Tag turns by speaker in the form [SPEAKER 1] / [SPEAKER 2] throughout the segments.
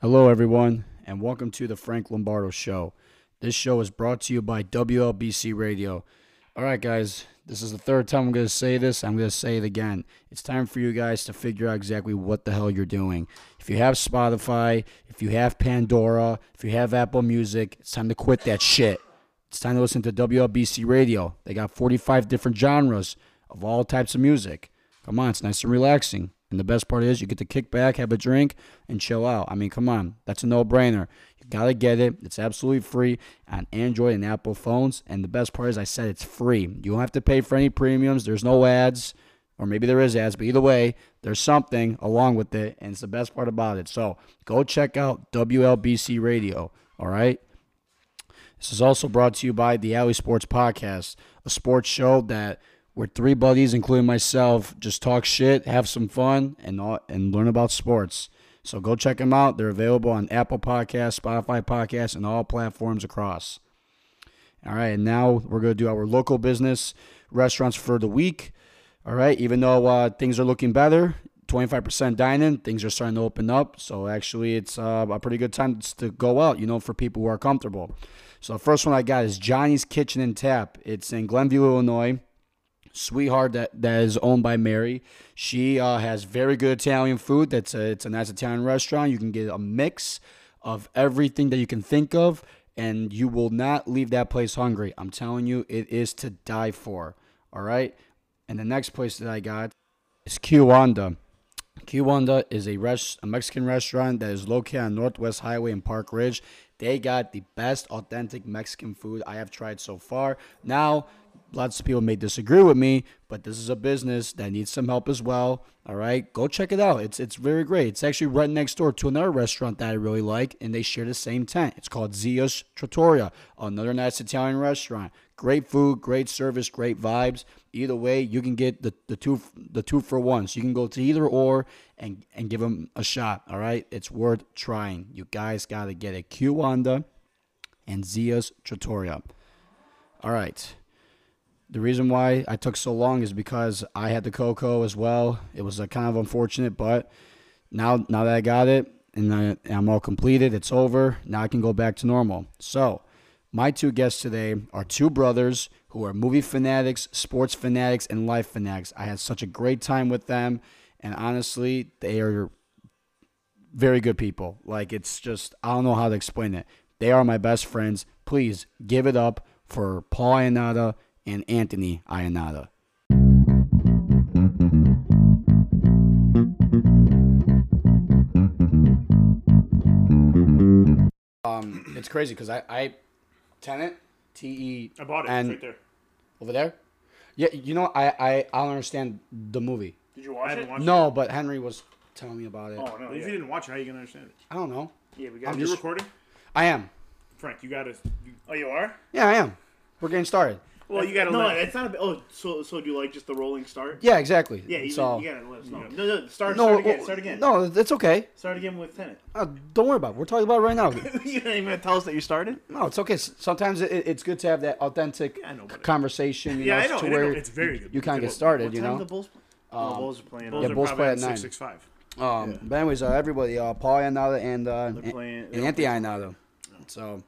[SPEAKER 1] Hello, everyone, and welcome to the Frank Lombardo Show. This show is brought to you by WLBC Radio. All right, guys, this is the third time I'm going to say this. I'm going to say it again. It's time for you guys to figure out exactly what the hell you're doing. If you have Spotify, if you have Pandora, if you have Apple Music, it's time to quit that shit. It's time to listen to WLBC Radio. They got 45 different genres of all types of music. Come on, it's nice and relaxing. And the best part is you get to kick back, have a drink, and chill out. I mean, come on. That's a no brainer. You got to get it. It's absolutely free on Android and Apple phones. And the best part is, I said it's free. You don't have to pay for any premiums, there's no ads. Or maybe there is ads, but either way, there's something along with it, and it's the best part about it. So go check out WLBC Radio, all right? This is also brought to you by the Alley Sports Podcast, a sports show that where three buddies, including myself, just talk shit, have some fun, and all, and learn about sports. So go check them out. They're available on Apple Podcasts, Spotify Podcasts, and all platforms across. All right, and now we're going to do our local business restaurants for the week. All right, even though uh, things are looking better, 25% dining, things are starting to open up. So actually, it's uh, a pretty good time to go out, you know, for people who are comfortable. So the first one I got is Johnny's Kitchen and Tap. It's in Glenview, Illinois sweetheart that, that is owned by Mary. She uh, has very good Italian food. That's a, it's a nice Italian restaurant. You can get a mix of everything that you can think of, and you will not leave that place hungry. I'm telling you, it is to die for. All right. And the next place that I got is Kiwanda. Kiwanda is a, res- a Mexican restaurant that is located on Northwest Highway in Park Ridge. They got the best authentic Mexican food I have tried so far. Now, lots of people may disagree with me, but this is a business that needs some help as well. All right, go check it out. It's it's very great. It's actually right next door to another restaurant that I really like, and they share the same tent. It's called Zia's Trattoria, another nice Italian restaurant. Great food, great service, great vibes. Either way, you can get the, the two the two for one. So you can go to either or and and give them a shot. All right, it's worth trying. You guys gotta get it. Qwanda and Zia's Trattoria. All right. The reason why I took so long is because I had the cocoa as well. It was a kind of unfortunate, but now now that I got it and I, I'm all completed, it's over. Now I can go back to normal. So, my two guests today are two brothers who are movie fanatics, sports fanatics, and life fanatics. I had such a great time with them, and honestly, they are very good people. Like it's just I don't know how to explain it. They are my best friends. Please give it up for Paul Ionata and Anthony Ionata. Um, it's crazy because I, I, tenant, T E.
[SPEAKER 2] I bought it.
[SPEAKER 1] And-
[SPEAKER 2] it's right there.
[SPEAKER 1] Over there? Yeah, you know, I, I, I don't understand the movie.
[SPEAKER 3] Did you watch
[SPEAKER 2] I haven't
[SPEAKER 3] it?
[SPEAKER 2] watched it.
[SPEAKER 1] No, but Henry was telling me about it.
[SPEAKER 3] Oh no.
[SPEAKER 2] Well, If
[SPEAKER 3] Yeah.
[SPEAKER 2] you didn't watch it, how you gonna understand it?
[SPEAKER 1] I don't know.
[SPEAKER 3] yeah, we
[SPEAKER 1] I'm
[SPEAKER 3] got.
[SPEAKER 2] You're
[SPEAKER 1] just-
[SPEAKER 2] recording,
[SPEAKER 1] I am.
[SPEAKER 2] Frank. You gotta. You,
[SPEAKER 3] oh, you are.
[SPEAKER 1] Yeah, I am. We're getting started.
[SPEAKER 2] well, you gotta.
[SPEAKER 3] No,
[SPEAKER 2] let,
[SPEAKER 3] it's not a. Oh, so so do you like just the rolling start?
[SPEAKER 1] Yeah, exactly.
[SPEAKER 3] Yeah. You,
[SPEAKER 1] so,
[SPEAKER 3] you gotta let us know. No, no. Start.
[SPEAKER 1] no,
[SPEAKER 3] start again.
[SPEAKER 1] well,
[SPEAKER 3] Start again.
[SPEAKER 1] No, that's okay.
[SPEAKER 3] Start again with Tenet.
[SPEAKER 1] Uh, don't worry about it. We're talking about it right now.
[SPEAKER 3] you didn't even tell us that you started.
[SPEAKER 1] no, it's okay. S- Sometimes it, it's good to have that authentic
[SPEAKER 3] I know, but-
[SPEAKER 1] conversation. You
[SPEAKER 2] Yeah,
[SPEAKER 1] know,
[SPEAKER 2] I
[SPEAKER 1] to
[SPEAKER 2] know, I know.
[SPEAKER 1] where
[SPEAKER 2] It's very good.
[SPEAKER 1] You kind of
[SPEAKER 2] What-
[SPEAKER 1] get
[SPEAKER 2] what
[SPEAKER 1] started,
[SPEAKER 3] What
[SPEAKER 1] you
[SPEAKER 3] time
[SPEAKER 1] know. Um,
[SPEAKER 3] the Bulls? Play? oh, the Bulls are playing.
[SPEAKER 2] Bulls
[SPEAKER 1] yeah,
[SPEAKER 2] are
[SPEAKER 1] Bulls
[SPEAKER 2] probably
[SPEAKER 1] play
[SPEAKER 2] at
[SPEAKER 1] at nine.
[SPEAKER 2] six six five.
[SPEAKER 1] Um, But anyways, uh, everybody, uh, Paul Yanada and uh,
[SPEAKER 3] They're playing-
[SPEAKER 1] and Anthony Yanada. So,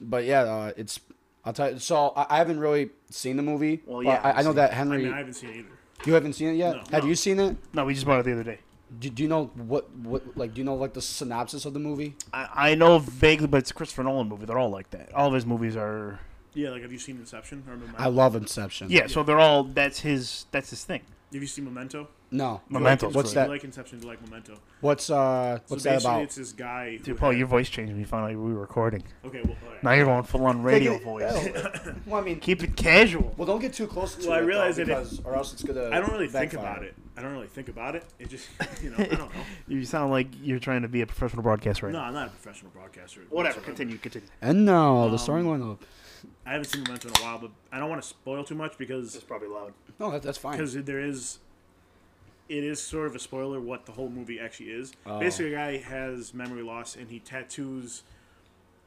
[SPEAKER 1] but yeah, uh, it's I'll tell you. So I, I haven't really seen the movie.
[SPEAKER 3] Well,
[SPEAKER 1] but
[SPEAKER 3] yeah,
[SPEAKER 1] I, I know
[SPEAKER 3] I've
[SPEAKER 1] that
[SPEAKER 2] I
[SPEAKER 1] Henry.
[SPEAKER 2] mean, I haven't seen it either.
[SPEAKER 1] you haven't seen it yet.
[SPEAKER 2] No.
[SPEAKER 1] Have
[SPEAKER 2] No.
[SPEAKER 1] you seen it?
[SPEAKER 3] No, we just bought it the other day.
[SPEAKER 1] Do, do you know what what like? Do you know like the synopsis of the movie?
[SPEAKER 3] I, I know vaguely, but it's a Christopher Nolan movie. They're all like that. All of his movies are.
[SPEAKER 2] Yeah, like have you seen Inception or Memento?
[SPEAKER 1] I love Inception.
[SPEAKER 3] Yeah, so they're all. That's his. That's his thing.
[SPEAKER 2] have you seen Memento?
[SPEAKER 1] No.
[SPEAKER 3] Memento.
[SPEAKER 1] What's
[SPEAKER 2] You
[SPEAKER 1] that?
[SPEAKER 2] like Inception? You like Memento?
[SPEAKER 1] What's uh? What's
[SPEAKER 2] so
[SPEAKER 1] that
[SPEAKER 2] basically,
[SPEAKER 1] about?
[SPEAKER 2] It's this guy. who
[SPEAKER 3] Dude, Paul,
[SPEAKER 2] had-
[SPEAKER 3] your voice changed when you found out we were recording.
[SPEAKER 2] Okay. Well, all right.
[SPEAKER 3] Now you're going full on radio
[SPEAKER 1] Take it-
[SPEAKER 3] voice.
[SPEAKER 1] Oh. well, I mean,
[SPEAKER 3] Keep it casual.
[SPEAKER 1] well, don't get too close to
[SPEAKER 2] Well, I
[SPEAKER 1] it, though,
[SPEAKER 2] realize that it-
[SPEAKER 1] because or else it's gonna.
[SPEAKER 2] I don't really think
[SPEAKER 1] backfire.
[SPEAKER 2] about it. I don't really think about it. It just, you know, I don't know.
[SPEAKER 3] You sound like you're trying to be a professional broadcaster right
[SPEAKER 2] No,
[SPEAKER 3] now.
[SPEAKER 2] I'm not a professional broadcaster.
[SPEAKER 3] Whatever.
[SPEAKER 2] whatsoever.
[SPEAKER 3] Continue. Continue.
[SPEAKER 1] And now
[SPEAKER 2] Um,
[SPEAKER 1] the starting lineup.
[SPEAKER 2] I haven't seen Memento in a while, but I don't want to spoil too much because
[SPEAKER 3] It's probably loud.
[SPEAKER 1] No, that, that's fine.
[SPEAKER 2] because there is it is sort of a spoiler what
[SPEAKER 1] Oh.
[SPEAKER 2] the whole movie actually is basically a guy has memory loss and he tattoos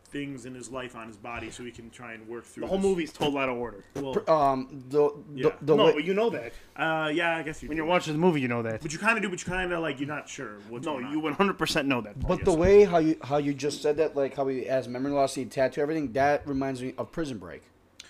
[SPEAKER 2] things in his life on his body so he can try and work through
[SPEAKER 3] The whole
[SPEAKER 2] this.
[SPEAKER 3] movie's told out of order.
[SPEAKER 2] Well,
[SPEAKER 1] Um, the the,
[SPEAKER 2] Yeah.
[SPEAKER 1] the
[SPEAKER 3] no,
[SPEAKER 1] way-
[SPEAKER 3] but you know that.
[SPEAKER 2] uh, yeah, I guess you.
[SPEAKER 4] When you're watching the movie, you know that.
[SPEAKER 2] but you kind of do, but you kind of like you're not sure what's
[SPEAKER 3] No,
[SPEAKER 2] going
[SPEAKER 3] you
[SPEAKER 2] on.
[SPEAKER 3] 100% know that. Paul,
[SPEAKER 1] But
[SPEAKER 3] yes.
[SPEAKER 1] the way how you how you just said that, like how he has memory loss, he tattoo everything, that reminds me of Prison Break.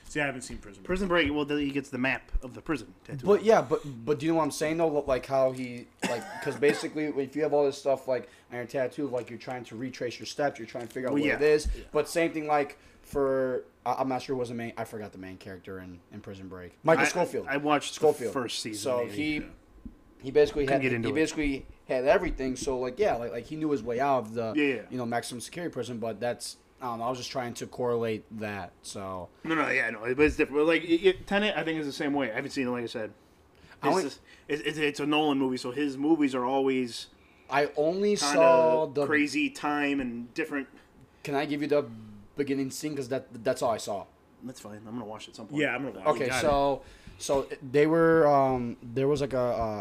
[SPEAKER 2] See, I haven't seen Prison Break.
[SPEAKER 3] prison break, well, then he gets the map of the prison tattoo.
[SPEAKER 1] But yeah, but but do you know what I'm saying though? Like how he like because basically if you have all this stuff like on your tattoo, like you're trying to retrace your steps, you're trying to figure out
[SPEAKER 3] Well,
[SPEAKER 1] what
[SPEAKER 3] yeah.
[SPEAKER 1] it is. But same thing like for I, I'm not sure who was the main. I forgot the main character in in Prison Break. Michael
[SPEAKER 3] I-
[SPEAKER 1] Schofield.
[SPEAKER 3] I watched the
[SPEAKER 1] Schofield
[SPEAKER 3] first season,
[SPEAKER 1] So
[SPEAKER 3] maybe.
[SPEAKER 1] he he basically had
[SPEAKER 4] get
[SPEAKER 1] he
[SPEAKER 4] into it.
[SPEAKER 1] basically had everything. So like yeah, like like he knew his way out of the
[SPEAKER 3] Yeah, yeah.
[SPEAKER 1] you know maximum security prison. But that's I don't know. I was just trying to correlate that. So
[SPEAKER 3] No, no, yeah, no, but it's different. But like it, it, Tenet, I think is the same way. I haven't seen it, like I said.
[SPEAKER 1] I
[SPEAKER 3] It's,
[SPEAKER 1] only-
[SPEAKER 3] just- it's, it's, it's a Nolan movie, so his movies are always
[SPEAKER 1] I only
[SPEAKER 3] kind
[SPEAKER 1] saw
[SPEAKER 3] of
[SPEAKER 1] the
[SPEAKER 3] crazy time and different.
[SPEAKER 1] Can I give you the beginning scene? Because that that's all I saw.
[SPEAKER 3] That's fine. I'm gonna watch it at some point.
[SPEAKER 2] Yeah, I'm gonna watch.
[SPEAKER 1] Okay,
[SPEAKER 2] it.
[SPEAKER 1] so so they were um there was like a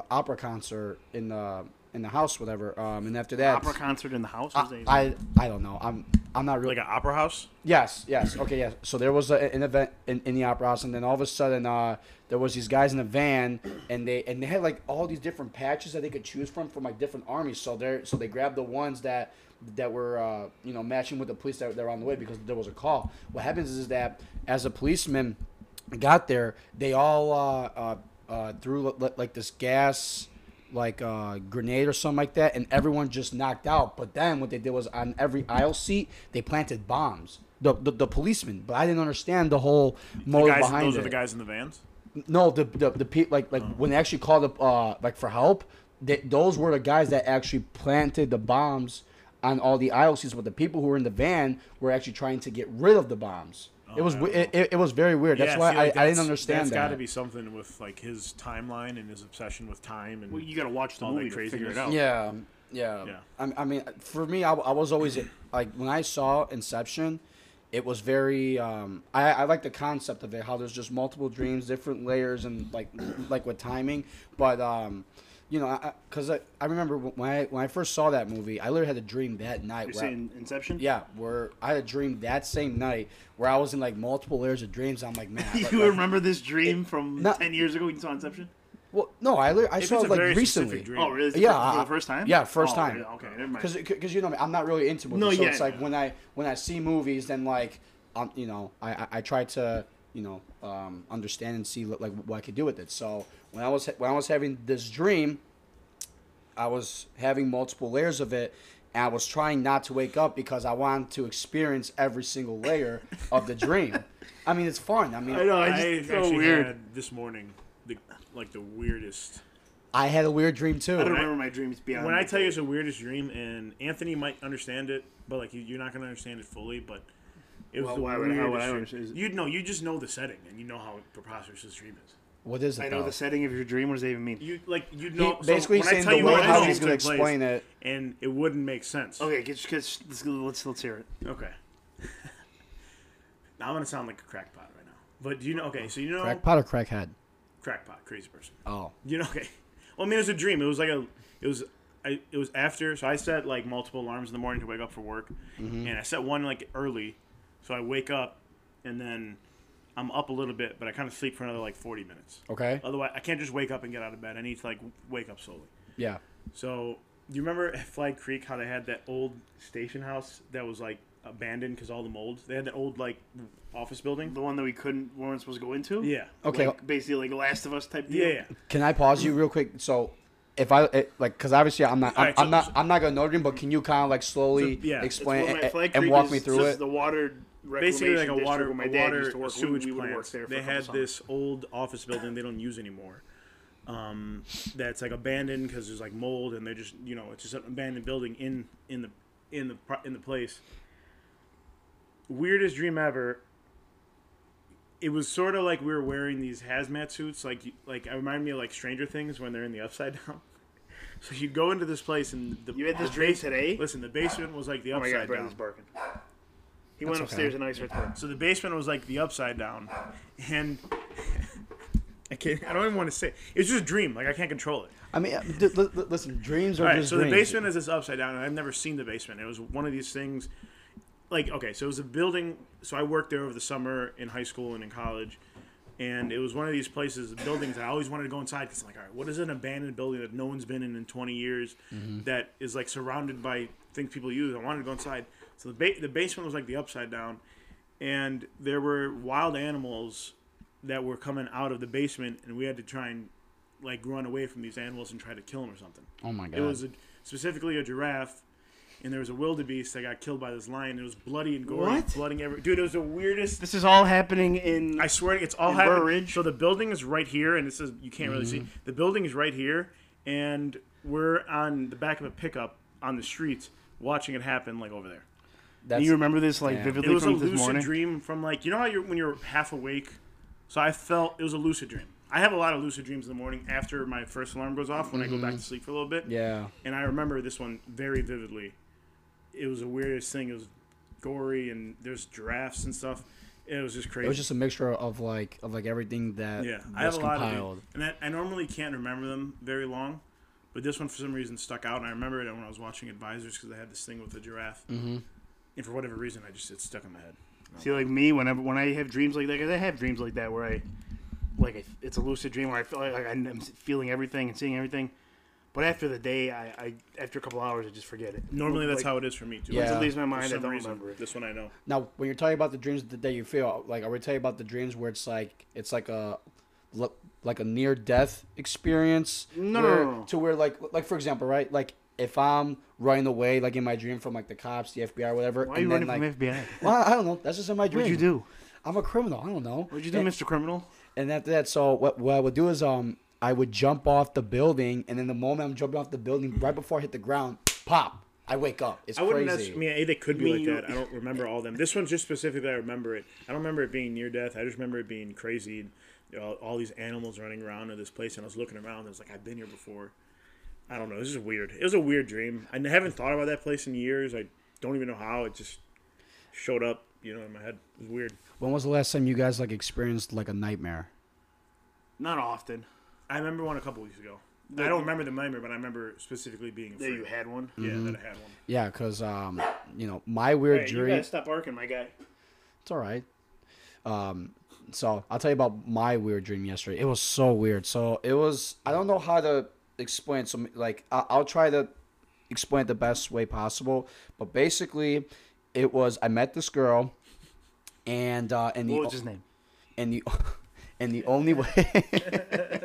[SPEAKER 1] uh, opera concert in the in the house whatever um and after that
[SPEAKER 3] opera concert in the house. was
[SPEAKER 1] I,
[SPEAKER 3] that-
[SPEAKER 1] I I don't know I'm I'm not really
[SPEAKER 2] like an opera house.
[SPEAKER 1] yes yes okay yes so there was a, an event in, in the opera house and then all of a sudden uh there was these guys in a van and they and they had like all these different patches that they could choose from from like different armies so they're so they grabbed the ones that that were uh you know matching with the police that they're on the way because there was a call what happens is that as a policeman got there they all uh uh, uh threw li- li- like this gas like a grenade or something like that, and everyone just knocked out. But then what they did was on every aisle seat they planted bombs. The the, the policemen, but I didn't understand the whole motive
[SPEAKER 2] Guys,
[SPEAKER 1] behind
[SPEAKER 2] those
[SPEAKER 1] it.
[SPEAKER 2] are the guys Oh. in the vans.
[SPEAKER 1] No, the the the pe- like like when they actually called up uh like for help, they, those were the guys that actually planted the bombs on all the aisle seats. But the people who were in the van were actually trying to get rid of the bombs. it was
[SPEAKER 2] I
[SPEAKER 1] w-
[SPEAKER 2] don't
[SPEAKER 1] it, it, it was very weird. That's
[SPEAKER 2] Oh, Yeah,
[SPEAKER 1] why
[SPEAKER 2] see, like,
[SPEAKER 1] I, I didn't
[SPEAKER 2] that's-
[SPEAKER 1] understand
[SPEAKER 2] That's
[SPEAKER 1] that.
[SPEAKER 2] got to be something with like his timeline and his obsession with time and
[SPEAKER 3] well, you gotta watch the
[SPEAKER 2] all
[SPEAKER 3] movie
[SPEAKER 2] that
[SPEAKER 3] to figure
[SPEAKER 2] craziness.
[SPEAKER 3] it out.
[SPEAKER 1] Yeah, yeah.
[SPEAKER 2] Oh. Yeah.
[SPEAKER 1] I, I mean, for me, I, I was always like when I saw Inception, it was very. Um, I I like the concept of it, how there's just multiple dreams, different layers, and like like with timing. But um, you know, because I, 'cause I, I remember when I when I first saw that movie, I literally had a dream that night.
[SPEAKER 3] You're
[SPEAKER 1] where I-
[SPEAKER 3] saying Inception?
[SPEAKER 1] yeah, where I had a dream that same night where I was in like multiple layers of dreams. I'm like, man, I-
[SPEAKER 3] you
[SPEAKER 1] like- like-
[SPEAKER 3] remember this dream from
[SPEAKER 1] not-
[SPEAKER 3] ten years ago when you saw Inception?
[SPEAKER 1] well, no, I lit- I
[SPEAKER 2] If
[SPEAKER 1] saw
[SPEAKER 2] it's
[SPEAKER 1] it
[SPEAKER 2] a
[SPEAKER 1] like
[SPEAKER 2] very specific
[SPEAKER 1] recently.
[SPEAKER 2] dream.
[SPEAKER 3] Oh, really? It's
[SPEAKER 1] Yeah,
[SPEAKER 3] for,
[SPEAKER 1] I-
[SPEAKER 3] for the first time.
[SPEAKER 1] yeah, first
[SPEAKER 3] Oh,
[SPEAKER 1] time.
[SPEAKER 3] yeah, Okay, never mind.
[SPEAKER 1] because because you know me, I'm not really into movies.
[SPEAKER 3] No,
[SPEAKER 1] so
[SPEAKER 3] yeah,
[SPEAKER 1] it's like
[SPEAKER 3] yeah.
[SPEAKER 1] when I when I see movies, then like um you know I I, I try to you know um, understand and see like what I could do with it. So when I was when I was having this dream, I was having multiple layers of it. And I was trying not to wake up because I wanted to experience every single layer of the dream. I mean, it's fun. I mean,
[SPEAKER 3] I know.
[SPEAKER 2] I
[SPEAKER 3] I just, it's
[SPEAKER 2] actually
[SPEAKER 3] so weird.
[SPEAKER 2] had this morning the like the weirdest.
[SPEAKER 1] I had a weird dream too.
[SPEAKER 3] I don't remember my dreams beyond.
[SPEAKER 2] When I
[SPEAKER 3] that.
[SPEAKER 2] tell you it's the weirdest dream, and Anthony might understand it, but like you, you're not gonna understand it fully. But it was
[SPEAKER 3] Well,
[SPEAKER 2] the
[SPEAKER 3] why would-
[SPEAKER 2] weirdest.
[SPEAKER 3] how would I
[SPEAKER 2] dream.
[SPEAKER 3] understand it?
[SPEAKER 2] you know, you just know the setting, and you know how preposterous this dream is.
[SPEAKER 1] What is it?
[SPEAKER 3] I know
[SPEAKER 1] though?
[SPEAKER 3] the setting of your dream. What does that even mean?
[SPEAKER 2] You like you know so
[SPEAKER 1] basically
[SPEAKER 2] when I
[SPEAKER 1] saying
[SPEAKER 2] tell
[SPEAKER 1] the
[SPEAKER 2] you
[SPEAKER 3] way
[SPEAKER 2] what
[SPEAKER 3] how
[SPEAKER 2] dream
[SPEAKER 3] he's
[SPEAKER 1] gonna
[SPEAKER 2] took place,
[SPEAKER 1] explain it.
[SPEAKER 2] and it wouldn't make sense.
[SPEAKER 3] Okay, just, just, let's, let's let's hear it.
[SPEAKER 2] Okay. now I'm gonna sound like a crackpot right now. But do you know? Okay, so you know,
[SPEAKER 1] crackpot or crackhead?
[SPEAKER 2] crackpot, crazy person.
[SPEAKER 1] Oh,
[SPEAKER 2] You know, okay. Well, I mean, it was a dream. It was like a, it was, I, it was after. So I set like multiple alarms in the morning to wake up for work, and I set one like early, so I wake up, and then I'm up a little bit, but I kind of sleep for another like 40 minutes.
[SPEAKER 1] okay,
[SPEAKER 3] Uh,
[SPEAKER 2] Otherwise, I can't just wake up and get out of bed. I need to like wake up slowly.
[SPEAKER 1] yeah.
[SPEAKER 2] So do you remember at Flag Creek how they had that old station house that was like abandoned because all the mold? They had that old like office building.
[SPEAKER 3] The one that we couldn't, weren't supposed to go into.
[SPEAKER 2] Yeah.
[SPEAKER 1] Okay.
[SPEAKER 3] Like, basically, like Last of Us type deal.
[SPEAKER 2] Yeah. yeah.
[SPEAKER 1] Can I pause you real quick? So, if I it, like, because obviously I'm not, I'm,
[SPEAKER 2] Alright, so-
[SPEAKER 1] I'm not, I'm not gonna know dream, but can you kind of like slowly
[SPEAKER 2] So, yeah,
[SPEAKER 3] It's
[SPEAKER 1] explain
[SPEAKER 3] where my-
[SPEAKER 1] and,
[SPEAKER 3] Flag
[SPEAKER 1] and
[SPEAKER 3] Creek
[SPEAKER 1] walk
[SPEAKER 3] is
[SPEAKER 1] me through
[SPEAKER 3] just
[SPEAKER 1] it?
[SPEAKER 3] The water
[SPEAKER 2] basically like a
[SPEAKER 3] reclamation
[SPEAKER 2] water,
[SPEAKER 3] district where
[SPEAKER 2] a
[SPEAKER 3] my dad
[SPEAKER 2] water
[SPEAKER 3] used to work.
[SPEAKER 2] sewage
[SPEAKER 3] we, we would
[SPEAKER 2] plant.
[SPEAKER 3] work there. For
[SPEAKER 2] they
[SPEAKER 3] a couple
[SPEAKER 2] had
[SPEAKER 3] summers.
[SPEAKER 2] this old office building they don't use anymore. Um, that's like abandoned because there's like mold and they're just you know it's just an abandoned building in in the in the pro- in the place. Weirdest dream ever. It was sort of like we were wearing these hazmat suits, like you- like it reminded me of like Stranger Things when they're in the upside down. So you go into this place and the
[SPEAKER 3] You had this
[SPEAKER 2] the
[SPEAKER 3] dream
[SPEAKER 2] base-
[SPEAKER 3] today?
[SPEAKER 2] Listen, the basement was like the
[SPEAKER 3] Oh my
[SPEAKER 2] upside
[SPEAKER 3] god,
[SPEAKER 2] down.
[SPEAKER 3] Bradley's barking. He went
[SPEAKER 1] okay.
[SPEAKER 3] upstairs and I started barking.
[SPEAKER 2] So the basement was like the upside down, and I can't. I don't even want to say. It's just a dream. Like I can't control it.
[SPEAKER 1] I mean, uh, d- li- li- listen, dreams are
[SPEAKER 2] All right.
[SPEAKER 1] just
[SPEAKER 2] So
[SPEAKER 1] dreams.
[SPEAKER 2] the basement is this upside down, and I've never seen the basement. It was one of these things. like okay, so it was a building. So I worked there over the summer in high school and in college, and it was one of these places, the buildings I always wanted to go inside because like, all right, what is an abandoned building that no one's been in in 20 years
[SPEAKER 1] Mm-hmm.
[SPEAKER 2] that is like surrounded by things people use? I wanted to go inside. So the ba- the basement was like the upside down, and there were wild animals that were coming out of the basement, and we had to try and like run away from these animals and try to kill them or something.
[SPEAKER 1] Oh my god.
[SPEAKER 2] It was a, specifically a giraffe, and there was a wildebeest that got killed by this lion. It was bloody and gory,
[SPEAKER 3] What?
[SPEAKER 2] blooding every dude. It was the weirdest.
[SPEAKER 3] This is all happening in.
[SPEAKER 2] I swear, it's all
[SPEAKER 3] In
[SPEAKER 2] happening.
[SPEAKER 3] Burr Ridge?
[SPEAKER 2] So the building is right here, and it says you can't really see. The building is right here, and we're on the back of a pickup on the street watching it happen, like over there.
[SPEAKER 1] That's,
[SPEAKER 3] do you remember this like
[SPEAKER 1] Damn.
[SPEAKER 2] It
[SPEAKER 3] vividly
[SPEAKER 2] was a
[SPEAKER 3] from
[SPEAKER 2] lucid
[SPEAKER 3] this morning?
[SPEAKER 2] dream from like you know how you're when you're half awake. So I felt it was a lucid dream. I have a lot of lucid dreams in the morning after my first alarm goes off when I go back to sleep for a little bit
[SPEAKER 1] yeah.
[SPEAKER 2] and I remember this one very vividly. It was the weirdest thing. It was gory and there's giraffes and stuff. It was just crazy.
[SPEAKER 1] It was just a mixture of like of like everything that
[SPEAKER 2] yeah,
[SPEAKER 1] was
[SPEAKER 2] I have a lot
[SPEAKER 1] compiled.
[SPEAKER 2] of, and I, I normally can't remember them very long, but this one for some reason stuck out, and I remember it when I was watching Advisors because I had this thing with the giraffe, mm-hmm. and for whatever reason, I just it stuck in my head.
[SPEAKER 3] See, like me, whenever when I have dreams like that, 'cause I have dreams like that where I, like, I, it's a lucid dream where I feel like, I'm feeling everything and seeing everything, but after the day, I, I after a couple hours, I just forget it.
[SPEAKER 2] Normally, that's
[SPEAKER 3] Like,
[SPEAKER 2] how it is for me too.
[SPEAKER 1] Yeah.
[SPEAKER 3] It
[SPEAKER 2] For
[SPEAKER 3] leaves my mind. I
[SPEAKER 2] some
[SPEAKER 3] don't
[SPEAKER 2] reason,
[SPEAKER 3] remember it.
[SPEAKER 2] This one I know.
[SPEAKER 1] Now, when you're talking about the dreams that that you feel, like are we talking about the dreams where it's like it's like a lo- like a near death experience?
[SPEAKER 3] No,
[SPEAKER 1] where-
[SPEAKER 3] no, no, no.
[SPEAKER 1] To where like like for example, right? Like if I'm running away, like in my dream from like the cops, the FBI, whatever.
[SPEAKER 3] Why are
[SPEAKER 1] and
[SPEAKER 3] you
[SPEAKER 1] then,
[SPEAKER 3] running
[SPEAKER 1] like,
[SPEAKER 3] from FBI?
[SPEAKER 1] Well, I don't know. That's just in my dream.
[SPEAKER 3] What'd you do?
[SPEAKER 1] I'm a criminal. I don't know.
[SPEAKER 3] What'd you do,
[SPEAKER 1] And,
[SPEAKER 3] Mr. Criminal?
[SPEAKER 1] and after that, so what, what I would do is um I would jump off the building, and then the moment I'm jumping off the building, right before I hit the ground, pop. I wake up. It's
[SPEAKER 2] I wouldn't.
[SPEAKER 1] crazy.
[SPEAKER 2] necess- I mean, it, it could be
[SPEAKER 3] Me,
[SPEAKER 2] like
[SPEAKER 3] you-
[SPEAKER 2] that. I don't remember all of them. This one's just specifically. I remember it. I don't remember it being near death. I just remember it being crazy. and you know, all these animals running around in this place, and I was looking around. And I was like, I've been here before. I don't know. This is weird. It was a weird dream. I haven't thought about that place in years. I don't even know how it just showed up. You know, in my head. It was weird.
[SPEAKER 1] when was the last time you guys like experienced like a nightmare?
[SPEAKER 3] Not often.
[SPEAKER 2] I remember one a couple weeks ago. I don't remember the nightmare, but I remember specifically being
[SPEAKER 3] There
[SPEAKER 2] afraid.
[SPEAKER 3] you had one.
[SPEAKER 2] yeah, that I had one.
[SPEAKER 1] Yeah, cause um, you know, my weird
[SPEAKER 3] Hey, you
[SPEAKER 1] dream.
[SPEAKER 3] gotta stop barking, my guy.
[SPEAKER 1] It's all right. Um, so I'll tell you about my weird dream yesterday. It was so weird. So it was. I don't know how to explain. Some like I, I'll try to explain it the best way possible. But basically, it was I met this girl, and uh, and the
[SPEAKER 3] What was his name?
[SPEAKER 1] and the and the only way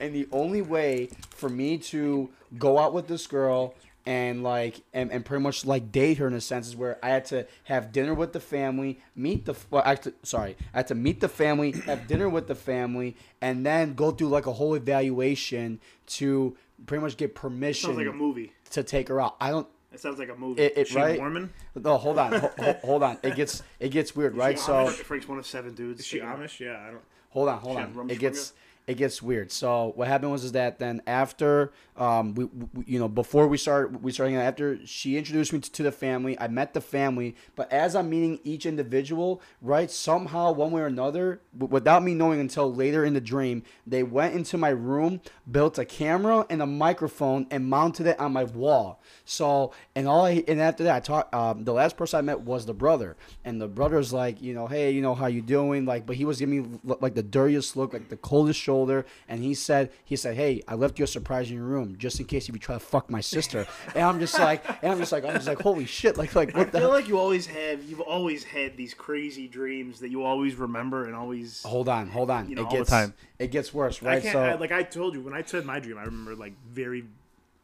[SPEAKER 1] and the only way for me to go out with this girl and like and, and pretty much like date her in a sense is where I had to have dinner with the family, meet the well, I had to, sorry, I had to meet the family, have dinner with the family, and then go through like a whole evaluation to pretty much get permission
[SPEAKER 3] Sounds like a movie.
[SPEAKER 1] to take her out. I don't
[SPEAKER 3] It sounds like a movie.
[SPEAKER 1] it, it
[SPEAKER 2] She
[SPEAKER 1] right.
[SPEAKER 2] Mormon?
[SPEAKER 1] No, hold on, ho- ho- hold on. It gets it gets weird, right? So
[SPEAKER 3] Amish? Frank's one of seven dudes.
[SPEAKER 2] Is she Amish? Yeah, I don't.
[SPEAKER 1] hold on, hold
[SPEAKER 3] Shit,
[SPEAKER 1] on.
[SPEAKER 3] rum
[SPEAKER 1] It
[SPEAKER 3] swinger?
[SPEAKER 1] gets it gets weird. So what happened was is that then after um we, we you know before we started we started hanging out, after she introduced me to, to the family. I met the family, but as I'm meeting each individual, right? Somehow one way or another, w- without me knowing until later in the dream, they went into my room, built a camera and a microphone, and mounted it on my wall. So and all I and after that I talked. Um, the last person I met was the brother, and the brother's like, you know, hey, you know how you doing? Like, but he was giving me l- like the dirtiest look, like the coldest shoulder, and he said, he said, hey, I left you a surprise in your room just in case if you try to fuck my sister. and I'm just like, and I'm just like, I'm just like, holy shit, like, like what the
[SPEAKER 3] I
[SPEAKER 1] hell?
[SPEAKER 3] feel like you always have. You've always had these crazy dreams that you always remember and always.
[SPEAKER 1] Hold on, hold on.
[SPEAKER 3] You know,
[SPEAKER 1] it
[SPEAKER 3] all the
[SPEAKER 1] gets
[SPEAKER 3] time.
[SPEAKER 1] it gets worse,
[SPEAKER 2] I
[SPEAKER 1] right?
[SPEAKER 2] can't.
[SPEAKER 1] So
[SPEAKER 2] I, like I told you, when I said my dream, I remember like very,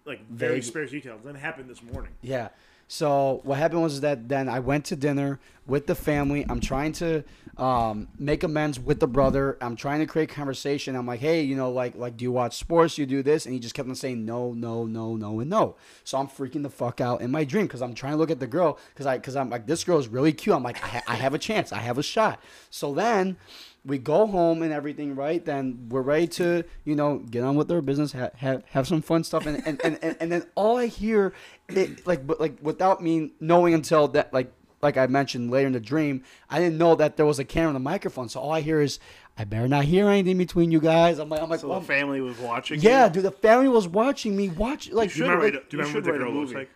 [SPEAKER 2] like very
[SPEAKER 1] Vague.
[SPEAKER 2] sparse details. That happened this morning.
[SPEAKER 1] Yeah. So what happened was that then I went to dinner with the family. I'm trying to um, make amends with the brother. I'm trying to create conversation. I'm like, hey, you know, like like do you watch sports? You do this, and he just kept on saying no, no, no, no, and no. So I'm freaking the fuck out in my dream because I'm trying to look at the girl because I because I'm like this girl is really cute. I'm like I, ha- I have a chance. I have a shot. So then we go home and everything, right? Then we're ready to, you know, get on with our business, ha- have have some fun stuff, and and, and, and and then all I hear, it like but like without me knowing until that like like I mentioned later in the dream, I didn't know that there was a camera and a microphone. So all I hear is, I better not hear anything between you guys. I'm like I'm like,
[SPEAKER 3] So the
[SPEAKER 1] "Oh,
[SPEAKER 3] family was watching.
[SPEAKER 1] yeah,
[SPEAKER 3] you?
[SPEAKER 1] dude, the family was watching me watch like
[SPEAKER 3] You remember,
[SPEAKER 1] like-
[SPEAKER 3] what-
[SPEAKER 2] Do you remember what
[SPEAKER 3] should
[SPEAKER 2] the
[SPEAKER 3] write a
[SPEAKER 2] girl looks
[SPEAKER 3] movie.
[SPEAKER 2] like?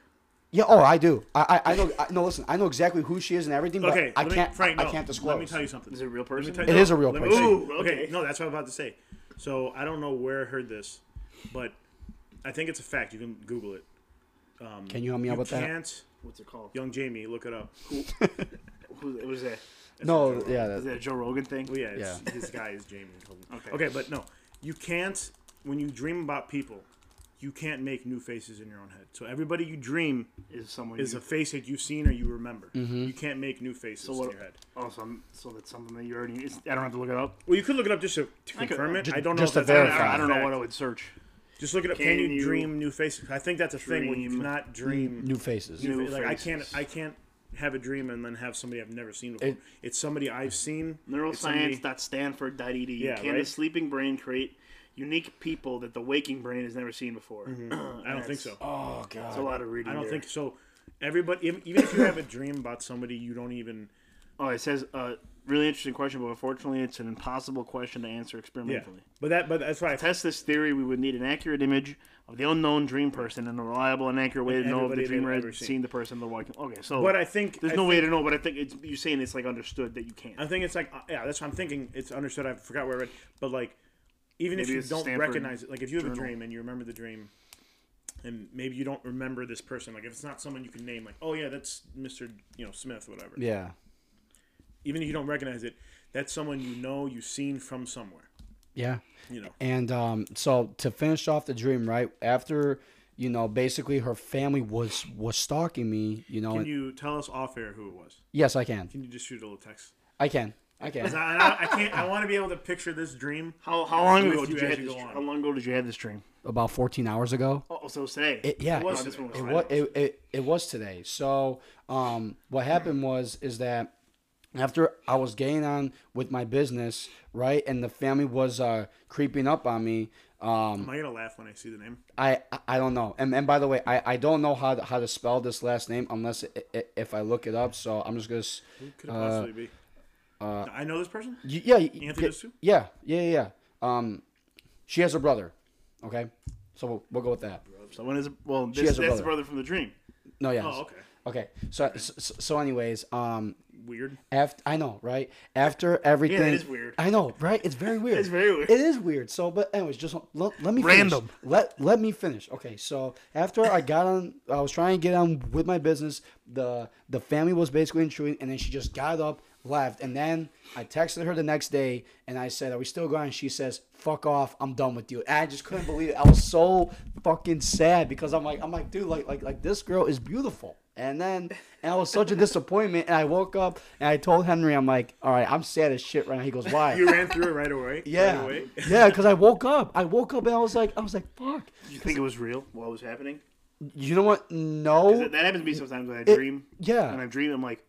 [SPEAKER 5] Yeah. Oh, I do. I I, I know. I, no, listen. I know exactly who she is and everything, but
[SPEAKER 2] Okay,
[SPEAKER 5] I
[SPEAKER 2] let me-
[SPEAKER 5] can't.
[SPEAKER 2] Frank,
[SPEAKER 5] I,
[SPEAKER 2] no,
[SPEAKER 5] I can't disclose.
[SPEAKER 2] Let me tell you something.
[SPEAKER 6] Is it a real person?
[SPEAKER 2] It is
[SPEAKER 5] It is a real person.
[SPEAKER 2] Ooh,
[SPEAKER 6] okay.
[SPEAKER 2] okay. No, that's what I'm about to say. So I don't know where I heard this, but I think it's a fact. You can Google it.
[SPEAKER 1] Can you help me out
[SPEAKER 2] You
[SPEAKER 1] with that?
[SPEAKER 2] can't,
[SPEAKER 3] What's it called?
[SPEAKER 2] young Jamie, look it up.
[SPEAKER 3] Who it was that?
[SPEAKER 1] No, yeah. that-
[SPEAKER 3] Is that a Joe Rogan thing?
[SPEAKER 2] Well, yeah, it's,
[SPEAKER 1] Yeah.
[SPEAKER 2] his guy is Jamie.
[SPEAKER 3] Okay.
[SPEAKER 2] Okay. Okay, but no, you can't. When you dream about people, you can't make new faces in your own head. So everybody you dream
[SPEAKER 3] Is someone
[SPEAKER 2] is
[SPEAKER 3] you, Mm-hmm.
[SPEAKER 2] a face that you've seen or you remember. You can't make new faces
[SPEAKER 3] so
[SPEAKER 2] in
[SPEAKER 3] what?
[SPEAKER 2] your head.
[SPEAKER 3] Oh, so, I'm- so that's something that you already. It's, I don't have to look it up.
[SPEAKER 2] Well, you could look it up just to, to
[SPEAKER 3] I could-
[SPEAKER 2] confirm it.
[SPEAKER 1] Ju-
[SPEAKER 2] I don't know.
[SPEAKER 1] just
[SPEAKER 2] if
[SPEAKER 1] to
[SPEAKER 2] that's-
[SPEAKER 3] I,
[SPEAKER 1] verify.
[SPEAKER 3] I don't know what I
[SPEAKER 2] fact.
[SPEAKER 3] would search.
[SPEAKER 2] Just look it up. Can,
[SPEAKER 3] Can
[SPEAKER 2] you,
[SPEAKER 3] you
[SPEAKER 2] dream new faces? I think that's a thing when you
[SPEAKER 3] dream
[SPEAKER 2] cannot dream.
[SPEAKER 1] New faces.
[SPEAKER 3] New
[SPEAKER 2] like I can't.
[SPEAKER 3] faces?
[SPEAKER 2] I can't have a dream and then have somebody I've never seen before.
[SPEAKER 1] It-
[SPEAKER 2] it's somebody I've seen. It's somebody-
[SPEAKER 3] Neuroscience.stanford.edu.
[SPEAKER 2] Yeah,
[SPEAKER 3] E Can the
[SPEAKER 2] right?
[SPEAKER 3] sleeping brain create unique people that the waking brain has never seen before? Mm-hmm.
[SPEAKER 2] I don't think so.
[SPEAKER 1] Oh god.
[SPEAKER 3] That's a lot of reading.
[SPEAKER 2] I don't
[SPEAKER 3] there.
[SPEAKER 2] think so. Everybody, even, even if you have a dream about somebody, you don't even.
[SPEAKER 3] Oh, it says uh, really interesting question, but unfortunately, it's an impossible question to answer
[SPEAKER 2] Yeah,
[SPEAKER 3] experimentally.
[SPEAKER 2] but that, but that's why I
[SPEAKER 3] To test this theory, we would need an accurate image of the unknown dream person and a reliable and accurate way to know if
[SPEAKER 2] everybody
[SPEAKER 3] the
[SPEAKER 2] they've
[SPEAKER 3] dreamer
[SPEAKER 2] ever
[SPEAKER 3] has
[SPEAKER 2] seen.
[SPEAKER 3] seen the person they're walking. Okay, so
[SPEAKER 2] But I think
[SPEAKER 3] there's
[SPEAKER 2] I
[SPEAKER 3] no
[SPEAKER 2] think,
[SPEAKER 3] way to know. But I think it's you're saying it's like understood that you can't.
[SPEAKER 2] I think it's like uh, yeah, that's what I'm thinking. It's understood. I forgot where I read, but like, even
[SPEAKER 3] Maybe
[SPEAKER 2] if
[SPEAKER 3] it's
[SPEAKER 2] you don't
[SPEAKER 3] Stanford
[SPEAKER 2] recognize it, like if you have a
[SPEAKER 3] Journal.
[SPEAKER 2] dream and you remember the dream, and maybe you don't remember this person, like if it's not someone you can name, like oh yeah, that's Mister you know Smith, whatever.
[SPEAKER 1] Yeah.
[SPEAKER 2] Even if you don't recognize it, that's someone you know you've seen from somewhere.
[SPEAKER 1] Yeah.
[SPEAKER 2] You know.
[SPEAKER 1] And um, so to finish off the dream, right after you know, basically her family was was stalking me. You know.
[SPEAKER 2] Can
[SPEAKER 1] and-
[SPEAKER 2] you tell us off air who it was?
[SPEAKER 1] yes, I can.
[SPEAKER 2] Can you just shoot a little text?
[SPEAKER 1] I can. I can.
[SPEAKER 2] 'Cause I, I, I can't. I want to be able to picture this dream.
[SPEAKER 3] how how long
[SPEAKER 2] With
[SPEAKER 3] ago
[SPEAKER 2] you as
[SPEAKER 3] did you have
[SPEAKER 2] you
[SPEAKER 3] this?
[SPEAKER 2] go on.
[SPEAKER 3] How long ago did you have this dream?
[SPEAKER 1] About 14 hours ago.
[SPEAKER 3] Oh, so it's today.
[SPEAKER 1] It, yeah,
[SPEAKER 3] It
[SPEAKER 1] it
[SPEAKER 3] was
[SPEAKER 1] was.
[SPEAKER 3] today.
[SPEAKER 1] It, wa-
[SPEAKER 3] Friday.
[SPEAKER 1] it, it, it was today. So, um, what happened was is that after I was getting on with my business, right, and the family was uh, creeping up on me. Um,
[SPEAKER 2] Am I gonna laugh when I see the name?
[SPEAKER 1] I, I- I don't know. And, and by the way, I, I don't know how to, how to spell this last name unless i i if I look it up. So I'm just gonna. s-
[SPEAKER 2] Could it possibly be? I know this person.
[SPEAKER 1] uh, y- Yeah. y-
[SPEAKER 2] Anthony Dustu?
[SPEAKER 1] Yeah. Yeah. Yeah. yeah. Um, she has a brother. Okay. So we'll, we'll go with that.
[SPEAKER 3] Someone is well. This,
[SPEAKER 1] has
[SPEAKER 3] that's
[SPEAKER 1] a
[SPEAKER 3] the
[SPEAKER 1] brother.
[SPEAKER 3] brother from the dream.
[SPEAKER 1] No. Yeah.
[SPEAKER 2] Oh, okay.
[SPEAKER 1] Okay. So, so so anyways, um,
[SPEAKER 2] Weird.
[SPEAKER 1] After I know, right? After everything,
[SPEAKER 3] is weird.
[SPEAKER 1] I know, right? It's very weird.
[SPEAKER 3] It's very weird.
[SPEAKER 1] It is weird. So, but anyways, just let, let me
[SPEAKER 3] Random.
[SPEAKER 1] Finish. Let let me finish. Okay, so after I got on, I was trying to get on with my business. The the family was basically intruding, and then she just got up, left, and then I texted her the next day, and I said, "Are we still going?" She says, "Fuck off, I'm done with you." And I just couldn't believe it. I was so fucking sad because I'm like, I'm like, dude, like like like this girl is beautiful. And then and I was such a disappointment. And I woke up and I told Henry, I'm like, all right, I'm sad as shit right now. He goes, why?
[SPEAKER 2] You ran through it right away.
[SPEAKER 1] yeah,
[SPEAKER 2] Right away.
[SPEAKER 1] yeah, because I woke up. I woke up and I was like, I was like, fuck.
[SPEAKER 3] You think it was real? What was happening?
[SPEAKER 1] You know what? No.
[SPEAKER 3] That, that happens to me sometimes when I dream.
[SPEAKER 1] yeah.
[SPEAKER 3] When I dream, I'm like,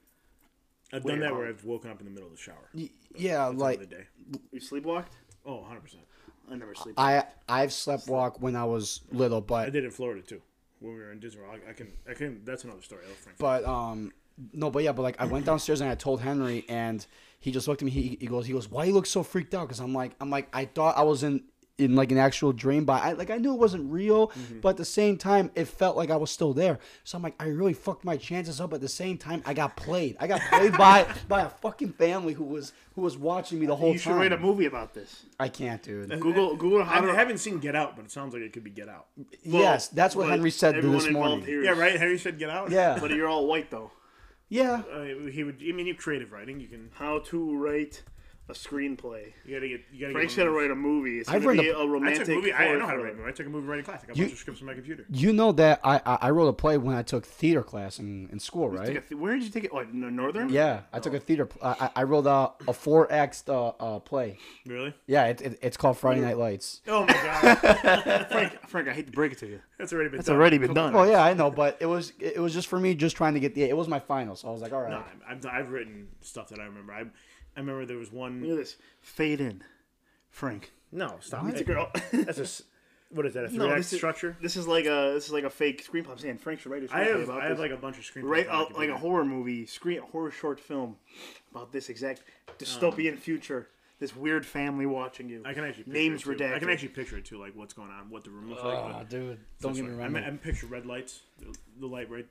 [SPEAKER 2] I've
[SPEAKER 3] Wait,
[SPEAKER 2] done that
[SPEAKER 3] hold
[SPEAKER 2] where
[SPEAKER 3] on.
[SPEAKER 2] I've woken up in the middle of the shower.
[SPEAKER 1] Y- yeah,
[SPEAKER 2] Like the
[SPEAKER 1] like
[SPEAKER 2] day.
[SPEAKER 3] you sleepwalked?
[SPEAKER 2] Oh, 100 percent.
[SPEAKER 3] I never sleep.
[SPEAKER 1] I I've slept walk when I was little,
[SPEAKER 2] I
[SPEAKER 1] but
[SPEAKER 2] did it in Florida too. When we were in Disney World, I, I can, I can. That's another story. I'll Frank.
[SPEAKER 1] but um no, but yeah, but like I went downstairs and I told Henry, and he just looked at me. He, he goes, he goes, why you look so freaked out? Because I'm like, I'm like, I thought I was in in like an actual dream, but I like I knew it wasn't real,
[SPEAKER 3] Mm-hmm.
[SPEAKER 1] but at the same time, it felt like I was still there. So I'm like, I really fucked my chances up. At the same time, I got played. I got played by by a fucking family who was who was watching me the whole
[SPEAKER 3] You should
[SPEAKER 1] time.
[SPEAKER 3] write a Uh, movie about this.
[SPEAKER 1] I can't, dude.
[SPEAKER 3] Google Google
[SPEAKER 2] I,
[SPEAKER 3] how to.
[SPEAKER 2] haven't seen Get Out, but it sounds like it could be Get Out.
[SPEAKER 1] yes, that's what
[SPEAKER 3] but
[SPEAKER 1] Henry said
[SPEAKER 3] everyone
[SPEAKER 1] this
[SPEAKER 3] involved
[SPEAKER 1] morning.
[SPEAKER 3] here is-
[SPEAKER 2] Yeah, right. Henry said Get Out.
[SPEAKER 1] Yeah.
[SPEAKER 3] But you're all white though.
[SPEAKER 1] Yeah.
[SPEAKER 2] Uh, he would. I mean, you creative writing. You can.
[SPEAKER 3] How to write a screenplay?
[SPEAKER 2] You gotta get. You gotta
[SPEAKER 3] Frank's
[SPEAKER 2] get.
[SPEAKER 3] gonna write a movie. It's
[SPEAKER 1] I've
[SPEAKER 3] gonna
[SPEAKER 1] written
[SPEAKER 3] be
[SPEAKER 1] a-
[SPEAKER 3] a,
[SPEAKER 2] I
[SPEAKER 3] romantic.
[SPEAKER 2] took a movie. I, I
[SPEAKER 3] horror
[SPEAKER 2] know how to
[SPEAKER 3] thriller.
[SPEAKER 2] write. a movie. I took a movie writing class. I got a bunch of scripts on my computer.
[SPEAKER 1] You know that I, I, I wrote a play when I took theater class in, in school,
[SPEAKER 3] Take a
[SPEAKER 1] right?
[SPEAKER 3] th- Where did you take it? What, n- Northern?
[SPEAKER 1] Yeah, I took a theater. pl- I, I I wrote a, a four act uh, uh, play.
[SPEAKER 2] Really?
[SPEAKER 1] Yeah, it, it, it's called Friday Night Lights.
[SPEAKER 2] Oh my god,
[SPEAKER 3] Frank, Frank, I hate to break it to you.
[SPEAKER 2] that's already been.
[SPEAKER 3] It's already been done.
[SPEAKER 1] Oh yeah, I know, but it was it was just for me, just trying to get the. It was my final, so I was like, all right.
[SPEAKER 2] I've, I've, I've written stuff that I remember. I, I remember there was one.
[SPEAKER 3] Look at this. Fade in, Frank.
[SPEAKER 2] No, stop.
[SPEAKER 3] It's a girl.
[SPEAKER 2] That's a. s- What is that? A three act
[SPEAKER 3] is,
[SPEAKER 2] structure?
[SPEAKER 3] This is like a this is like a fake screenplay. I'm saying Frank should write a
[SPEAKER 2] I
[SPEAKER 3] screenplay
[SPEAKER 2] have.
[SPEAKER 3] about
[SPEAKER 2] I have
[SPEAKER 3] this.
[SPEAKER 2] like a bunch of screenplays.
[SPEAKER 3] Right,
[SPEAKER 2] on my
[SPEAKER 3] uh, like a
[SPEAKER 2] computer.
[SPEAKER 3] horror movie, screen horror short film about this exact dystopian future. This weird family watching you.
[SPEAKER 2] Um, I can actually picture
[SPEAKER 3] names
[SPEAKER 2] it, too.
[SPEAKER 3] redacted.
[SPEAKER 2] I can actually picture it too, like what's going on, what the room looks like.
[SPEAKER 1] Ah, Oh, dude, don't get me
[SPEAKER 2] I
[SPEAKER 1] wrong.
[SPEAKER 2] mean, I picture red lights, the, the light right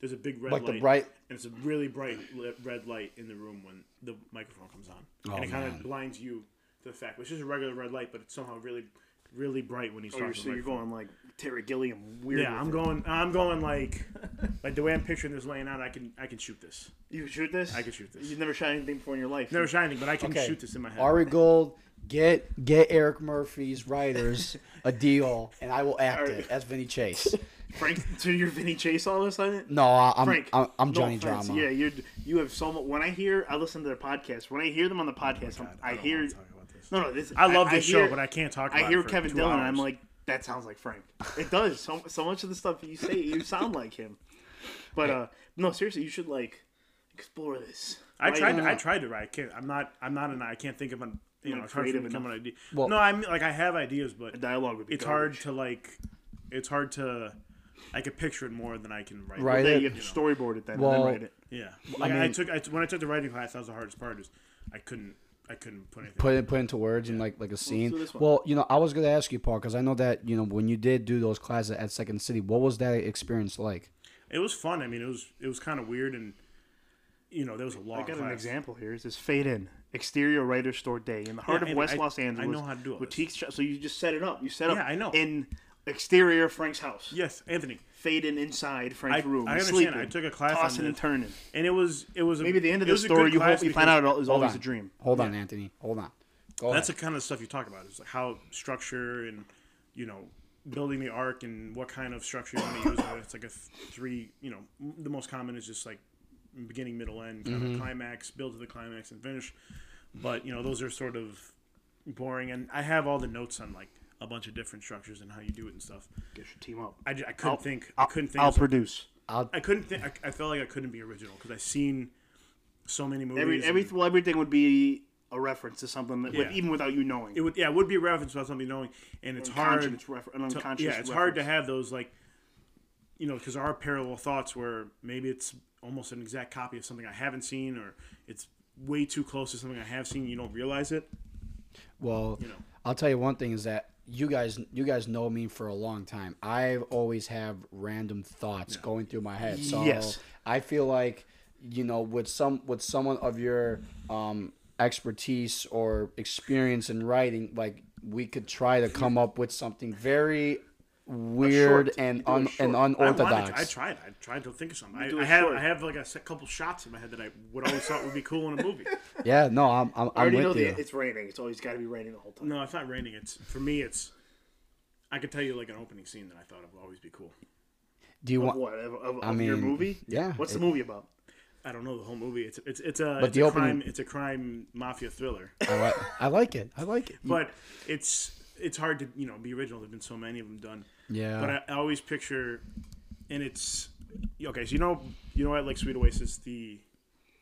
[SPEAKER 2] there's a big red
[SPEAKER 1] Like the
[SPEAKER 2] light,
[SPEAKER 1] bright-
[SPEAKER 2] and it's a really bright li- red light in the room when the microphone comes on,
[SPEAKER 1] Oh,
[SPEAKER 2] and it kind
[SPEAKER 7] man.
[SPEAKER 2] of blinds you to the fact. It's just a regular red light, but it's somehow really, really bright when he's
[SPEAKER 3] Oh,
[SPEAKER 2] talking.
[SPEAKER 3] you're,
[SPEAKER 2] to the
[SPEAKER 3] so you're
[SPEAKER 2] microphone.
[SPEAKER 3] going like Terry Gilliam weird.
[SPEAKER 2] Yeah,
[SPEAKER 3] with
[SPEAKER 2] I'm
[SPEAKER 3] it.
[SPEAKER 2] going. I'm going like, like the way I'm picturing this laying out. I can, I can shoot this.
[SPEAKER 3] You shoot this?
[SPEAKER 2] I can shoot this.
[SPEAKER 3] You've never shot anything before in your life.
[SPEAKER 2] Never shining, but I can shoot this in my head.
[SPEAKER 1] Ari Gold, get get Eric Murphy's writers a deal, and I will act it as Vinny Chase.
[SPEAKER 3] Frank, so you're Vinny Chase all of a sudden.
[SPEAKER 1] No, I- I'm
[SPEAKER 3] Frank,
[SPEAKER 1] I'm, I'm
[SPEAKER 3] no
[SPEAKER 1] Johnny
[SPEAKER 3] offense.
[SPEAKER 1] Drama.
[SPEAKER 3] Yeah, you you have so much. When I hear, I listen to their podcast. When I hear them on
[SPEAKER 2] Oh
[SPEAKER 3] the podcast, I'm- I,
[SPEAKER 2] don't
[SPEAKER 3] hear.
[SPEAKER 2] wanna talk about this.
[SPEAKER 3] No, no, this.
[SPEAKER 2] I love this
[SPEAKER 3] hear-
[SPEAKER 2] show, but I can't talk. About
[SPEAKER 3] I
[SPEAKER 2] it
[SPEAKER 3] hear
[SPEAKER 2] for
[SPEAKER 3] Kevin
[SPEAKER 2] two
[SPEAKER 3] Dillon.
[SPEAKER 2] hours.
[SPEAKER 3] I'm like, that sounds like Frank. It does. So so much of the stuff you say, you sound like him. But uh, no, seriously, you should like explore this.
[SPEAKER 2] I
[SPEAKER 3] Why-
[SPEAKER 2] tried. To, I tried to write. I can't. I'm not. I'm not an. I can't think of an. You know, it's hard for
[SPEAKER 3] creative
[SPEAKER 2] me to come up with an idea.
[SPEAKER 1] Well-
[SPEAKER 2] no, I'm like I have ideas, but
[SPEAKER 3] dialogue would be.
[SPEAKER 2] it's hard to like. It's hard to. I could picture it more than I can write. it.
[SPEAKER 1] Right.
[SPEAKER 3] Yeah, you have to storyboard it then,
[SPEAKER 1] Well,
[SPEAKER 3] and then write it.
[SPEAKER 2] Yeah. Like I, took. I, when I took the writing class, that was the hardest part. Is I couldn't. I couldn't put anything.
[SPEAKER 1] Put it put into words and like like a scene.
[SPEAKER 3] do this one.
[SPEAKER 1] well, you know, I was gonna ask you, Paul, because I know that you know when you did do those classes at Second City, what was that experience like?
[SPEAKER 2] it was fun. I mean, it was. It was kind of weird, and you know, there was a long
[SPEAKER 3] I got
[SPEAKER 2] class.
[SPEAKER 3] an example here. It says fade in exterior writer store day in the heart
[SPEAKER 2] Yeah,
[SPEAKER 3] of
[SPEAKER 2] and
[SPEAKER 3] West
[SPEAKER 2] I-
[SPEAKER 3] Los
[SPEAKER 2] I
[SPEAKER 3] Angeles.
[SPEAKER 2] know how to do all
[SPEAKER 3] boutique shop. So you just set it up. You set up.
[SPEAKER 2] Yeah, I know.
[SPEAKER 3] In exterior Frank's house.
[SPEAKER 2] Yes, Anthony.
[SPEAKER 3] Fade in inside Frank's
[SPEAKER 2] I-
[SPEAKER 3] room.
[SPEAKER 2] I understand.
[SPEAKER 3] Sleeping,
[SPEAKER 2] I took a class on
[SPEAKER 3] Tossing and
[SPEAKER 2] this.
[SPEAKER 3] turning.
[SPEAKER 2] And it was. It was. A,
[SPEAKER 3] Maybe the end of
[SPEAKER 2] it
[SPEAKER 3] the
[SPEAKER 2] was a good
[SPEAKER 3] story you
[SPEAKER 2] class
[SPEAKER 3] hope you
[SPEAKER 2] because-
[SPEAKER 3] find out it is
[SPEAKER 1] Hold
[SPEAKER 3] always
[SPEAKER 1] on.
[SPEAKER 3] a dream.
[SPEAKER 1] Hold on, Anthony. Hold on.
[SPEAKER 3] Oh.
[SPEAKER 1] Go
[SPEAKER 2] that's
[SPEAKER 1] ahead.
[SPEAKER 2] the kind of stuff you talk about is like how structure and you know building the arc and what kind of structure you want to use And it's like a th- three you know m- the most common is just like beginning middle end kind
[SPEAKER 3] Mm-hmm.
[SPEAKER 2] of climax build to the climax and finish but you know those are sort of boring and i have all the notes on like a bunch of different structures and how you do it and stuff
[SPEAKER 3] Get your team up.
[SPEAKER 2] i, ju- I couldn't think i couldn't think
[SPEAKER 3] I'll
[SPEAKER 2] of something-
[SPEAKER 3] produce.
[SPEAKER 2] i couldn't think I, I felt like i couldn't be original because i've seen so many movies
[SPEAKER 3] Every
[SPEAKER 2] and-
[SPEAKER 3] every well, everything would be a reference to something, that,
[SPEAKER 2] Yeah.
[SPEAKER 3] even without you knowing.
[SPEAKER 2] it would yeah it would be a reference about something knowing and it's hard
[SPEAKER 3] Conscious refer- an
[SPEAKER 2] to-
[SPEAKER 3] unconscious
[SPEAKER 2] yeah, it's hard to
[SPEAKER 3] reference.
[SPEAKER 2] have those like, you know, because our parallel thoughts where maybe it's almost an exact copy of something I haven't seen, or it's way too close to something I have seen. You don't realize it.
[SPEAKER 1] Well,
[SPEAKER 2] know.
[SPEAKER 1] I'll tell you one thing is that you guys you guys know me for a long time. I always have random thoughts going through my head. So
[SPEAKER 3] Yes.
[SPEAKER 1] I feel like you know with some with someone of your um expertise or experience in writing like we could try to come up with something very weird and un, and
[SPEAKER 2] I, wanted
[SPEAKER 1] unorthodox.
[SPEAKER 2] to- I tried. I tried to think of something. I,
[SPEAKER 3] do
[SPEAKER 2] I
[SPEAKER 3] a
[SPEAKER 2] have
[SPEAKER 3] short.
[SPEAKER 2] I have like a s- couple shots in my head that I would always thought would be cool in a movie.
[SPEAKER 1] yeah, no, I'm I'm,
[SPEAKER 3] I
[SPEAKER 1] I'm
[SPEAKER 3] already
[SPEAKER 1] with
[SPEAKER 3] know
[SPEAKER 1] you.
[SPEAKER 3] that it's raining. It's always got to be raining the whole time.
[SPEAKER 2] No, it's not raining. It's for me. It's I could tell you like an opening scene that I thought would always be cool.
[SPEAKER 1] Do you want
[SPEAKER 3] What of, of,
[SPEAKER 1] I
[SPEAKER 3] of your
[SPEAKER 1] mean,
[SPEAKER 3] movie?
[SPEAKER 1] yeah,
[SPEAKER 3] What's the
[SPEAKER 1] it-
[SPEAKER 3] movie about?
[SPEAKER 2] I don't know the whole movie. It's it's it's a
[SPEAKER 1] But
[SPEAKER 2] it's
[SPEAKER 1] the
[SPEAKER 2] a
[SPEAKER 1] opening-
[SPEAKER 2] crime it's a crime mafia thriller.
[SPEAKER 1] I, like, I like it. I like it.
[SPEAKER 2] but it's it's hard to you know be original. There've been so many of them done.
[SPEAKER 1] Yeah.
[SPEAKER 2] But I, I always picture, and it's okay. So you know you know at like Sweet Oasis the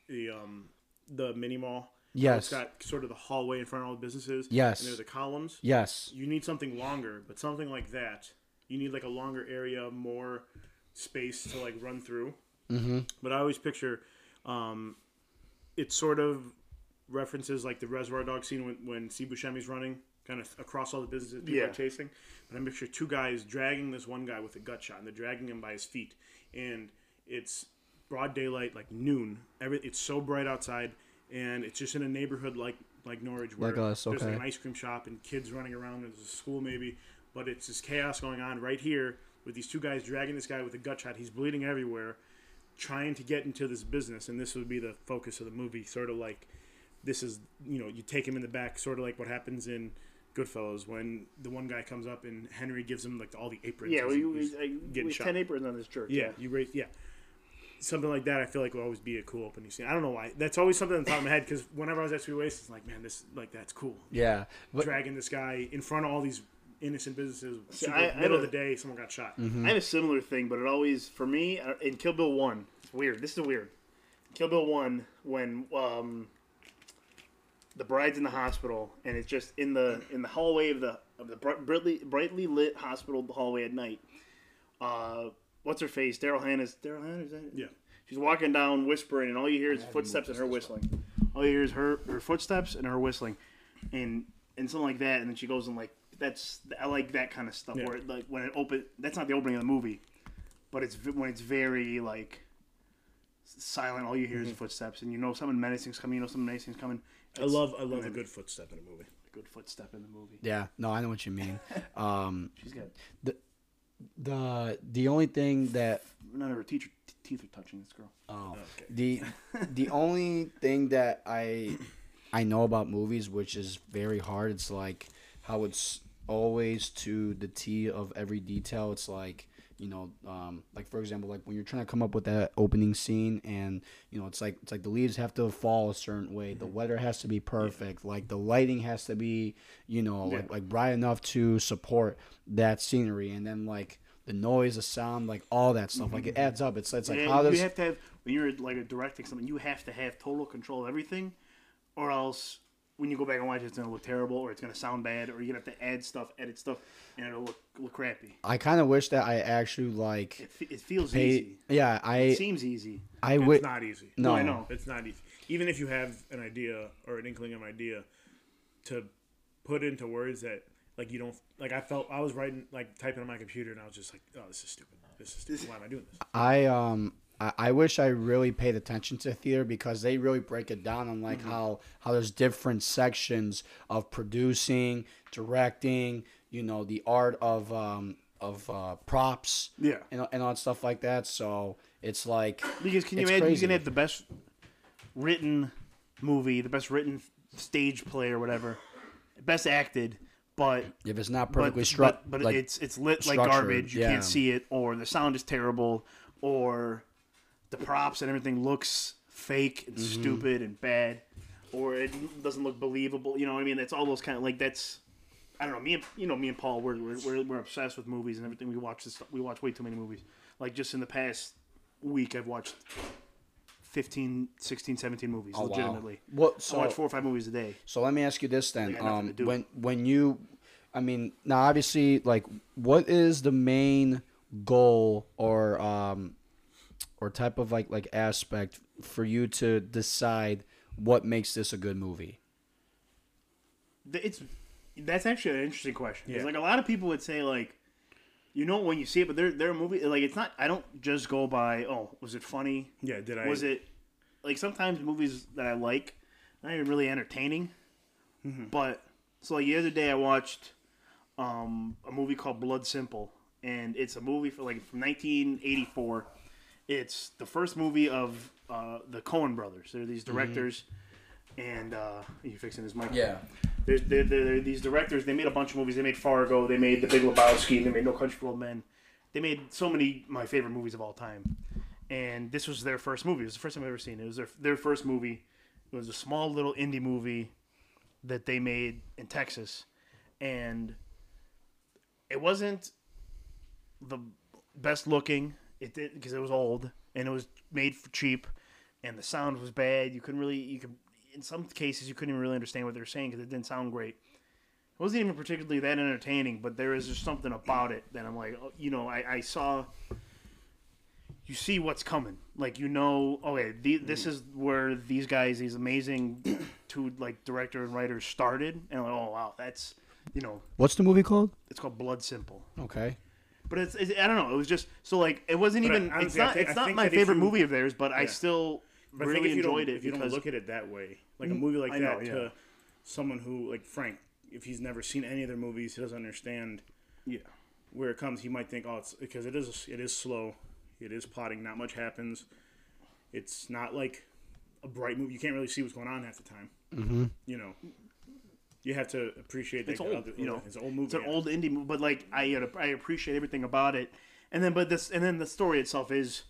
[SPEAKER 2] the um the mini mall.
[SPEAKER 1] Yes.
[SPEAKER 2] It's got sort of the hallway in front of all the businesses.
[SPEAKER 1] Yes.
[SPEAKER 2] And there's the columns.
[SPEAKER 1] Yes.
[SPEAKER 2] You need something longer, but something like that. You need like a longer area, more space to like run through. Mm-hmm. But I always picture, um, it sort of references like the Reservoir Dog scene when when Steve Buscemi's running kind of across all the businesses people
[SPEAKER 3] Yeah.
[SPEAKER 2] are chasing. But I picture two guys dragging this one guy with a gut shot, and they're dragging him by his feet, and it's broad daylight, like noon. Every it's so bright outside, and it's just in a neighborhood like like Norwich, where
[SPEAKER 1] Like us,
[SPEAKER 2] there's like
[SPEAKER 1] okay.
[SPEAKER 2] an ice cream shop and kids running around. and There's a school maybe, but it's this chaos going on right here with these two guys dragging this guy with a gut shot. He's bleeding everywhere, trying to get into this business, and this would be the focus of the movie. Sort of like this is you know you take him in the back, sort of like what happens in. Goodfellas, when the one guy comes up and Henry gives him like all the aprons.
[SPEAKER 3] Yeah,
[SPEAKER 2] as
[SPEAKER 3] we,
[SPEAKER 2] he-
[SPEAKER 3] we,
[SPEAKER 2] he's
[SPEAKER 3] I-
[SPEAKER 2] getting
[SPEAKER 3] we
[SPEAKER 2] shot.
[SPEAKER 3] ten aprons on this jerk.
[SPEAKER 2] Yeah, you raise. Yeah, something like that. I feel like would always be a cool opening scene. I don't know why. That's always something on the top of my head because whenever I was at Sweet Waste, it's like, man, this like that's cool.
[SPEAKER 1] Yeah. But
[SPEAKER 2] Dragging this guy in front of all these innocent businesses. Super,
[SPEAKER 3] I- I
[SPEAKER 2] middle of the
[SPEAKER 3] don't-
[SPEAKER 2] day, someone got shot.
[SPEAKER 3] I had a similar thing, but it always for me uh, in Kill Bill one. It's weird. This is weird. Kill Bill one when um, the bride's in the hospital and it's just in the in the hallway of the of the bri- brightly brightly lit hospital hallway at night. Uh, what's her face? Daryl Hannah's Daryl Hannah is that?
[SPEAKER 2] Yeah,
[SPEAKER 3] She's walking down whispering, and all you hear is footsteps and her whistling. All you hear is her her footsteps and her whistling, and and something like that. And then she goes and like that's I like that kind of stuff
[SPEAKER 2] Yeah.
[SPEAKER 3] where like when it open that's not the opening of the movie, but it's v- when it's very like silent. All you hear is footsteps, and you know something menacing's coming. You know something menacing's coming.
[SPEAKER 2] Mm-hmm. I love I love a good footstep in a movie.
[SPEAKER 3] Good footstep in the movie.
[SPEAKER 1] Yeah, no, I know what you mean. Um,
[SPEAKER 3] She's got
[SPEAKER 1] the the only thing that
[SPEAKER 3] none of her teacher t- teeth are touching this girl.
[SPEAKER 1] Oh, the the only thing that I I know about movies, which is very hard, it's like how it's always to the T of every detail. It's like you know, um, like for example, like when you're trying to come up with that opening scene, and you know, it's like it's like the leaves have to fall a certain way,
[SPEAKER 3] Mm-hmm.
[SPEAKER 1] the weather has to be perfect, like the lighting has to be, you know, like like bright enough to support that scenery, and then like the noise, the sound, like all that stuff, like it adds up. It's it's like
[SPEAKER 3] Mm-hmm. And
[SPEAKER 1] how
[SPEAKER 3] you
[SPEAKER 1] does
[SPEAKER 3] have to have when you're like directing something, you have to have total control of everything, or else when you go back and watch it, it's gonna look terrible, or it's gonna sound bad, or you're gonna have to add stuff, edit stuff, and it'll look look crappy.
[SPEAKER 1] I kind of wish that I actually like.
[SPEAKER 3] It, fe- it feels
[SPEAKER 1] Pay,
[SPEAKER 3] easy.
[SPEAKER 1] yeah, I
[SPEAKER 3] It seems easy.
[SPEAKER 1] I
[SPEAKER 2] It's
[SPEAKER 1] would.
[SPEAKER 2] not easy.
[SPEAKER 1] No,
[SPEAKER 3] I know.
[SPEAKER 2] It's not easy. Even if you have an idea or an inkling of an idea to put into words that like you don't like I felt I was writing like typing on my computer and I was just like, Oh, this is stupid. This is stupid. Why am I doing this?
[SPEAKER 1] I um I, I wish I really paid attention to theater because they really break it down on like
[SPEAKER 3] Mm-hmm.
[SPEAKER 1] how how there's different sections of producing, directing, you know, the art of um of uh, props,
[SPEAKER 3] Yeah.
[SPEAKER 1] and and all that stuff like that. So it's like
[SPEAKER 3] Because can you
[SPEAKER 1] It's
[SPEAKER 3] imagine
[SPEAKER 1] crazy.
[SPEAKER 3] you can have the best written movie, the best written stage play or whatever, best acted, but
[SPEAKER 1] if it's not
[SPEAKER 3] but
[SPEAKER 1] perfectly struck,
[SPEAKER 3] but, but
[SPEAKER 1] like,
[SPEAKER 3] it's it's lit like
[SPEAKER 1] structured,
[SPEAKER 3] garbage. You
[SPEAKER 1] yeah.
[SPEAKER 3] can't see it, or the sound is terrible, or the props and everything looks fake and
[SPEAKER 1] Mm-hmm.
[SPEAKER 3] stupid and bad, or it doesn't look believable. You know what I mean? That's all those kind of like that's. I don't know. Me and you know me and Paul, we're we're, we're, we're obsessed with movies and everything. We watch this. We watch way too many movies. Like just in the past week, I've watched 15, 16, 17 movies.
[SPEAKER 1] oh, wow.
[SPEAKER 3] legitimately,
[SPEAKER 1] What so
[SPEAKER 3] I watch four or five movies a day.
[SPEAKER 1] So let me ask you this then.
[SPEAKER 3] got nothing
[SPEAKER 1] Um,
[SPEAKER 3] to do.
[SPEAKER 1] when when you, I mean, now obviously, like, what is the main goal or um, or type of like like aspect for you to decide what makes this a good movie?
[SPEAKER 3] Th- it's that's actually an interesting question. 'Cause,
[SPEAKER 2] Yeah.
[SPEAKER 3] Like a lot of people would say, like you know when you see it, but they're they're a movie like it's not. I don't just go by oh was it funny?
[SPEAKER 2] Yeah, did I
[SPEAKER 3] Was it like sometimes movies that I like not even really entertaining, but so like the other day I watched um, a movie called Blood Simple, and it's a movie for like from 1984. It's the first movie of uh, the Coen brothers. They're these directors, and uh, are you fixing his mic? Yeah. They're, they're, they're, they're these directors. They made a bunch of movies. They made Fargo. They made The Big Lebowski. They made No Country for Old Men. They made so many my favorite movies of all time. And this was their first movie. It was the first time I've ever seen it. It was their, their first movie. It was a small little indie movie that they made in Texas, and it wasn't the best looking. It did because it was old and it was made for cheap, and the sound was bad. You couldn't really you could in some cases you couldn't even really understand what they were saying because it didn't sound great. It wasn't even particularly that entertaining, but there is just something about it that I'm like, oh, you know, I, I saw. You see what's coming, like you know. Okay, the, this is where these guys, these amazing two like director and writers started, and like, oh wow, that's you know,
[SPEAKER 1] What's the movie called?
[SPEAKER 3] it's called Blood Simple.
[SPEAKER 1] Okay.
[SPEAKER 3] But it's, it's I don't know. It was just so like it wasn't
[SPEAKER 2] But I-
[SPEAKER 3] even. it's
[SPEAKER 2] honestly, I
[SPEAKER 3] not.
[SPEAKER 2] think-
[SPEAKER 3] it's
[SPEAKER 2] I
[SPEAKER 3] not
[SPEAKER 2] think
[SPEAKER 3] my
[SPEAKER 2] that if
[SPEAKER 3] favorite
[SPEAKER 2] you-
[SPEAKER 3] movie of theirs, but I
[SPEAKER 2] Yeah.
[SPEAKER 3] still
[SPEAKER 2] But I think
[SPEAKER 3] really
[SPEAKER 2] if you
[SPEAKER 3] enjoyed
[SPEAKER 2] don't,
[SPEAKER 3] it
[SPEAKER 2] if you
[SPEAKER 3] because Mm,
[SPEAKER 2] don't look at it that way, like a movie like
[SPEAKER 3] I know,
[SPEAKER 2] that
[SPEAKER 3] yeah.
[SPEAKER 2] to someone who like Frank, if he's never seen any of their movies, he doesn't understand
[SPEAKER 3] yeah,
[SPEAKER 2] where it comes. He might think, oh, it's because it is it is slow, it is plotting, not much happens. It's not like a bright movie. You can't really see what's going on half the time. Mm-hmm. You know, you have to appreciate that.
[SPEAKER 3] it's old.
[SPEAKER 2] other-
[SPEAKER 3] you know,
[SPEAKER 2] it's an old movie.
[SPEAKER 3] It's an
[SPEAKER 2] yeah.
[SPEAKER 3] old indie movie, but like I had a- I appreciate everything about it. And then but this and then the story itself is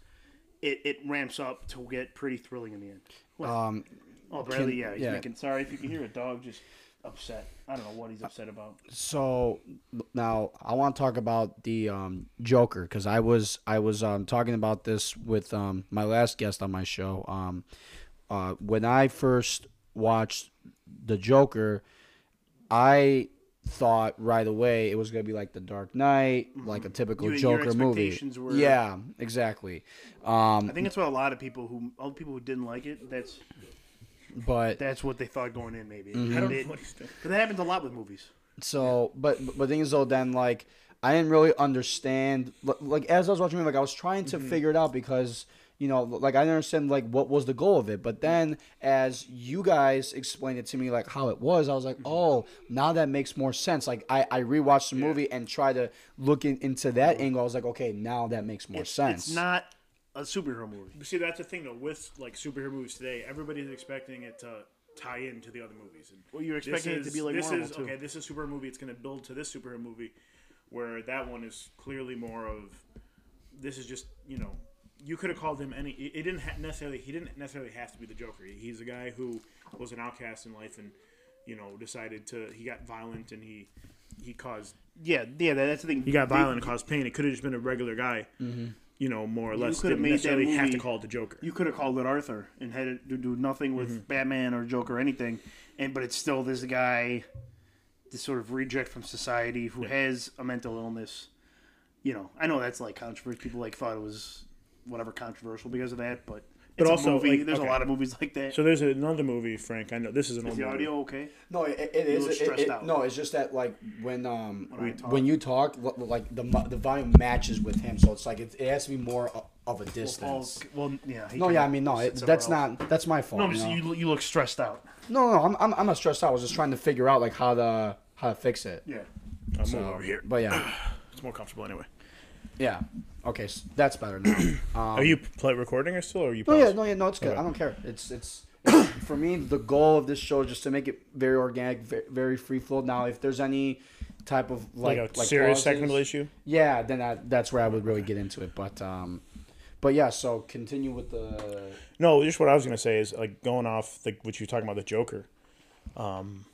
[SPEAKER 3] it, it ramps up to get pretty thrilling in the end. What?
[SPEAKER 1] Um,
[SPEAKER 3] oh, Bradley, yeah, he's
[SPEAKER 1] yeah.
[SPEAKER 3] making. Sorry if you can hear a dog just upset. I don't know what he's upset about.
[SPEAKER 1] so now I want to talk about the um, Joker because I was I was um, talking about this with um, my last guest on my show. Um, uh, when I first watched the Joker, I thought right away it was gonna be like the Dark Knight, like a typical
[SPEAKER 3] You- your
[SPEAKER 1] Joker movie.
[SPEAKER 3] expectations were-
[SPEAKER 1] Yeah, exactly.
[SPEAKER 3] I
[SPEAKER 1] Um,
[SPEAKER 3] think that's what a lot of people who all the people who didn't like it. That's
[SPEAKER 1] but
[SPEAKER 3] that's what they thought going in. Maybe
[SPEAKER 2] Mm-hmm. I don't
[SPEAKER 3] It-
[SPEAKER 2] know what he's doing.
[SPEAKER 3] but that happens a lot with movies.
[SPEAKER 1] So, but but- but thing is though, then like I didn't really understand. li- Like as I was watching, the movie, like I was trying to figure it out because you know, like I didn't understand like what was the goal of it. But then as you guys explained it to me like how it was, I was like, oh, now that makes more sense. Like I, I rewatched the movie and tried to look in, into that angle. I was like, okay, now that makes more sense.
[SPEAKER 3] It's not a superhero movie.
[SPEAKER 2] But See, that's the thing though. With like superhero movies today, everybody's expecting it to tie into the other movies. And
[SPEAKER 3] Well, you're
[SPEAKER 2] this
[SPEAKER 3] expecting it to
[SPEAKER 2] is-
[SPEAKER 3] be like
[SPEAKER 2] this
[SPEAKER 3] Marvel,
[SPEAKER 2] is
[SPEAKER 3] too.
[SPEAKER 2] okay. This is superhero movie. It's going to build to this superhero movie, where that one is clearly more of. This is just you know, you could have called him any. It it didn't ha- necessarily. He didn't necessarily have to be the Joker. He- He's a guy who was an outcast in life and you know decided to. He got violent and he he caused
[SPEAKER 3] Yeah, yeah, that- that's the thing.
[SPEAKER 2] he got violent and caused pain. It could have just been a regular guy. You know, more or less.
[SPEAKER 3] could have
[SPEAKER 2] Didn't
[SPEAKER 3] made that
[SPEAKER 2] necessarily have to
[SPEAKER 3] movie-
[SPEAKER 2] call it the Joker.
[SPEAKER 3] You could have called it Arthur and had it to do nothing with
[SPEAKER 2] Mm-hmm.
[SPEAKER 3] Batman or Joker or anything, and but it's still this guy, this sort of reject from society who has a mental illness. You know, I know that's like controversial. People like thought it was whatever controversial because of that, but
[SPEAKER 2] But
[SPEAKER 3] it's a
[SPEAKER 2] also,
[SPEAKER 3] movie.
[SPEAKER 2] like,
[SPEAKER 3] there's
[SPEAKER 2] okay.
[SPEAKER 3] a lot of movies like that.
[SPEAKER 2] So there's another movie, Frank. I know this is an
[SPEAKER 3] Is
[SPEAKER 2] old
[SPEAKER 3] the
[SPEAKER 2] movie.
[SPEAKER 3] audio okay?
[SPEAKER 1] No, it, it is.
[SPEAKER 3] look
[SPEAKER 1] It,
[SPEAKER 3] stressed
[SPEAKER 1] it-
[SPEAKER 3] out.
[SPEAKER 1] No, it's just that like when um
[SPEAKER 3] When I
[SPEAKER 1] when,
[SPEAKER 3] talk.
[SPEAKER 1] you talk, lo- like the mu- the volume matches with him, so it's like it, it has to be more o- of a distance.
[SPEAKER 3] Paul's- well, yeah. he
[SPEAKER 1] no,
[SPEAKER 3] can
[SPEAKER 1] yeah, I mean, no, it,
[SPEAKER 3] sit somewhere
[SPEAKER 1] that's
[SPEAKER 3] else.
[SPEAKER 1] not that's my fault.
[SPEAKER 3] No, I'm
[SPEAKER 1] you
[SPEAKER 3] just,
[SPEAKER 1] know?
[SPEAKER 3] you, you look stressed out.
[SPEAKER 1] no, no, no, I'm, I'm I'm not stressed out. I was just trying to figure out like how to how to fix it.
[SPEAKER 3] Yeah.
[SPEAKER 2] I'll move over here.
[SPEAKER 1] But yeah,
[SPEAKER 2] It's more comfortable anyway.
[SPEAKER 1] yeah, okay, s that's better now. Um,
[SPEAKER 2] are you play recording or still? Or are you?
[SPEAKER 1] no, yeah,
[SPEAKER 2] paused?
[SPEAKER 1] no, yeah, no, it's good.
[SPEAKER 2] Okay.
[SPEAKER 1] I don't care. It's it's. For me, the goal of this show is just to make it very organic, ve- very free flow. Now, if there's any type of like
[SPEAKER 2] Like, a serious
[SPEAKER 1] pauses-
[SPEAKER 2] technical issue.
[SPEAKER 1] yeah then I, that's where i would really get into it but um but yeah so continue with the
[SPEAKER 2] No, just what I was gonna say is like going off the, what you're talking about the Joker. Um,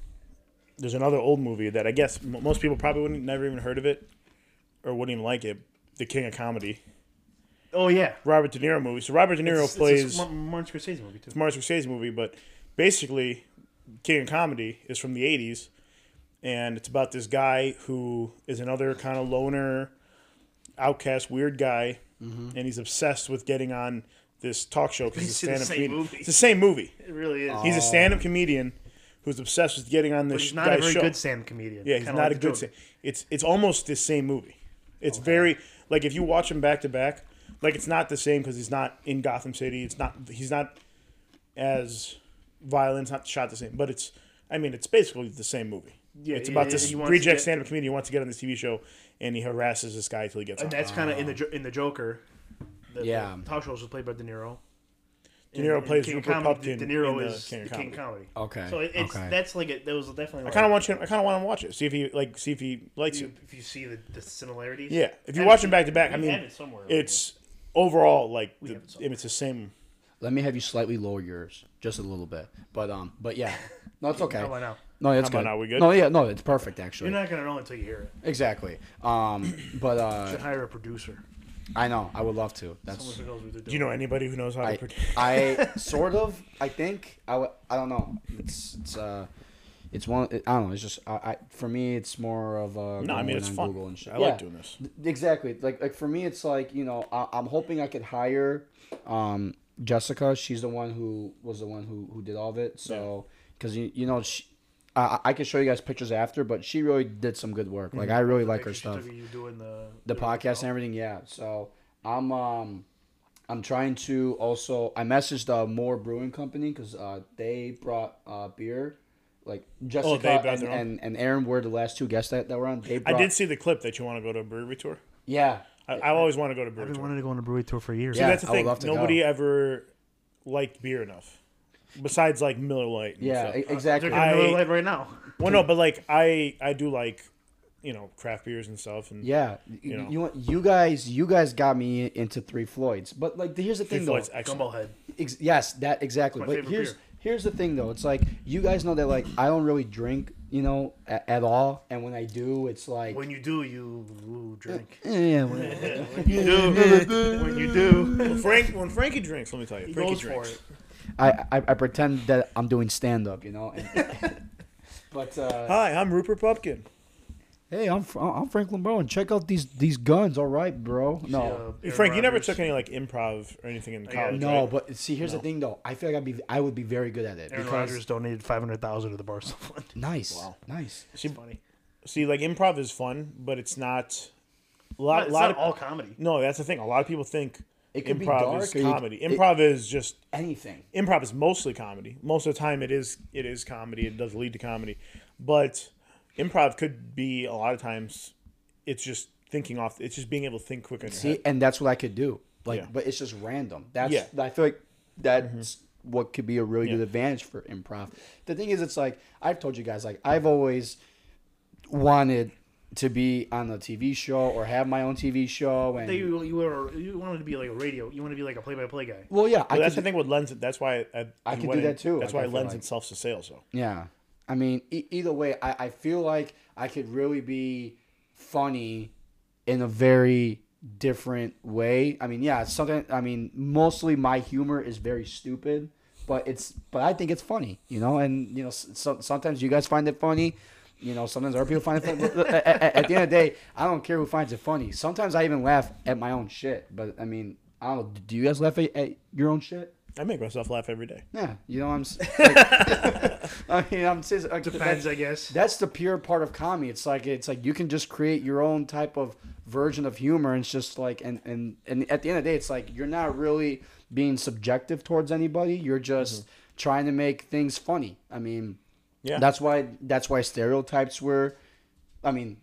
[SPEAKER 2] there's another old movie that I guess m- most people probably wouldn't never even heard of it, or wouldn't even like it. The King of Comedy,
[SPEAKER 3] Oh yeah.
[SPEAKER 2] Robert De Niro movie. So Robert De Niro
[SPEAKER 3] It's-
[SPEAKER 2] plays
[SPEAKER 3] It's a Mar- Martin Scorsese movie too.
[SPEAKER 2] Martin Scorsese movie, but basically, King of Comedy is from the '80s, and it's about this guy who is another kind of loner, outcast, weird guy, and he's obsessed with getting on this talk show because he's
[SPEAKER 3] Mm-hmm. see the
[SPEAKER 2] a stand-up
[SPEAKER 3] same
[SPEAKER 2] comedian.
[SPEAKER 3] movie.
[SPEAKER 2] It's the same movie.
[SPEAKER 3] It really is.
[SPEAKER 2] He's a stand-up comedian who's obsessed with getting on this
[SPEAKER 3] He's not a
[SPEAKER 2] guy's
[SPEAKER 3] very
[SPEAKER 2] show.
[SPEAKER 3] good Sam comedian.
[SPEAKER 2] yeah, he's
[SPEAKER 3] Kinda
[SPEAKER 2] not
[SPEAKER 3] like
[SPEAKER 2] a
[SPEAKER 3] the
[SPEAKER 2] good.
[SPEAKER 3] Joker.
[SPEAKER 2] sa- It's it's almost the same movie. It's very like if you watch him back to back, like it's not the same because he's not in Gotham City. It's not he's not as violent. It's not shot the same, but it's I mean it's basically the same movie.
[SPEAKER 3] Yeah,
[SPEAKER 2] it's
[SPEAKER 3] yeah,
[SPEAKER 2] about
[SPEAKER 3] yeah,
[SPEAKER 2] this
[SPEAKER 3] he wants to
[SPEAKER 2] reject
[SPEAKER 3] get-
[SPEAKER 2] stand-up comedian who wants to get on this TV show, and he harasses this guy until he gets on.
[SPEAKER 3] And that's kind of in the Jo- in the Joker. The,
[SPEAKER 1] Yeah.
[SPEAKER 3] the Talk shows was played by De Niro.
[SPEAKER 2] De Niro
[SPEAKER 3] And- and
[SPEAKER 2] plays
[SPEAKER 3] King of
[SPEAKER 2] Rupert
[SPEAKER 3] Comedy,
[SPEAKER 2] Pupkin
[SPEAKER 3] De Niro
[SPEAKER 2] in the
[SPEAKER 3] is
[SPEAKER 2] King of
[SPEAKER 3] the King of Comedy.
[SPEAKER 1] okay
[SPEAKER 3] So it, it's
[SPEAKER 1] okay.
[SPEAKER 3] that's like it. That was definitely.
[SPEAKER 2] I
[SPEAKER 3] Like,
[SPEAKER 2] kind of want him. I kind of want him to watch it. See if he like. See if he likes
[SPEAKER 3] if you,
[SPEAKER 2] it.
[SPEAKER 3] if you see the, the similarities.
[SPEAKER 2] Yeah. If you
[SPEAKER 3] Have
[SPEAKER 2] watch
[SPEAKER 3] it-
[SPEAKER 2] him back to back,
[SPEAKER 3] we
[SPEAKER 2] I mean,
[SPEAKER 3] have it somewhere.
[SPEAKER 2] it's overall like the,
[SPEAKER 3] have it somewhere.
[SPEAKER 2] it's the same.
[SPEAKER 1] let me have you slightly lower yours just a little bit but um but yeah no it's okay
[SPEAKER 3] How about now?
[SPEAKER 1] no it's
[SPEAKER 2] How
[SPEAKER 1] good
[SPEAKER 2] about now? We good?
[SPEAKER 1] no yeah no it's perfect actually
[SPEAKER 3] You're not gonna know until you hear it.
[SPEAKER 1] exactly um but uh
[SPEAKER 3] You should hire a producer.
[SPEAKER 1] i know i would love to
[SPEAKER 3] Someone
[SPEAKER 1] that's
[SPEAKER 3] who knows what they're
[SPEAKER 2] Do you know
[SPEAKER 3] doing.
[SPEAKER 2] anybody who knows how to
[SPEAKER 1] I,
[SPEAKER 2] produce?
[SPEAKER 1] I sort of I think I, w- I don't know it's it's uh it's one I don't know it's just I, I for me it's more of a
[SPEAKER 2] No, I
[SPEAKER 1] going
[SPEAKER 2] mean it's
[SPEAKER 1] on
[SPEAKER 2] fun.
[SPEAKER 1] Google and shit.
[SPEAKER 2] I like
[SPEAKER 1] Yeah.
[SPEAKER 2] doing this.
[SPEAKER 1] Exactly. Like like for me, it's like you know I, I'm hoping I could hire um, Jessica. She's the one who was the one who who did all of it. So because you you know she, I I- I can show you guys pictures after, but she really did some good work. Like I
[SPEAKER 2] Mm-hmm.
[SPEAKER 1] really like her
[SPEAKER 3] Pictures you
[SPEAKER 1] stuff,
[SPEAKER 3] took of You doing the
[SPEAKER 1] the podcast and everything. Yeah. So I'm um I'm trying to also I messaged uh, Moore Brewing Company because uh, they brought uh, beer. Like Jessica
[SPEAKER 2] Oh, brought
[SPEAKER 1] and,
[SPEAKER 2] their own?
[SPEAKER 1] and, and Aaron were the last two guests that, that were on. They
[SPEAKER 2] I
[SPEAKER 1] brought,
[SPEAKER 2] did see the clip that you want to go to a brewery tour.
[SPEAKER 1] Yeah.
[SPEAKER 2] I, I always want to go to a
[SPEAKER 3] I've
[SPEAKER 2] brewery
[SPEAKER 3] been
[SPEAKER 2] tour.
[SPEAKER 3] wanting to go on a brewery tour for years.
[SPEAKER 1] Yeah.
[SPEAKER 2] That's the
[SPEAKER 1] I would
[SPEAKER 2] thing.
[SPEAKER 1] love to
[SPEAKER 2] Nobody
[SPEAKER 1] go.
[SPEAKER 2] ever liked beer enough, besides like Miller Lite. and
[SPEAKER 1] Yeah,
[SPEAKER 2] stuff.
[SPEAKER 1] e- exactly.
[SPEAKER 3] They're gonna
[SPEAKER 2] I-
[SPEAKER 3] go live right now.
[SPEAKER 2] well, no, but like I I do like you know craft beers and stuff and
[SPEAKER 1] Yeah, you,
[SPEAKER 2] know.
[SPEAKER 1] you want- you guys you guys got me into Three Floyds, but like here's the thing though.
[SPEAKER 2] Floyd's excellent.
[SPEAKER 3] Gumballhead.
[SPEAKER 1] Ex- yes, that exactly.
[SPEAKER 3] my
[SPEAKER 1] But
[SPEAKER 3] favorite
[SPEAKER 1] here's
[SPEAKER 3] beer.
[SPEAKER 1] here's the thing though. It's like you guys know that like I don't really drink, you know, at, at all. And when I do, it's like
[SPEAKER 3] When you do, you drink.
[SPEAKER 1] eh, yeah, when-
[SPEAKER 3] you do. when you do,
[SPEAKER 2] When Frank when Frankie drinks, let me tell you,
[SPEAKER 3] he
[SPEAKER 2] Frankie
[SPEAKER 3] goes for
[SPEAKER 2] drinks.
[SPEAKER 3] it.
[SPEAKER 1] I, I I pretend that I'm doing stand up, you know. and- but uh,
[SPEAKER 2] Hi, I'm Rupert Pupkin.
[SPEAKER 1] hey, I'm Fra- I'm Frank Lombard, and check out these these guns. All right, bro. No.
[SPEAKER 3] Yeah,
[SPEAKER 2] Frank, you never
[SPEAKER 3] Rodgers.
[SPEAKER 2] took any like improv or anything in college,
[SPEAKER 1] No,
[SPEAKER 2] right?
[SPEAKER 1] but see, here's the thing, though. I feel like I'd be, I would be very good at it.
[SPEAKER 3] Aaron
[SPEAKER 1] because-
[SPEAKER 3] Rodgers donated five hundred thousand to the Barcelona. Fund.
[SPEAKER 1] Nice, nice.
[SPEAKER 3] It's funny.
[SPEAKER 2] See, like improv is fun, but it's not. A lot,
[SPEAKER 3] It's
[SPEAKER 2] lot
[SPEAKER 3] not
[SPEAKER 2] of
[SPEAKER 3] all comedy.
[SPEAKER 2] no, that's the thing. A lot of people think
[SPEAKER 1] It could be
[SPEAKER 2] Improv
[SPEAKER 1] dark.
[SPEAKER 2] is
[SPEAKER 1] or you-
[SPEAKER 2] comedy.
[SPEAKER 1] it-
[SPEAKER 2] Improv is just
[SPEAKER 1] anything.
[SPEAKER 2] improv is mostly comedy. Most of the time, it is it is comedy. It does lead to comedy, but improv could be a lot of times. It's just thinking off. It's just being able to think quick on your
[SPEAKER 1] See,
[SPEAKER 2] head.
[SPEAKER 1] and that's what I could do. Like,
[SPEAKER 2] Yeah.
[SPEAKER 1] but it's just random. That's
[SPEAKER 2] Yeah. Mm-hmm.
[SPEAKER 1] I feel like that's what could be a really good advantage for improv. The thing is, it's like I've told you guys, like I've always wanted to be on a TV show or have my own TV show, and
[SPEAKER 3] Hey, You, you were you wanted to be like a radio. You want to be like a play-by-play guy.
[SPEAKER 1] well, yeah, I
[SPEAKER 2] But that's
[SPEAKER 1] could
[SPEAKER 2] the thing with lends. it- That's why I,
[SPEAKER 1] I
[SPEAKER 2] in
[SPEAKER 1] could do
[SPEAKER 2] wedding-
[SPEAKER 1] that too,
[SPEAKER 2] That's
[SPEAKER 1] like,
[SPEAKER 2] why
[SPEAKER 1] I
[SPEAKER 2] it
[SPEAKER 1] feel
[SPEAKER 2] lends
[SPEAKER 1] like.
[SPEAKER 2] itself to sales though.
[SPEAKER 1] Yeah. I mean, e- either way, I, I feel like I could really be funny in a very different way. I mean, yeah, it's something. I mean, mostly my humor is very stupid, but it's but I think it's funny, you know. And you know, s- so, sometimes you guys find it funny. You know, sometimes other people find it funny. But at, at- at the end of the day, I don't care who finds it funny. Sometimes I even laugh at my own shit. But I mean, I don't. know, Do you guys laugh at, at your own shit?
[SPEAKER 2] I make myself laugh every day.
[SPEAKER 1] Yeah, you know what I'm. s- like- I mean, I'm just like,
[SPEAKER 3] Depends, I guess.
[SPEAKER 1] That's the pure part of comedy. It's like it's like you can just create your own type of version of humor. And it's just like and and and at the end of the day, it's like you're not really being subjective towards anybody. You're just trying to make things funny. I mean,
[SPEAKER 2] Yeah.
[SPEAKER 1] that's why that's why stereotypes were. I mean,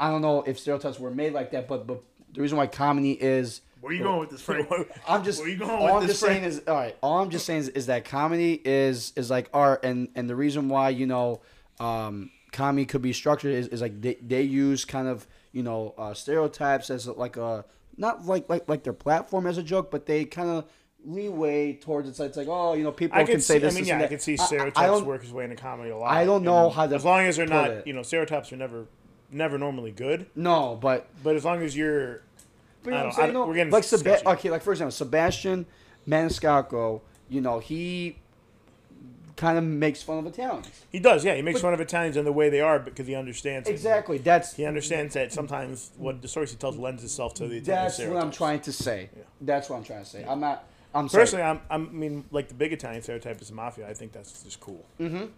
[SPEAKER 1] I don't know if stereotypes were made like that, but but the reason why comedy is
[SPEAKER 3] Where you going with this, Frank?
[SPEAKER 1] I'm just
[SPEAKER 3] Where you going
[SPEAKER 1] all
[SPEAKER 3] with
[SPEAKER 1] I'm
[SPEAKER 3] this,
[SPEAKER 1] just saying
[SPEAKER 3] Frank?
[SPEAKER 1] is all right. All I'm just saying is, is that comedy is is like art, and and the reason why you know um, comedy could be structured is, is like they, they use kind of you know uh, stereotypes as like a not like like like their platform as a joke, but they kind of leeway towards it's like, it's like oh you know people
[SPEAKER 2] I
[SPEAKER 1] can
[SPEAKER 2] can
[SPEAKER 1] say
[SPEAKER 2] see.
[SPEAKER 1] this.
[SPEAKER 2] I mean,
[SPEAKER 1] this,
[SPEAKER 2] yeah,
[SPEAKER 1] and
[SPEAKER 2] I
[SPEAKER 1] that.
[SPEAKER 2] can see
[SPEAKER 1] I- I- I
[SPEAKER 2] stereotypes
[SPEAKER 1] don't-
[SPEAKER 2] work his way into comedy a lot.
[SPEAKER 1] I don't know
[SPEAKER 2] and
[SPEAKER 1] how to
[SPEAKER 2] As long as they're
[SPEAKER 1] put
[SPEAKER 2] not,
[SPEAKER 1] it.
[SPEAKER 2] you know, stereotypes are never, never normally good.
[SPEAKER 1] No, but
[SPEAKER 2] But as long as you're,
[SPEAKER 1] But you know what I'm
[SPEAKER 2] I don't- I
[SPEAKER 1] saying?
[SPEAKER 2] don't-
[SPEAKER 1] though?
[SPEAKER 2] we're getting
[SPEAKER 1] like Seba-
[SPEAKER 2] sketchy.
[SPEAKER 1] okay, like for example, Sebastian Maniscalco, you know, he kind of makes fun of Italians.
[SPEAKER 2] he does. Yeah, he makes fun of Italians and the way they are because he understands it.
[SPEAKER 1] Exactly. That's
[SPEAKER 2] He understands that sometimes what the stories he tells lends itself to the Italian
[SPEAKER 1] that's what I'm
[SPEAKER 2] stereotypes.
[SPEAKER 1] trying to say. That's what I'm trying to say. I'm not I'm sorry.
[SPEAKER 2] Personally, I'm, I'm, I mean, like the big Italian stereotype is the mafia. I think that's just cool.
[SPEAKER 3] You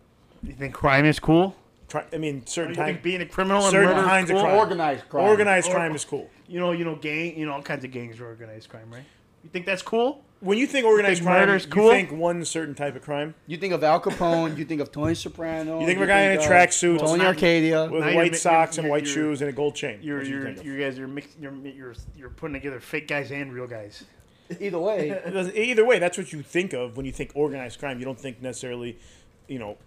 [SPEAKER 3] think crime is cool?
[SPEAKER 2] Try, I mean, certain
[SPEAKER 3] You
[SPEAKER 2] time,
[SPEAKER 3] think being a criminal and
[SPEAKER 2] certain
[SPEAKER 3] murder
[SPEAKER 2] kinds
[SPEAKER 3] is cool?
[SPEAKER 2] of crime,
[SPEAKER 1] Organized crime.
[SPEAKER 2] organized
[SPEAKER 3] Or-
[SPEAKER 2] crime is cool.
[SPEAKER 3] You know, you know, gang, you know, all kinds of gangs are organized crime, right? You think that's cool?
[SPEAKER 2] When you think organized
[SPEAKER 3] think
[SPEAKER 2] crime,
[SPEAKER 3] murder's
[SPEAKER 2] you
[SPEAKER 3] cool?
[SPEAKER 2] think one certain type of crime.
[SPEAKER 1] You think of Al Capone, you think of Tony Soprano.
[SPEAKER 2] You think of a guy in a
[SPEAKER 1] uh,
[SPEAKER 2] tracksuit
[SPEAKER 1] Tony Arcadia.
[SPEAKER 2] with
[SPEAKER 3] Now you're
[SPEAKER 2] white
[SPEAKER 3] mi-
[SPEAKER 2] socks and
[SPEAKER 3] you're-
[SPEAKER 2] white
[SPEAKER 3] you're-
[SPEAKER 2] shoes and a gold chain.
[SPEAKER 3] You're,
[SPEAKER 2] What do you
[SPEAKER 3] you're,
[SPEAKER 2] think of?
[SPEAKER 3] you guys are mix, you're, you're, you're putting together fake guys and real guys.
[SPEAKER 1] Either way,
[SPEAKER 2] It doesn't- either way, that's what you think of when you think organized crime. You don't think necessarily, you know,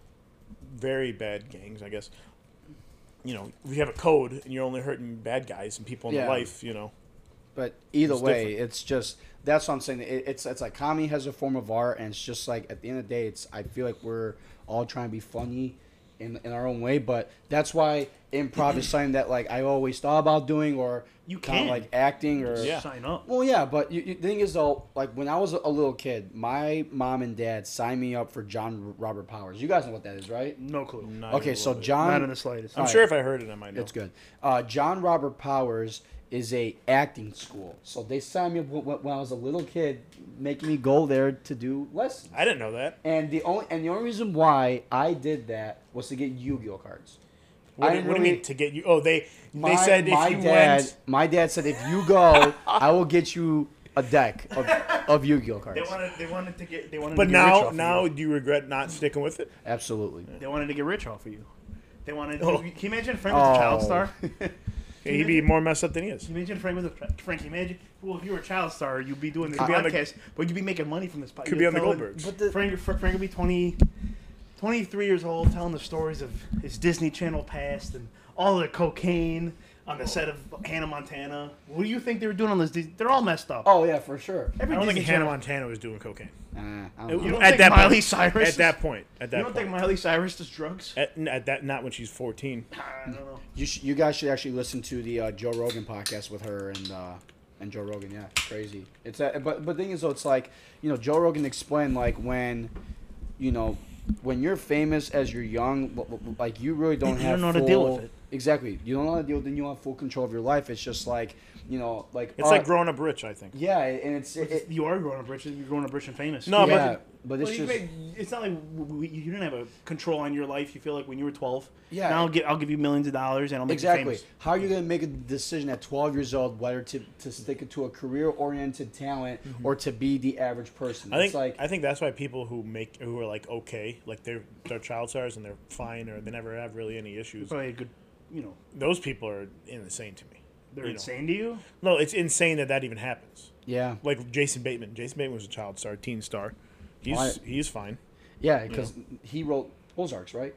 [SPEAKER 2] very bad gangs. I guess, you know, we have a code, and you're only hurting bad guys and people in
[SPEAKER 1] Yeah.
[SPEAKER 2] life. You know,
[SPEAKER 1] But either
[SPEAKER 2] It's
[SPEAKER 1] way, it's just that's what I'm saying. It, it's it's like comedy has a form of art, and it's just like at the end of the day, it's I feel like we're all trying to be funny in in our own way. But that's why improv is something that like I always thought about doing, or
[SPEAKER 3] You
[SPEAKER 1] kinda
[SPEAKER 3] can.
[SPEAKER 1] like acting or
[SPEAKER 2] Yeah.
[SPEAKER 3] Sign up.
[SPEAKER 1] well, yeah, but you, you, the thing is though, like when I was a little kid, my mom and dad signed me up for John Robert Powers. You guys know what that is, right?
[SPEAKER 3] No clue.
[SPEAKER 2] Not
[SPEAKER 1] Okay,
[SPEAKER 2] even a
[SPEAKER 1] so
[SPEAKER 2] little bit.
[SPEAKER 1] John
[SPEAKER 3] Not in the slightest.
[SPEAKER 2] I'm sure if I heard it, I might know.
[SPEAKER 1] it's good. Uh, John Robert Powers is a acting school, so they signed me up when, when I was a little kid, making me go there to do lessons.
[SPEAKER 2] I didn't know that.
[SPEAKER 1] And the only and the only reason why I did that was to get Yu-Gi-Oh cards.
[SPEAKER 2] What,
[SPEAKER 1] I
[SPEAKER 2] do,
[SPEAKER 1] didn't
[SPEAKER 2] what do you
[SPEAKER 1] really-
[SPEAKER 2] mean to get you? Oh, they
[SPEAKER 1] My,
[SPEAKER 2] they said
[SPEAKER 1] my
[SPEAKER 2] if you
[SPEAKER 1] dad,
[SPEAKER 2] went,
[SPEAKER 1] my dad said if you go, I will get you a deck of, of Yu-Gi-Oh
[SPEAKER 3] They
[SPEAKER 1] cards.
[SPEAKER 3] wanted, they wanted to get, they wanted
[SPEAKER 2] but
[SPEAKER 3] to get rich
[SPEAKER 2] now
[SPEAKER 3] off of
[SPEAKER 2] now
[SPEAKER 3] you.
[SPEAKER 2] do you regret not sticking with it?
[SPEAKER 1] Absolutely.
[SPEAKER 3] they wanted to get rich off of you. They wanted.
[SPEAKER 2] Oh.
[SPEAKER 3] Can you imagine Frank was a child
[SPEAKER 1] Oh.
[SPEAKER 3] star? Can
[SPEAKER 2] Yeah, He'd be more messed up than he is.
[SPEAKER 3] you imagine Frank was a Frank? Can you imagine? Well, if you were a child star, you'd be doing this
[SPEAKER 2] be on the-
[SPEAKER 3] podcast, but you'd be making money from this podcast.
[SPEAKER 2] Could be on the Goldbergs.
[SPEAKER 1] But the-
[SPEAKER 3] Frank, Fr- Frank would be 20, 23 years old, telling the stories of his Disney Channel past and all the cocaine on the set of Hannah Montana. What do you think they were doing on this? Dis- They're all messed up.
[SPEAKER 1] Oh yeah, for sure.
[SPEAKER 2] I
[SPEAKER 3] Every
[SPEAKER 2] don't think
[SPEAKER 3] Disney
[SPEAKER 2] Hannah
[SPEAKER 3] Channel-
[SPEAKER 2] Montana was doing cocaine
[SPEAKER 1] Uh, I
[SPEAKER 2] It-
[SPEAKER 1] don't know.
[SPEAKER 3] don't
[SPEAKER 2] at
[SPEAKER 3] think
[SPEAKER 2] that
[SPEAKER 3] Miley
[SPEAKER 2] point.
[SPEAKER 3] Cyrus
[SPEAKER 2] At
[SPEAKER 3] is-
[SPEAKER 2] that point, at that Eh.
[SPEAKER 3] You don't
[SPEAKER 2] point,
[SPEAKER 3] think Miley Cyrus does drugs?
[SPEAKER 2] at, at that not when she's 14.
[SPEAKER 3] I don't know.
[SPEAKER 1] You, sh- you guys should actually listen to the uh, Joe Rogan podcast with her and uh, and Joe Rogan. Yeah, it's crazy. It's a, but but the thing is though, it's like you know Joe Rogan explained like when you know when you're famous as you're young, l- l- like you really don't
[SPEAKER 3] You
[SPEAKER 1] have
[SPEAKER 3] don't know how
[SPEAKER 1] full,
[SPEAKER 3] to deal with it.
[SPEAKER 1] Exactly. You don't know how to deal, then you don't have full control of your life. It's just like, you know, like uh,
[SPEAKER 2] It's like growing up rich, I think.
[SPEAKER 1] yeah, and it's it, it-
[SPEAKER 3] you are growing up rich. You're growing up rich and famous.
[SPEAKER 2] No, but-
[SPEAKER 1] yeah, but it's
[SPEAKER 3] Well, you
[SPEAKER 1] just
[SPEAKER 3] may- it's not like w- w- you didn't have a control on your life. You feel like when you were twelve.
[SPEAKER 1] Yeah.
[SPEAKER 3] Now I'll give I'll give you millions of dollars and I'll make you
[SPEAKER 1] Exactly.
[SPEAKER 3] famous.
[SPEAKER 1] How are you going to make a decision at 12 years old whether to, to stick it to a career oriented talent or to be the average person?
[SPEAKER 2] Mm-hmm. I think
[SPEAKER 1] it's like,
[SPEAKER 2] I think that's why people who make who are like okay, like they're they're child stars and they're fine or they never have really any issues.
[SPEAKER 3] Probably a good, you know,
[SPEAKER 2] Those people are insane to me.
[SPEAKER 3] they're
[SPEAKER 2] You know.
[SPEAKER 3] insane to you.
[SPEAKER 2] No, it's insane that that even happens.
[SPEAKER 1] yeah.
[SPEAKER 2] Like Jason Bateman. Jason Bateman was a child star, teen star. He's
[SPEAKER 1] Why-
[SPEAKER 2] he's fine.
[SPEAKER 1] Yeah, because he wrote Ozarks, right?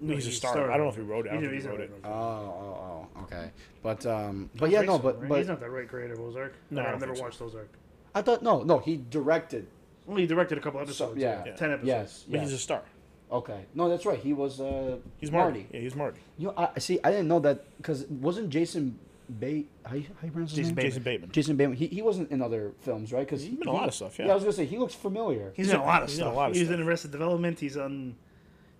[SPEAKER 3] No,
[SPEAKER 2] he's a star. I don't know if he wrote it. I
[SPEAKER 3] He's
[SPEAKER 2] don't
[SPEAKER 3] a-
[SPEAKER 2] think
[SPEAKER 3] he's
[SPEAKER 2] he
[SPEAKER 3] a-
[SPEAKER 2] wrote it.
[SPEAKER 1] Oh, oh, oh. Okay. But, um, but yeah, no,
[SPEAKER 3] Racism,
[SPEAKER 1] but,
[SPEAKER 3] right?
[SPEAKER 1] but
[SPEAKER 3] he's not that right creator of Ozark.
[SPEAKER 2] No, I
[SPEAKER 3] I've
[SPEAKER 2] don't
[SPEAKER 3] never
[SPEAKER 2] think so.
[SPEAKER 3] watched Ozark.
[SPEAKER 1] I thought, no, no, he directed.
[SPEAKER 3] Well, he directed a couple episodes.
[SPEAKER 1] yeah.
[SPEAKER 3] ten episodes.
[SPEAKER 1] Yes.
[SPEAKER 2] But
[SPEAKER 1] yes.
[SPEAKER 2] he's a star.
[SPEAKER 1] okay. No, that's right. He was, uh,
[SPEAKER 2] He's Marty. Yeah, he's Marty.
[SPEAKER 1] You know, I see, I didn't know that because wasn't Jason Bate, how you, how you pronounce his name?
[SPEAKER 2] Jason Bateman.
[SPEAKER 1] Jason Bateman. He, he wasn't in other films, right? Because
[SPEAKER 2] He's been in a lot of stuff, yeah.
[SPEAKER 1] Yeah, I was gonna say he looks familiar.
[SPEAKER 3] He's, in a lot of
[SPEAKER 2] he's in a
[SPEAKER 3] stuff.
[SPEAKER 2] lot of
[SPEAKER 3] he's in
[SPEAKER 2] stuff.
[SPEAKER 3] Arrested Development. He's on.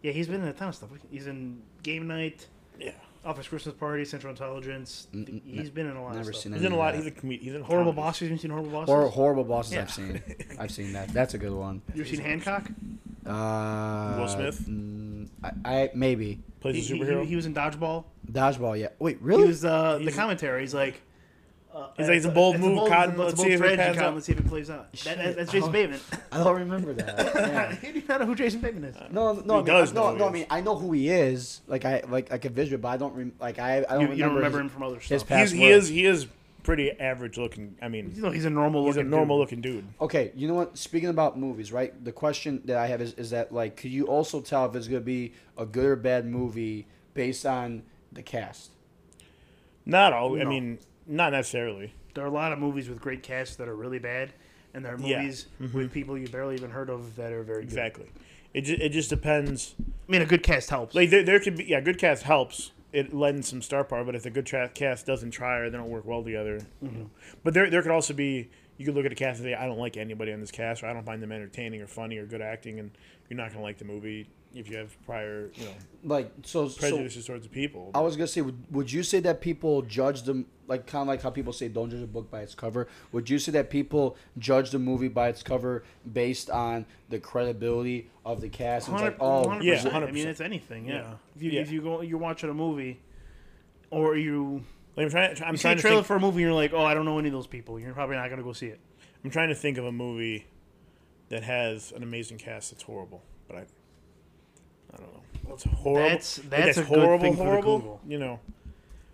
[SPEAKER 3] Yeah, he's been in a ton of stuff. He's in Game Night,
[SPEAKER 2] Yeah.
[SPEAKER 3] Office Christmas Party, Central Intelligence. He's been in a lot
[SPEAKER 1] Never
[SPEAKER 3] of stuff.
[SPEAKER 1] seen
[SPEAKER 2] He's in a
[SPEAKER 1] any of
[SPEAKER 2] lot
[SPEAKER 1] that.
[SPEAKER 2] he's a comedian. He's in
[SPEAKER 3] Mm-hmm. Horrible
[SPEAKER 2] comedies.
[SPEAKER 3] Bosses. You've seen Horrible Bosses?
[SPEAKER 1] Hor- horrible bosses
[SPEAKER 3] Yeah.
[SPEAKER 1] I've seen. I've seen that. That's a good one.
[SPEAKER 3] You've seen Hancock?
[SPEAKER 1] Uh,
[SPEAKER 2] Will Smith?
[SPEAKER 1] mm, I, I maybe
[SPEAKER 2] Plays
[SPEAKER 3] He,
[SPEAKER 2] a
[SPEAKER 3] he-
[SPEAKER 2] superhero.
[SPEAKER 3] he was in Dodgeball.
[SPEAKER 1] dodgeball. Yeah. Wait,
[SPEAKER 3] He
[SPEAKER 1] really?
[SPEAKER 3] was uh, the
[SPEAKER 2] He's-
[SPEAKER 3] commentary. He's like, uh,
[SPEAKER 2] He's like, it's a bold move,
[SPEAKER 3] it's
[SPEAKER 2] Cotton.
[SPEAKER 3] a bold
[SPEAKER 2] Let's see if it
[SPEAKER 3] strategy,
[SPEAKER 2] pans
[SPEAKER 3] Cotton.
[SPEAKER 2] out.
[SPEAKER 3] Let's see if it plays out. That, that,
[SPEAKER 1] Shit.
[SPEAKER 3] that's Jason
[SPEAKER 1] Oh.
[SPEAKER 3] Bateman.
[SPEAKER 1] I don't remember that. Yeah. Uh,
[SPEAKER 3] you don't know who Jason Bateman is.
[SPEAKER 1] No, no, I mean,
[SPEAKER 2] does know
[SPEAKER 1] no,
[SPEAKER 2] who
[SPEAKER 1] no.
[SPEAKER 2] he
[SPEAKER 1] I mean,
[SPEAKER 2] is.
[SPEAKER 1] I know who he is. Like I, like I can visual, but I don't, rem- like I, I don't
[SPEAKER 3] You,
[SPEAKER 1] remember.
[SPEAKER 3] you don't remember
[SPEAKER 1] his-
[SPEAKER 3] him from other
[SPEAKER 1] his
[SPEAKER 3] stuff.
[SPEAKER 1] past-
[SPEAKER 2] he's, he
[SPEAKER 1] word.
[SPEAKER 2] is he is pretty average looking. I mean,
[SPEAKER 3] You know, he's a normal
[SPEAKER 2] he's
[SPEAKER 3] looking
[SPEAKER 2] a normal looking dude.
[SPEAKER 1] Okay, you know what? Speaking about movies, right? The question that I have is, is that like, could you also tell if it's gonna be a good or bad movie based on the cast?
[SPEAKER 2] Not all. I
[SPEAKER 3] No.
[SPEAKER 2] mean, not necessarily.
[SPEAKER 3] There are a lot of movies with great casts that are really bad, and there are
[SPEAKER 2] Yeah. Mm-hmm.
[SPEAKER 3] movies with people you barely even heard of that are very good.
[SPEAKER 2] Exactly. It ju- it just depends.
[SPEAKER 3] I mean, a good cast helps.
[SPEAKER 2] Like there, there could be yeah, good cast helps. It lends some star power, but if the good tra- cast doesn't try or they don't work well together, you
[SPEAKER 3] Mm-hmm.
[SPEAKER 2] know. but there there could also be you could look at a cast and say I don't like anybody on this cast or I don't find them entertaining or funny or good acting, and you're not gonna like the movie if you have prior you know
[SPEAKER 1] Like, so, so
[SPEAKER 2] prejudices towards the people.
[SPEAKER 1] I was gonna say, would, would you say that people judge them like kind of like how people say don't judge a book by its cover? Would you say that people judge the movie by its cover based on the credibility of the cast? And it's like, oh,
[SPEAKER 3] 100%.
[SPEAKER 2] yeah,
[SPEAKER 3] I mean,
[SPEAKER 2] 100%.
[SPEAKER 3] it's anything. Yeah.
[SPEAKER 2] Yeah.
[SPEAKER 3] If you
[SPEAKER 2] Yeah.
[SPEAKER 3] if you go you're watching a movie, or you,
[SPEAKER 2] Like, I'm trying. I'm
[SPEAKER 3] you see a
[SPEAKER 2] trying to
[SPEAKER 3] trailer
[SPEAKER 2] think,
[SPEAKER 3] for a movie, and you're like, oh, I don't know any of those people. You're probably not gonna go see it.
[SPEAKER 2] I'm trying to think of a movie that has an amazing cast that's horrible, but I I don't know. That's horrible.
[SPEAKER 3] that's-
[SPEAKER 2] Like,
[SPEAKER 3] that's a good
[SPEAKER 2] horrible.
[SPEAKER 3] thing for the
[SPEAKER 2] horrible.
[SPEAKER 3] Google.
[SPEAKER 2] You know.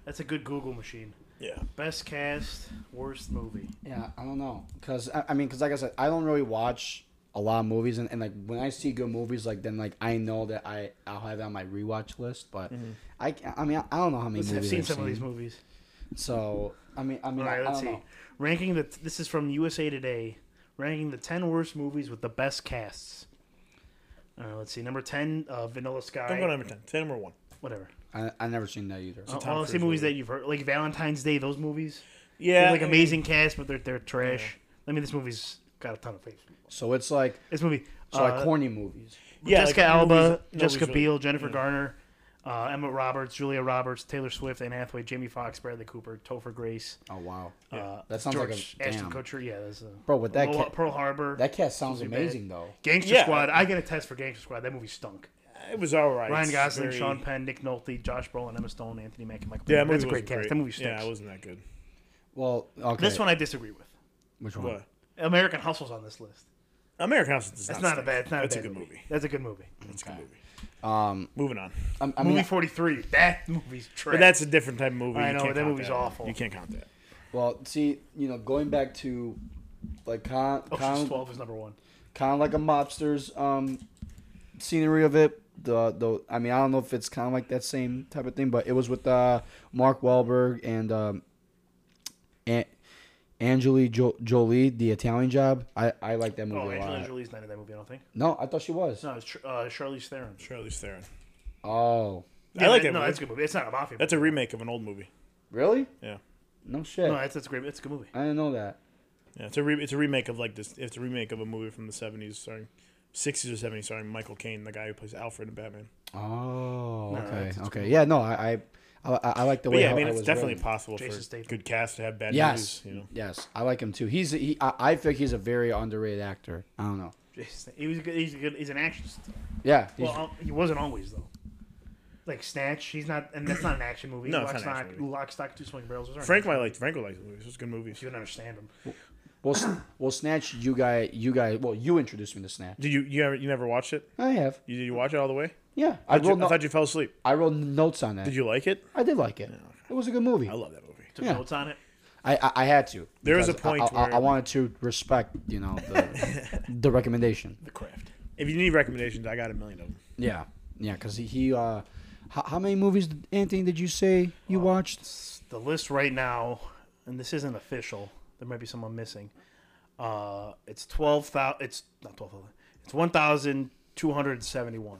[SPEAKER 3] That's a good Google machine.
[SPEAKER 2] Yeah.
[SPEAKER 3] Best cast, worst movie.
[SPEAKER 1] Yeah, I don't know, cause I, I mean, cause like I said, I don't really watch a lot of movies, and, and like when I see good movies, like then like I know that I I'll have it on my rewatch list, but I ca- I mean I, I don't know how many
[SPEAKER 3] Listen, I've
[SPEAKER 1] movies
[SPEAKER 3] Mm-hmm. seen some of these movies.
[SPEAKER 1] So I mean I mean
[SPEAKER 3] All
[SPEAKER 1] I,
[SPEAKER 3] right,
[SPEAKER 1] I don't
[SPEAKER 3] let's see.
[SPEAKER 1] know.
[SPEAKER 3] Ranking the this is from USA Today. Ranking the ten worst movies with the best casts. Uh, let's see. Number ten, uh, Vanilla Sky.
[SPEAKER 2] Don't go to number ten. Say number one.
[SPEAKER 3] Whatever.
[SPEAKER 1] I I never seen that either.
[SPEAKER 3] Uh,
[SPEAKER 2] Tom
[SPEAKER 3] I'll see
[SPEAKER 2] Cruise
[SPEAKER 3] movies
[SPEAKER 2] movie.
[SPEAKER 3] that you've heard, like Valentine's Day. Those movies, They're,
[SPEAKER 2] Yeah.
[SPEAKER 3] like amazing cast, but they're they're trash. I mean, this movie's got a ton of faith.
[SPEAKER 1] So it's like
[SPEAKER 3] This movie,
[SPEAKER 1] so
[SPEAKER 3] uh,
[SPEAKER 1] like corny movies.
[SPEAKER 2] Yeah,
[SPEAKER 3] Jessica
[SPEAKER 2] like,
[SPEAKER 3] Alba,
[SPEAKER 2] nobody's- nobody's
[SPEAKER 3] Jessica
[SPEAKER 2] really-
[SPEAKER 3] Biel, Jennifer
[SPEAKER 2] yeah.
[SPEAKER 3] Garner, uh, Emma Roberts, Julia Roberts, Taylor Swift, Anne Hathaway, Jamie Foxx, Bradley Cooper, Topher Grace.
[SPEAKER 1] Oh wow,
[SPEAKER 3] Uh,
[SPEAKER 1] That sounds like
[SPEAKER 3] George
[SPEAKER 1] a-
[SPEAKER 3] Ashton
[SPEAKER 1] damn.
[SPEAKER 3] Kutcher. Yeah, that's a,
[SPEAKER 1] Bro, with that
[SPEAKER 3] Lo-
[SPEAKER 1] ca-
[SPEAKER 3] Pearl Harbor.
[SPEAKER 1] that cat sounds
[SPEAKER 3] Too bad.
[SPEAKER 1] amazing though.
[SPEAKER 3] Gangster
[SPEAKER 2] Yeah.
[SPEAKER 3] Squad. I get a test for Gangster Squad. That movie stunk.
[SPEAKER 2] It was all right.
[SPEAKER 3] Ryan
[SPEAKER 2] It's
[SPEAKER 3] Gosling,
[SPEAKER 2] very-
[SPEAKER 3] Sean Penn, Nick Nolte, Josh Brolin, Emma Stone, Anthony Mackie, Michael.
[SPEAKER 2] Yeah, that
[SPEAKER 3] Pena.
[SPEAKER 2] movie
[SPEAKER 3] that's a great
[SPEAKER 2] wasn't
[SPEAKER 3] cast.
[SPEAKER 2] great.
[SPEAKER 3] That movie stinks.
[SPEAKER 2] Yeah, it wasn't that good.
[SPEAKER 1] Well, okay.
[SPEAKER 3] This one I disagree with.
[SPEAKER 1] Which one?
[SPEAKER 2] What?
[SPEAKER 3] American Hustle's on this list.
[SPEAKER 2] American Hustle does
[SPEAKER 3] That's
[SPEAKER 2] not.
[SPEAKER 3] not a bad. It's not
[SPEAKER 2] That's
[SPEAKER 3] a,
[SPEAKER 2] a
[SPEAKER 3] bad
[SPEAKER 2] good
[SPEAKER 3] movie.
[SPEAKER 2] movie.
[SPEAKER 3] That's a good movie.
[SPEAKER 2] That's a good movie.
[SPEAKER 1] Um,
[SPEAKER 2] Moving on.
[SPEAKER 1] I, I
[SPEAKER 3] movie
[SPEAKER 1] mean,
[SPEAKER 3] forty three. That movie's trash.
[SPEAKER 2] But that's a different type of movie.
[SPEAKER 3] I
[SPEAKER 2] You
[SPEAKER 3] know,
[SPEAKER 2] can't
[SPEAKER 3] that
[SPEAKER 2] count
[SPEAKER 3] movie's awful.
[SPEAKER 2] You can't count that.
[SPEAKER 1] well, see, you know, going back to like con,
[SPEAKER 3] Ocean's
[SPEAKER 1] con
[SPEAKER 3] Oh, Twelve is number one.
[SPEAKER 1] kind of like a mobster's um scenery of it. The the I mean I don't know if it's kind of like that same type of thing, but it was with uh, Mark Wahlberg and um, An- Angeli jo- Jolie, the Italian Job. I I like that
[SPEAKER 3] Oh,
[SPEAKER 1] movie a
[SPEAKER 3] Angelina
[SPEAKER 1] lot.
[SPEAKER 3] Jolie's not in that movie. I don't think.
[SPEAKER 1] No, I thought she was.
[SPEAKER 3] No, it's Tr- uh, Charlize Theron.
[SPEAKER 2] Charlize Theron.
[SPEAKER 1] Oh,
[SPEAKER 2] I like that
[SPEAKER 3] No,
[SPEAKER 2] movie.
[SPEAKER 3] that's a good movie. It's not a mafia.
[SPEAKER 2] That's a
[SPEAKER 3] movie.
[SPEAKER 2] remake of an old movie.
[SPEAKER 1] really?
[SPEAKER 2] Yeah.
[SPEAKER 1] No shit.
[SPEAKER 3] No, that's that's a great. It's a good movie.
[SPEAKER 1] I didn't know that.
[SPEAKER 2] Yeah, it's a re- it's a remake of like this. It's a remake of a movie from the seventies, starring sixties or seventies, starring Michael Caine, the guy who plays Alfred in Batman.
[SPEAKER 1] Oh,
[SPEAKER 3] No,
[SPEAKER 1] okay,
[SPEAKER 3] that's- that's
[SPEAKER 1] okay, yeah, no, I, I, I, I, I like the
[SPEAKER 2] But
[SPEAKER 1] way.
[SPEAKER 2] yeah, I
[SPEAKER 1] how
[SPEAKER 2] mean, it's
[SPEAKER 1] was
[SPEAKER 2] definitely
[SPEAKER 1] written.
[SPEAKER 2] possible
[SPEAKER 3] Jason
[SPEAKER 2] for
[SPEAKER 3] Statham.
[SPEAKER 2] good cast to have bad
[SPEAKER 1] Yes,
[SPEAKER 2] movies. You know,
[SPEAKER 1] yes, I like him too. He's he, I, I think he's a very underrated actor. I don't know.
[SPEAKER 3] He was a good, he's a good, he's an action. star.
[SPEAKER 1] Yeah, he's,
[SPEAKER 2] um,
[SPEAKER 3] Well, uh, he wasn't always though. Like Snatch, he's not, and that's not an action movie.
[SPEAKER 2] No,
[SPEAKER 3] Lock,
[SPEAKER 2] it's not an
[SPEAKER 3] stock,
[SPEAKER 2] action movie.
[SPEAKER 3] Lock, Stock, Two Swing Barrels. those aren't
[SPEAKER 2] Frank
[SPEAKER 3] action-
[SPEAKER 2] might like Frank would like the movies. It's good movies.
[SPEAKER 3] You don't understand him.
[SPEAKER 1] well, s- well, snatch you guy, you guy. Well, you introduced me to snatch.
[SPEAKER 2] Did you you ever you never watched it?
[SPEAKER 1] I have.
[SPEAKER 2] You, did you watch it all the way?
[SPEAKER 1] Yeah, I
[SPEAKER 2] Did you-
[SPEAKER 1] wrote. no-
[SPEAKER 2] I thought you fell asleep.
[SPEAKER 1] I wrote notes on that.
[SPEAKER 2] Did you like it?
[SPEAKER 1] I did like it. It was a good movie.
[SPEAKER 2] I love that movie.
[SPEAKER 3] Took
[SPEAKER 1] Yeah.
[SPEAKER 3] notes on it.
[SPEAKER 1] I, I, I had to.
[SPEAKER 2] There was a
[SPEAKER 1] because I-
[SPEAKER 2] point
[SPEAKER 1] I, I,
[SPEAKER 2] where-
[SPEAKER 1] I wanted to respect, you know, the, the recommendation.
[SPEAKER 3] The Craft.
[SPEAKER 2] If you need recommendations, I got a million of them.
[SPEAKER 1] Yeah, yeah, because he, he uh, how, how many movies, did, Anthony, did you say you watched?
[SPEAKER 3] The list right now, and this isn't official. There might be someone missing. Uh, it's twelve thousand. It's not twelve thousand. It's one thousand two hundred seventy-one.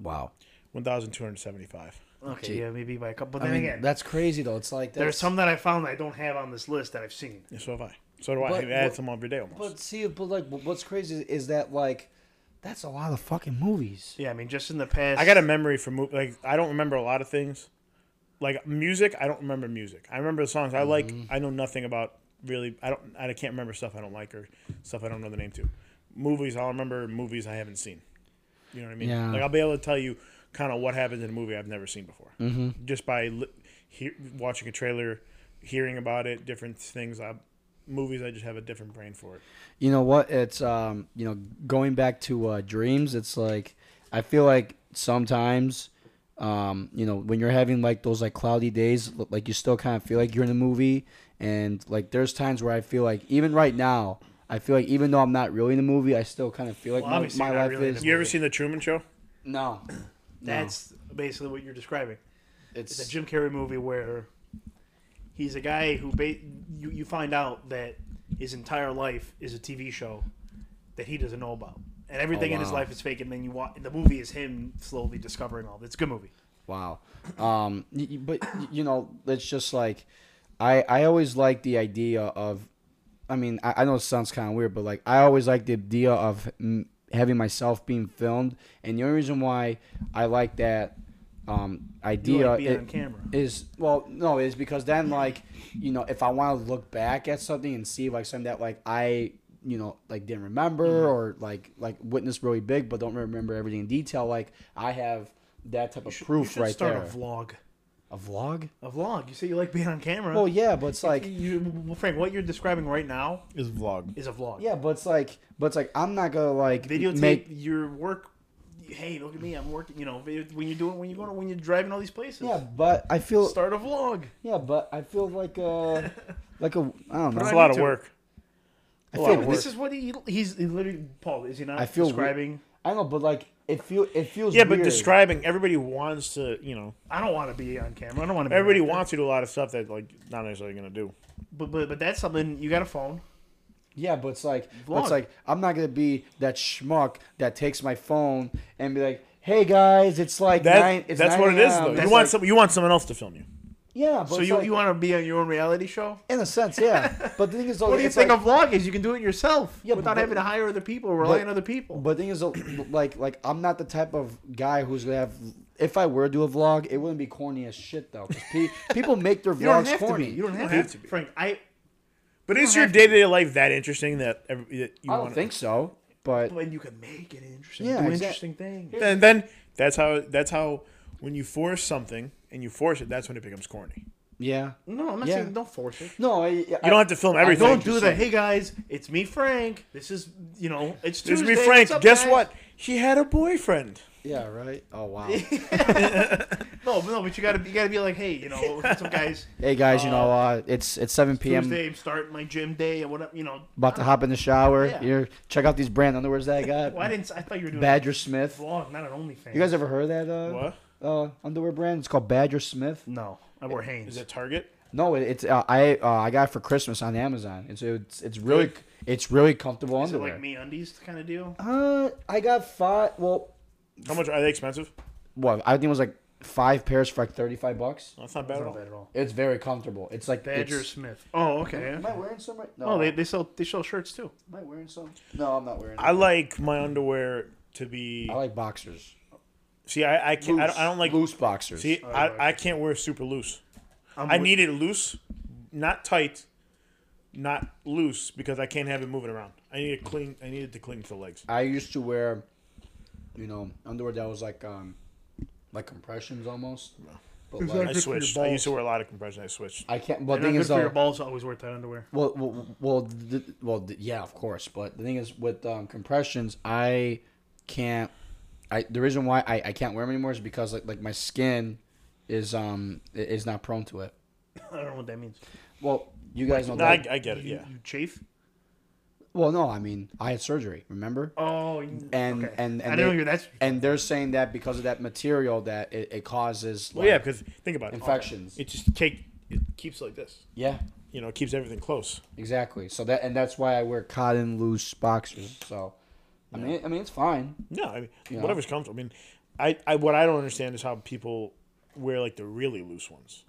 [SPEAKER 1] Wow,
[SPEAKER 2] One thousand two hundred seventy-five.
[SPEAKER 3] Okay,
[SPEAKER 1] Gee.
[SPEAKER 3] yeah, maybe by a couple. But
[SPEAKER 1] I
[SPEAKER 3] then
[SPEAKER 1] mean,
[SPEAKER 3] again,
[SPEAKER 1] that's crazy though. It's like
[SPEAKER 3] there's
[SPEAKER 1] that's-
[SPEAKER 3] some that I found I don't have on this list that I've seen.
[SPEAKER 2] Yeah, so have I. So do I.
[SPEAKER 1] But-
[SPEAKER 2] I add
[SPEAKER 1] but-
[SPEAKER 2] some every day almost.
[SPEAKER 1] But see, but like, what's crazy is that like, that's a lot of fucking movies.
[SPEAKER 3] Yeah, I mean, just in the past.
[SPEAKER 2] I got a memory for mo- like I don't remember a lot of things. Like music, I don't remember music. I remember the songs I like. I know nothing about really. I don't. I can't remember stuff I don't like or stuff I don't know the name to. Movies, I'll remember movies I haven't seen. You know what I mean?
[SPEAKER 1] Yeah.
[SPEAKER 2] Like I'll be able to tell you kind of what happens in a movie I've never seen before, mm-hmm. just by li- hear, watching a trailer, hearing about it, different things. I, movies, I just have a different brain for it.
[SPEAKER 1] You know what? It's um, you know, going back to uh, dreams. It's like I feel like sometimes, um, you know, when you're having like those like cloudy days, l- like you still kind of feel like you're in a movie, and like there's times where I feel like even right now, I feel like even though I'm not really in a movie, I still kind of feel like
[SPEAKER 3] Well,
[SPEAKER 1] my,
[SPEAKER 3] obviously
[SPEAKER 1] my
[SPEAKER 3] you're not
[SPEAKER 1] life
[SPEAKER 3] really in
[SPEAKER 1] is
[SPEAKER 3] a
[SPEAKER 2] You ever seen the Truman Show?
[SPEAKER 1] no.
[SPEAKER 3] That's basically what you're describing. It's a
[SPEAKER 1] It's
[SPEAKER 3] Jim Carrey movie where he's a guy who ba- you you find out that his entire life is a TV show that he doesn't know about, and everything in his
[SPEAKER 1] wow.
[SPEAKER 3] life is fake. And then you watch the movie is him slowly discovering all. This. It's a good movie.
[SPEAKER 1] Wow. Um, y- y- but y- you know, it's just like I I always like the idea of. I mean, I, I know it sounds kind of weird, but like I always like the idea of mm, having myself being filmed, and the only reason why I like that um,
[SPEAKER 3] You
[SPEAKER 1] idea
[SPEAKER 3] like being
[SPEAKER 1] it-
[SPEAKER 3] on camera.
[SPEAKER 1] is well no is because then like you know if i want to look back at something and see like something that like i you know like didn't remember
[SPEAKER 3] Mm-hmm.
[SPEAKER 1] or like like witness really big but don't remember everything in detail like i have that type of
[SPEAKER 3] You
[SPEAKER 1] proof
[SPEAKER 3] should
[SPEAKER 1] right
[SPEAKER 3] start
[SPEAKER 1] there
[SPEAKER 3] a vlog.
[SPEAKER 1] a vlog
[SPEAKER 3] A vlog. You say you like being on camera.
[SPEAKER 1] well yeah but it's like
[SPEAKER 3] you, well, Frank, what you're describing right now
[SPEAKER 2] Is vlog.
[SPEAKER 3] is a vlog.
[SPEAKER 1] yeah but it's like but it's like i'm not gonna like
[SPEAKER 3] videotape
[SPEAKER 1] make
[SPEAKER 3] your work. Hey, look at me, I'm working. You know, video- when you're doing, when you're going, when you're driving all these places.
[SPEAKER 1] yeah but i feel
[SPEAKER 3] Start a vlog.
[SPEAKER 1] yeah but i feel like uh like a i don't know
[SPEAKER 2] That's
[SPEAKER 3] on
[SPEAKER 2] a lot of
[SPEAKER 3] YouTube.
[SPEAKER 2] work.
[SPEAKER 1] I
[SPEAKER 2] lot of
[SPEAKER 1] feel,
[SPEAKER 2] work.
[SPEAKER 3] This is what he he's he literally Paul. Is he not
[SPEAKER 1] I feel we-
[SPEAKER 3] describing?
[SPEAKER 1] I don't know but like it feel it feels
[SPEAKER 2] Yeah, but
[SPEAKER 1] weird.
[SPEAKER 2] describing everybody wants to, you know,
[SPEAKER 3] I don't want to be on camera. I don't want to. Be
[SPEAKER 2] everybody
[SPEAKER 3] an actor.
[SPEAKER 2] wants to do a lot of stuff that like not necessarily gonna do.
[SPEAKER 3] But, but but that's something you got a phone.
[SPEAKER 1] Yeah, but it's like but
[SPEAKER 3] Vlog.
[SPEAKER 1] it's like I'm not gonna be that schmuck that takes my phone and be like, "Hey guys, it's like
[SPEAKER 2] That,
[SPEAKER 1] nine, it's
[SPEAKER 2] that's
[SPEAKER 1] 9
[SPEAKER 2] what it is
[SPEAKER 1] a.m."
[SPEAKER 2] though. You
[SPEAKER 1] It's
[SPEAKER 2] want
[SPEAKER 1] like-
[SPEAKER 2] some, you want someone else to film you.
[SPEAKER 1] yeah, but
[SPEAKER 3] So
[SPEAKER 1] it's
[SPEAKER 3] you
[SPEAKER 1] like-
[SPEAKER 3] you want to be on your own reality show?
[SPEAKER 1] in a sense, yeah. But the thing is, though,
[SPEAKER 3] What do you
[SPEAKER 1] it's
[SPEAKER 3] think
[SPEAKER 1] like,
[SPEAKER 3] a vlog is? You can do it yourself
[SPEAKER 1] Yeah, but-
[SPEAKER 3] without
[SPEAKER 1] but-
[SPEAKER 3] having to hire other people or rely on other people.
[SPEAKER 1] But the thing is, though, like like I'm not the type of guy who's gonna have. If I were to do a vlog, it wouldn't be corny as shit though. 'cause pe- people make their
[SPEAKER 3] you don't
[SPEAKER 1] vlogs
[SPEAKER 3] have
[SPEAKER 1] corny.
[SPEAKER 3] to be. You don't have,
[SPEAKER 2] have
[SPEAKER 3] to
[SPEAKER 2] to
[SPEAKER 3] be. Frank, I
[SPEAKER 2] But is your day to day life that interesting that, every, that you
[SPEAKER 1] I don't
[SPEAKER 2] want?
[SPEAKER 1] think so, but
[SPEAKER 3] when you can make it interesting,
[SPEAKER 1] Yeah,
[SPEAKER 3] do
[SPEAKER 1] exact-
[SPEAKER 3] interesting things.
[SPEAKER 2] And then that's how that's how when you force something and you force it, that's when it becomes corny.
[SPEAKER 1] yeah,
[SPEAKER 3] No, I'm not
[SPEAKER 1] Yeah.
[SPEAKER 3] saying don't force it.
[SPEAKER 1] no, I,
[SPEAKER 2] You don't have to film everything.
[SPEAKER 3] Don't do that. Hey guys, it's me, Frank. This is you know, it's
[SPEAKER 2] Just
[SPEAKER 3] Tuesday.
[SPEAKER 2] to be frank.
[SPEAKER 3] What's up,
[SPEAKER 2] Guess
[SPEAKER 3] guys?
[SPEAKER 2] what? He had a boyfriend.
[SPEAKER 1] yeah, right. Oh wow.
[SPEAKER 3] No, but- no, but you gotta be- you gotta be like, hey, you know, what's up, guys?
[SPEAKER 1] hey guys, you know, uh, it's it's 7 p.m.
[SPEAKER 3] Tuesday, I'm starting my gym day and whatever. You know,
[SPEAKER 1] About to hop in the shower.
[SPEAKER 3] Yeah.
[SPEAKER 1] Here, check out these brand underwears that I got.
[SPEAKER 3] Well, I didn't. I thought you were doing
[SPEAKER 1] Badger
[SPEAKER 3] a
[SPEAKER 1] Smith.
[SPEAKER 3] vlog, not an OnlyFans.
[SPEAKER 1] You guys ever heard of that uh,
[SPEAKER 2] What
[SPEAKER 1] uh, underwear brand? It's called Badger Smith.
[SPEAKER 3] No, I wore Hanes.
[SPEAKER 2] is that Target?
[SPEAKER 1] No, it, it's uh, I uh, I got it for Christmas on Amazon. It's it's, it's really it's really comfortable
[SPEAKER 3] Is it
[SPEAKER 1] underwear.
[SPEAKER 3] like me undies kind of deal?
[SPEAKER 1] Uh, I got five. Well,
[SPEAKER 2] How much are they expensive?
[SPEAKER 1] what I think it was like five pairs for like thirty five bucks.
[SPEAKER 2] That's not bad
[SPEAKER 3] That's
[SPEAKER 2] at
[SPEAKER 3] not
[SPEAKER 2] all.
[SPEAKER 3] bad at all.
[SPEAKER 1] It's very comfortable. It's like
[SPEAKER 3] Badger
[SPEAKER 1] it's-
[SPEAKER 3] Smith. Oh, okay.
[SPEAKER 1] Am I wearing some right? No.
[SPEAKER 3] Oh, they, they sell they sell shirts too.
[SPEAKER 1] am I wearing some? No, I'm not wearing.
[SPEAKER 2] I
[SPEAKER 1] I,
[SPEAKER 2] like my underwear to be
[SPEAKER 1] I like boxers.
[SPEAKER 2] See, I I can't. I, don't, I don't like.
[SPEAKER 1] loose boxers.
[SPEAKER 2] See, I, I can't wear super loose. I need it loose, not tight, not loose because I can't have it moving around. I need it cling. I need it to cling to the legs.
[SPEAKER 1] I used to wear, you know, underwear that was like um, like compressions almost. But like,
[SPEAKER 2] I switched. I used to wear a lot of compression. I switched.
[SPEAKER 1] I can't. But
[SPEAKER 3] Not
[SPEAKER 1] the thing
[SPEAKER 3] good
[SPEAKER 1] is uh,
[SPEAKER 3] for your
[SPEAKER 1] though,
[SPEAKER 3] balls to always wear tight underwear.
[SPEAKER 1] well, well, well, th- well, th- yeah, of course. But the thing is, with um, compressions, I can't. I the reason why I, I can't wear them anymore is because like like my skin is um i- is not prone to it.
[SPEAKER 3] I don't know what that means.
[SPEAKER 1] Well, you guys know
[SPEAKER 2] No,
[SPEAKER 1] that.
[SPEAKER 2] I, I get it. Yeah.
[SPEAKER 3] You chafe?
[SPEAKER 1] well, no, I mean I had surgery. Remember?
[SPEAKER 3] Oh, you-
[SPEAKER 1] And
[SPEAKER 3] okay.
[SPEAKER 1] and and they-
[SPEAKER 3] I didn't know you're that's
[SPEAKER 1] and they're saying that because of that material that it, it causes like,
[SPEAKER 2] Well, yeah, because think about it.
[SPEAKER 1] infections.
[SPEAKER 2] It just take. It keeps like this.
[SPEAKER 1] yeah,
[SPEAKER 2] You know, it keeps everything close.
[SPEAKER 1] exactly. So that and that's why I wear cotton loose boxers. So, I mean, I mean it's fine.
[SPEAKER 2] No, I mean whatever's comfortable. I mean, I, I what I don't understand is how people wear like the really loose ones,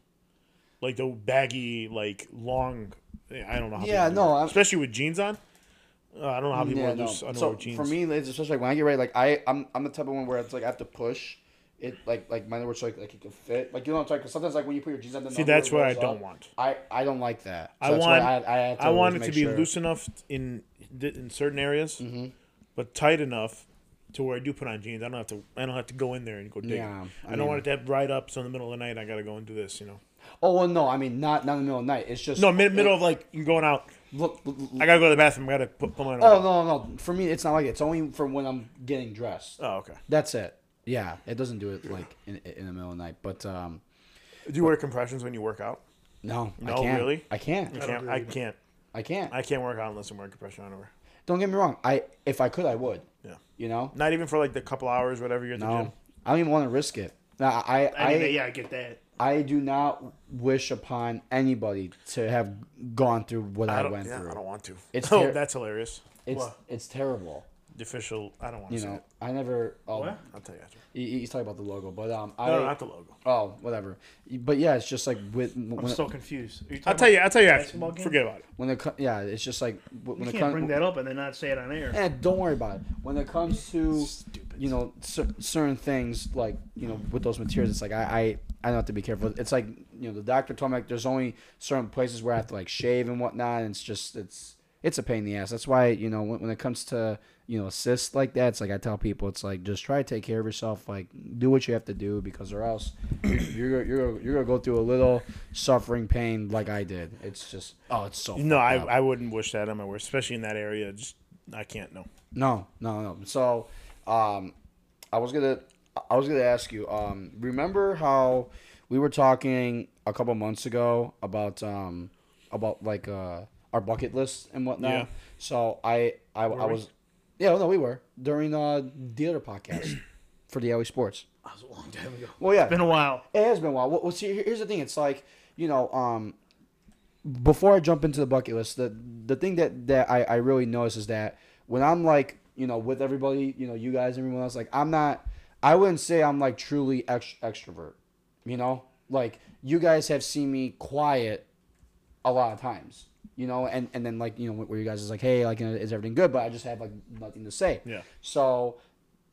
[SPEAKER 2] like the baggy, like long. I don't know. How
[SPEAKER 1] Yeah,
[SPEAKER 2] people do
[SPEAKER 1] no,
[SPEAKER 2] that.
[SPEAKER 1] I'm-
[SPEAKER 2] especially with jeans on. Uh, I don't know how people
[SPEAKER 1] Yeah,
[SPEAKER 2] wear
[SPEAKER 1] no.
[SPEAKER 2] loose underwear
[SPEAKER 1] So
[SPEAKER 2] with jeans.
[SPEAKER 1] for me, it's especially like when I get ready, like I, I'm, I'm the type of one where it's like I have to push it, like, like my underwear so like, like it can fit. Like you know what I'm talking? 'Cause sometimes like when you put your jeans on, the
[SPEAKER 2] See, that's
[SPEAKER 1] underwear
[SPEAKER 2] what I
[SPEAKER 1] rolls
[SPEAKER 2] don't
[SPEAKER 1] up.
[SPEAKER 2] want.
[SPEAKER 1] I, I don't like that. So
[SPEAKER 2] I
[SPEAKER 1] that's
[SPEAKER 2] want.
[SPEAKER 1] Why I, I, have to
[SPEAKER 2] I want it
[SPEAKER 1] always
[SPEAKER 2] to
[SPEAKER 1] make
[SPEAKER 2] be
[SPEAKER 1] sure. Mm-hmm.
[SPEAKER 2] loose enough in in certain areas, but tight enough to where I do put on jeans. I don't have to. I don't have to go in there and go dig.
[SPEAKER 1] Yeah,
[SPEAKER 2] I,
[SPEAKER 1] I
[SPEAKER 2] don't
[SPEAKER 1] mean-
[SPEAKER 2] want it to have right up. So in the middle of the night, I gotta go and do this. You know.
[SPEAKER 1] Oh well, no, I mean not not in the middle of the night. It's just
[SPEAKER 2] No, mid- middle of like you going out.
[SPEAKER 1] Look, look,
[SPEAKER 2] I gotta go to the bathroom. I gotta put, put my.
[SPEAKER 1] Oh no, no, no. For me, it's not like it. it's only for when I'm getting dressed.
[SPEAKER 2] Oh okay.
[SPEAKER 1] That's it. Yeah, it doesn't do it like in, in the middle of the night. But um,
[SPEAKER 2] Do you wear compressions when you work out?
[SPEAKER 1] no, I
[SPEAKER 2] No,
[SPEAKER 1] can't.
[SPEAKER 2] really?
[SPEAKER 1] I can't.
[SPEAKER 2] I can't. I can't.
[SPEAKER 1] I can't.
[SPEAKER 2] I can't work out unless I'm wearing compression underwear.
[SPEAKER 1] Don't get me wrong. I if I could, I would.
[SPEAKER 2] Yeah.
[SPEAKER 1] You know.
[SPEAKER 2] Not even for like the couple hours, whatever you're at the
[SPEAKER 1] No,
[SPEAKER 2] gym.
[SPEAKER 1] I don't even want to risk it. No, I I,
[SPEAKER 3] I, yeah, I get that.
[SPEAKER 1] I do not wish upon anybody to have gone through what I,
[SPEAKER 2] I don't,
[SPEAKER 1] went
[SPEAKER 2] yeah,
[SPEAKER 1] through.
[SPEAKER 2] I don't want to.
[SPEAKER 1] It's
[SPEAKER 2] oh,
[SPEAKER 1] ter-
[SPEAKER 2] that's hilarious.
[SPEAKER 1] It's
[SPEAKER 3] What?
[SPEAKER 1] it's terrible.
[SPEAKER 2] The official. I don't want to
[SPEAKER 1] You
[SPEAKER 2] say
[SPEAKER 1] know,
[SPEAKER 2] it.
[SPEAKER 1] I never. Um,
[SPEAKER 3] What?
[SPEAKER 2] I'll tell you after.
[SPEAKER 1] You, you talk about the logo, but um, I
[SPEAKER 2] No, no, not the logo.
[SPEAKER 1] oh whatever. But yeah, it's just like with
[SPEAKER 3] I'm
[SPEAKER 1] when,
[SPEAKER 3] so confused. Are you
[SPEAKER 2] I'll
[SPEAKER 3] talking
[SPEAKER 2] tell you. I'll tell you after.
[SPEAKER 3] basketball game?
[SPEAKER 2] Forget about it.
[SPEAKER 1] when it co- yeah, it's just like wh- when
[SPEAKER 3] You
[SPEAKER 1] it
[SPEAKER 3] can't
[SPEAKER 1] comes.
[SPEAKER 3] bring that up and then not say it on air.
[SPEAKER 1] Eh, don't worry about it. When it comes to you know cer- certain things like you know with those materials, it's like I I, I know have to be careful. It's like you know the doctor told me like, there's only certain places where I have to like shave and whatnot. And it's just it's it's a pain in the ass. That's why you know when, when it comes to you know cysts like that, it's like I tell people it's like just try to take care of yourself. Like do what you have to do because or else you're you're you're, you're gonna go through a little suffering pain like I did. It's just oh it's so
[SPEAKER 2] No,
[SPEAKER 1] fucked
[SPEAKER 2] I,
[SPEAKER 1] up.
[SPEAKER 2] I wouldn't wish that on my worst, especially in that area. Just I can't. No.
[SPEAKER 1] No, no, no. So, um, I was gonna, I was gonna ask you. Um, remember how we were talking a couple months ago about um, about like uh, our bucket list and whatnot.
[SPEAKER 2] Yeah.
[SPEAKER 1] So I, I, I was, yeah, no, we were during uh the other podcast for the LA Sports.
[SPEAKER 3] That was a long time ago.
[SPEAKER 1] Well, yeah,
[SPEAKER 3] It's been a while.
[SPEAKER 1] it has been a while. Well, well, see, here- here's the thing. It's like you know, um, before I jump into the bucket list, the the thing that that I I really notice is that when I'm like you know with everybody, you know, you guys, everyone else, like I'm not. I wouldn't say I'm like truly ext- extrovert. You know, like you guys have seen me quiet a lot of times. You know, and, and then like you know where you guys is like, hey, like you know, is everything good? But I just have like nothing to say.
[SPEAKER 2] Yeah.
[SPEAKER 1] So,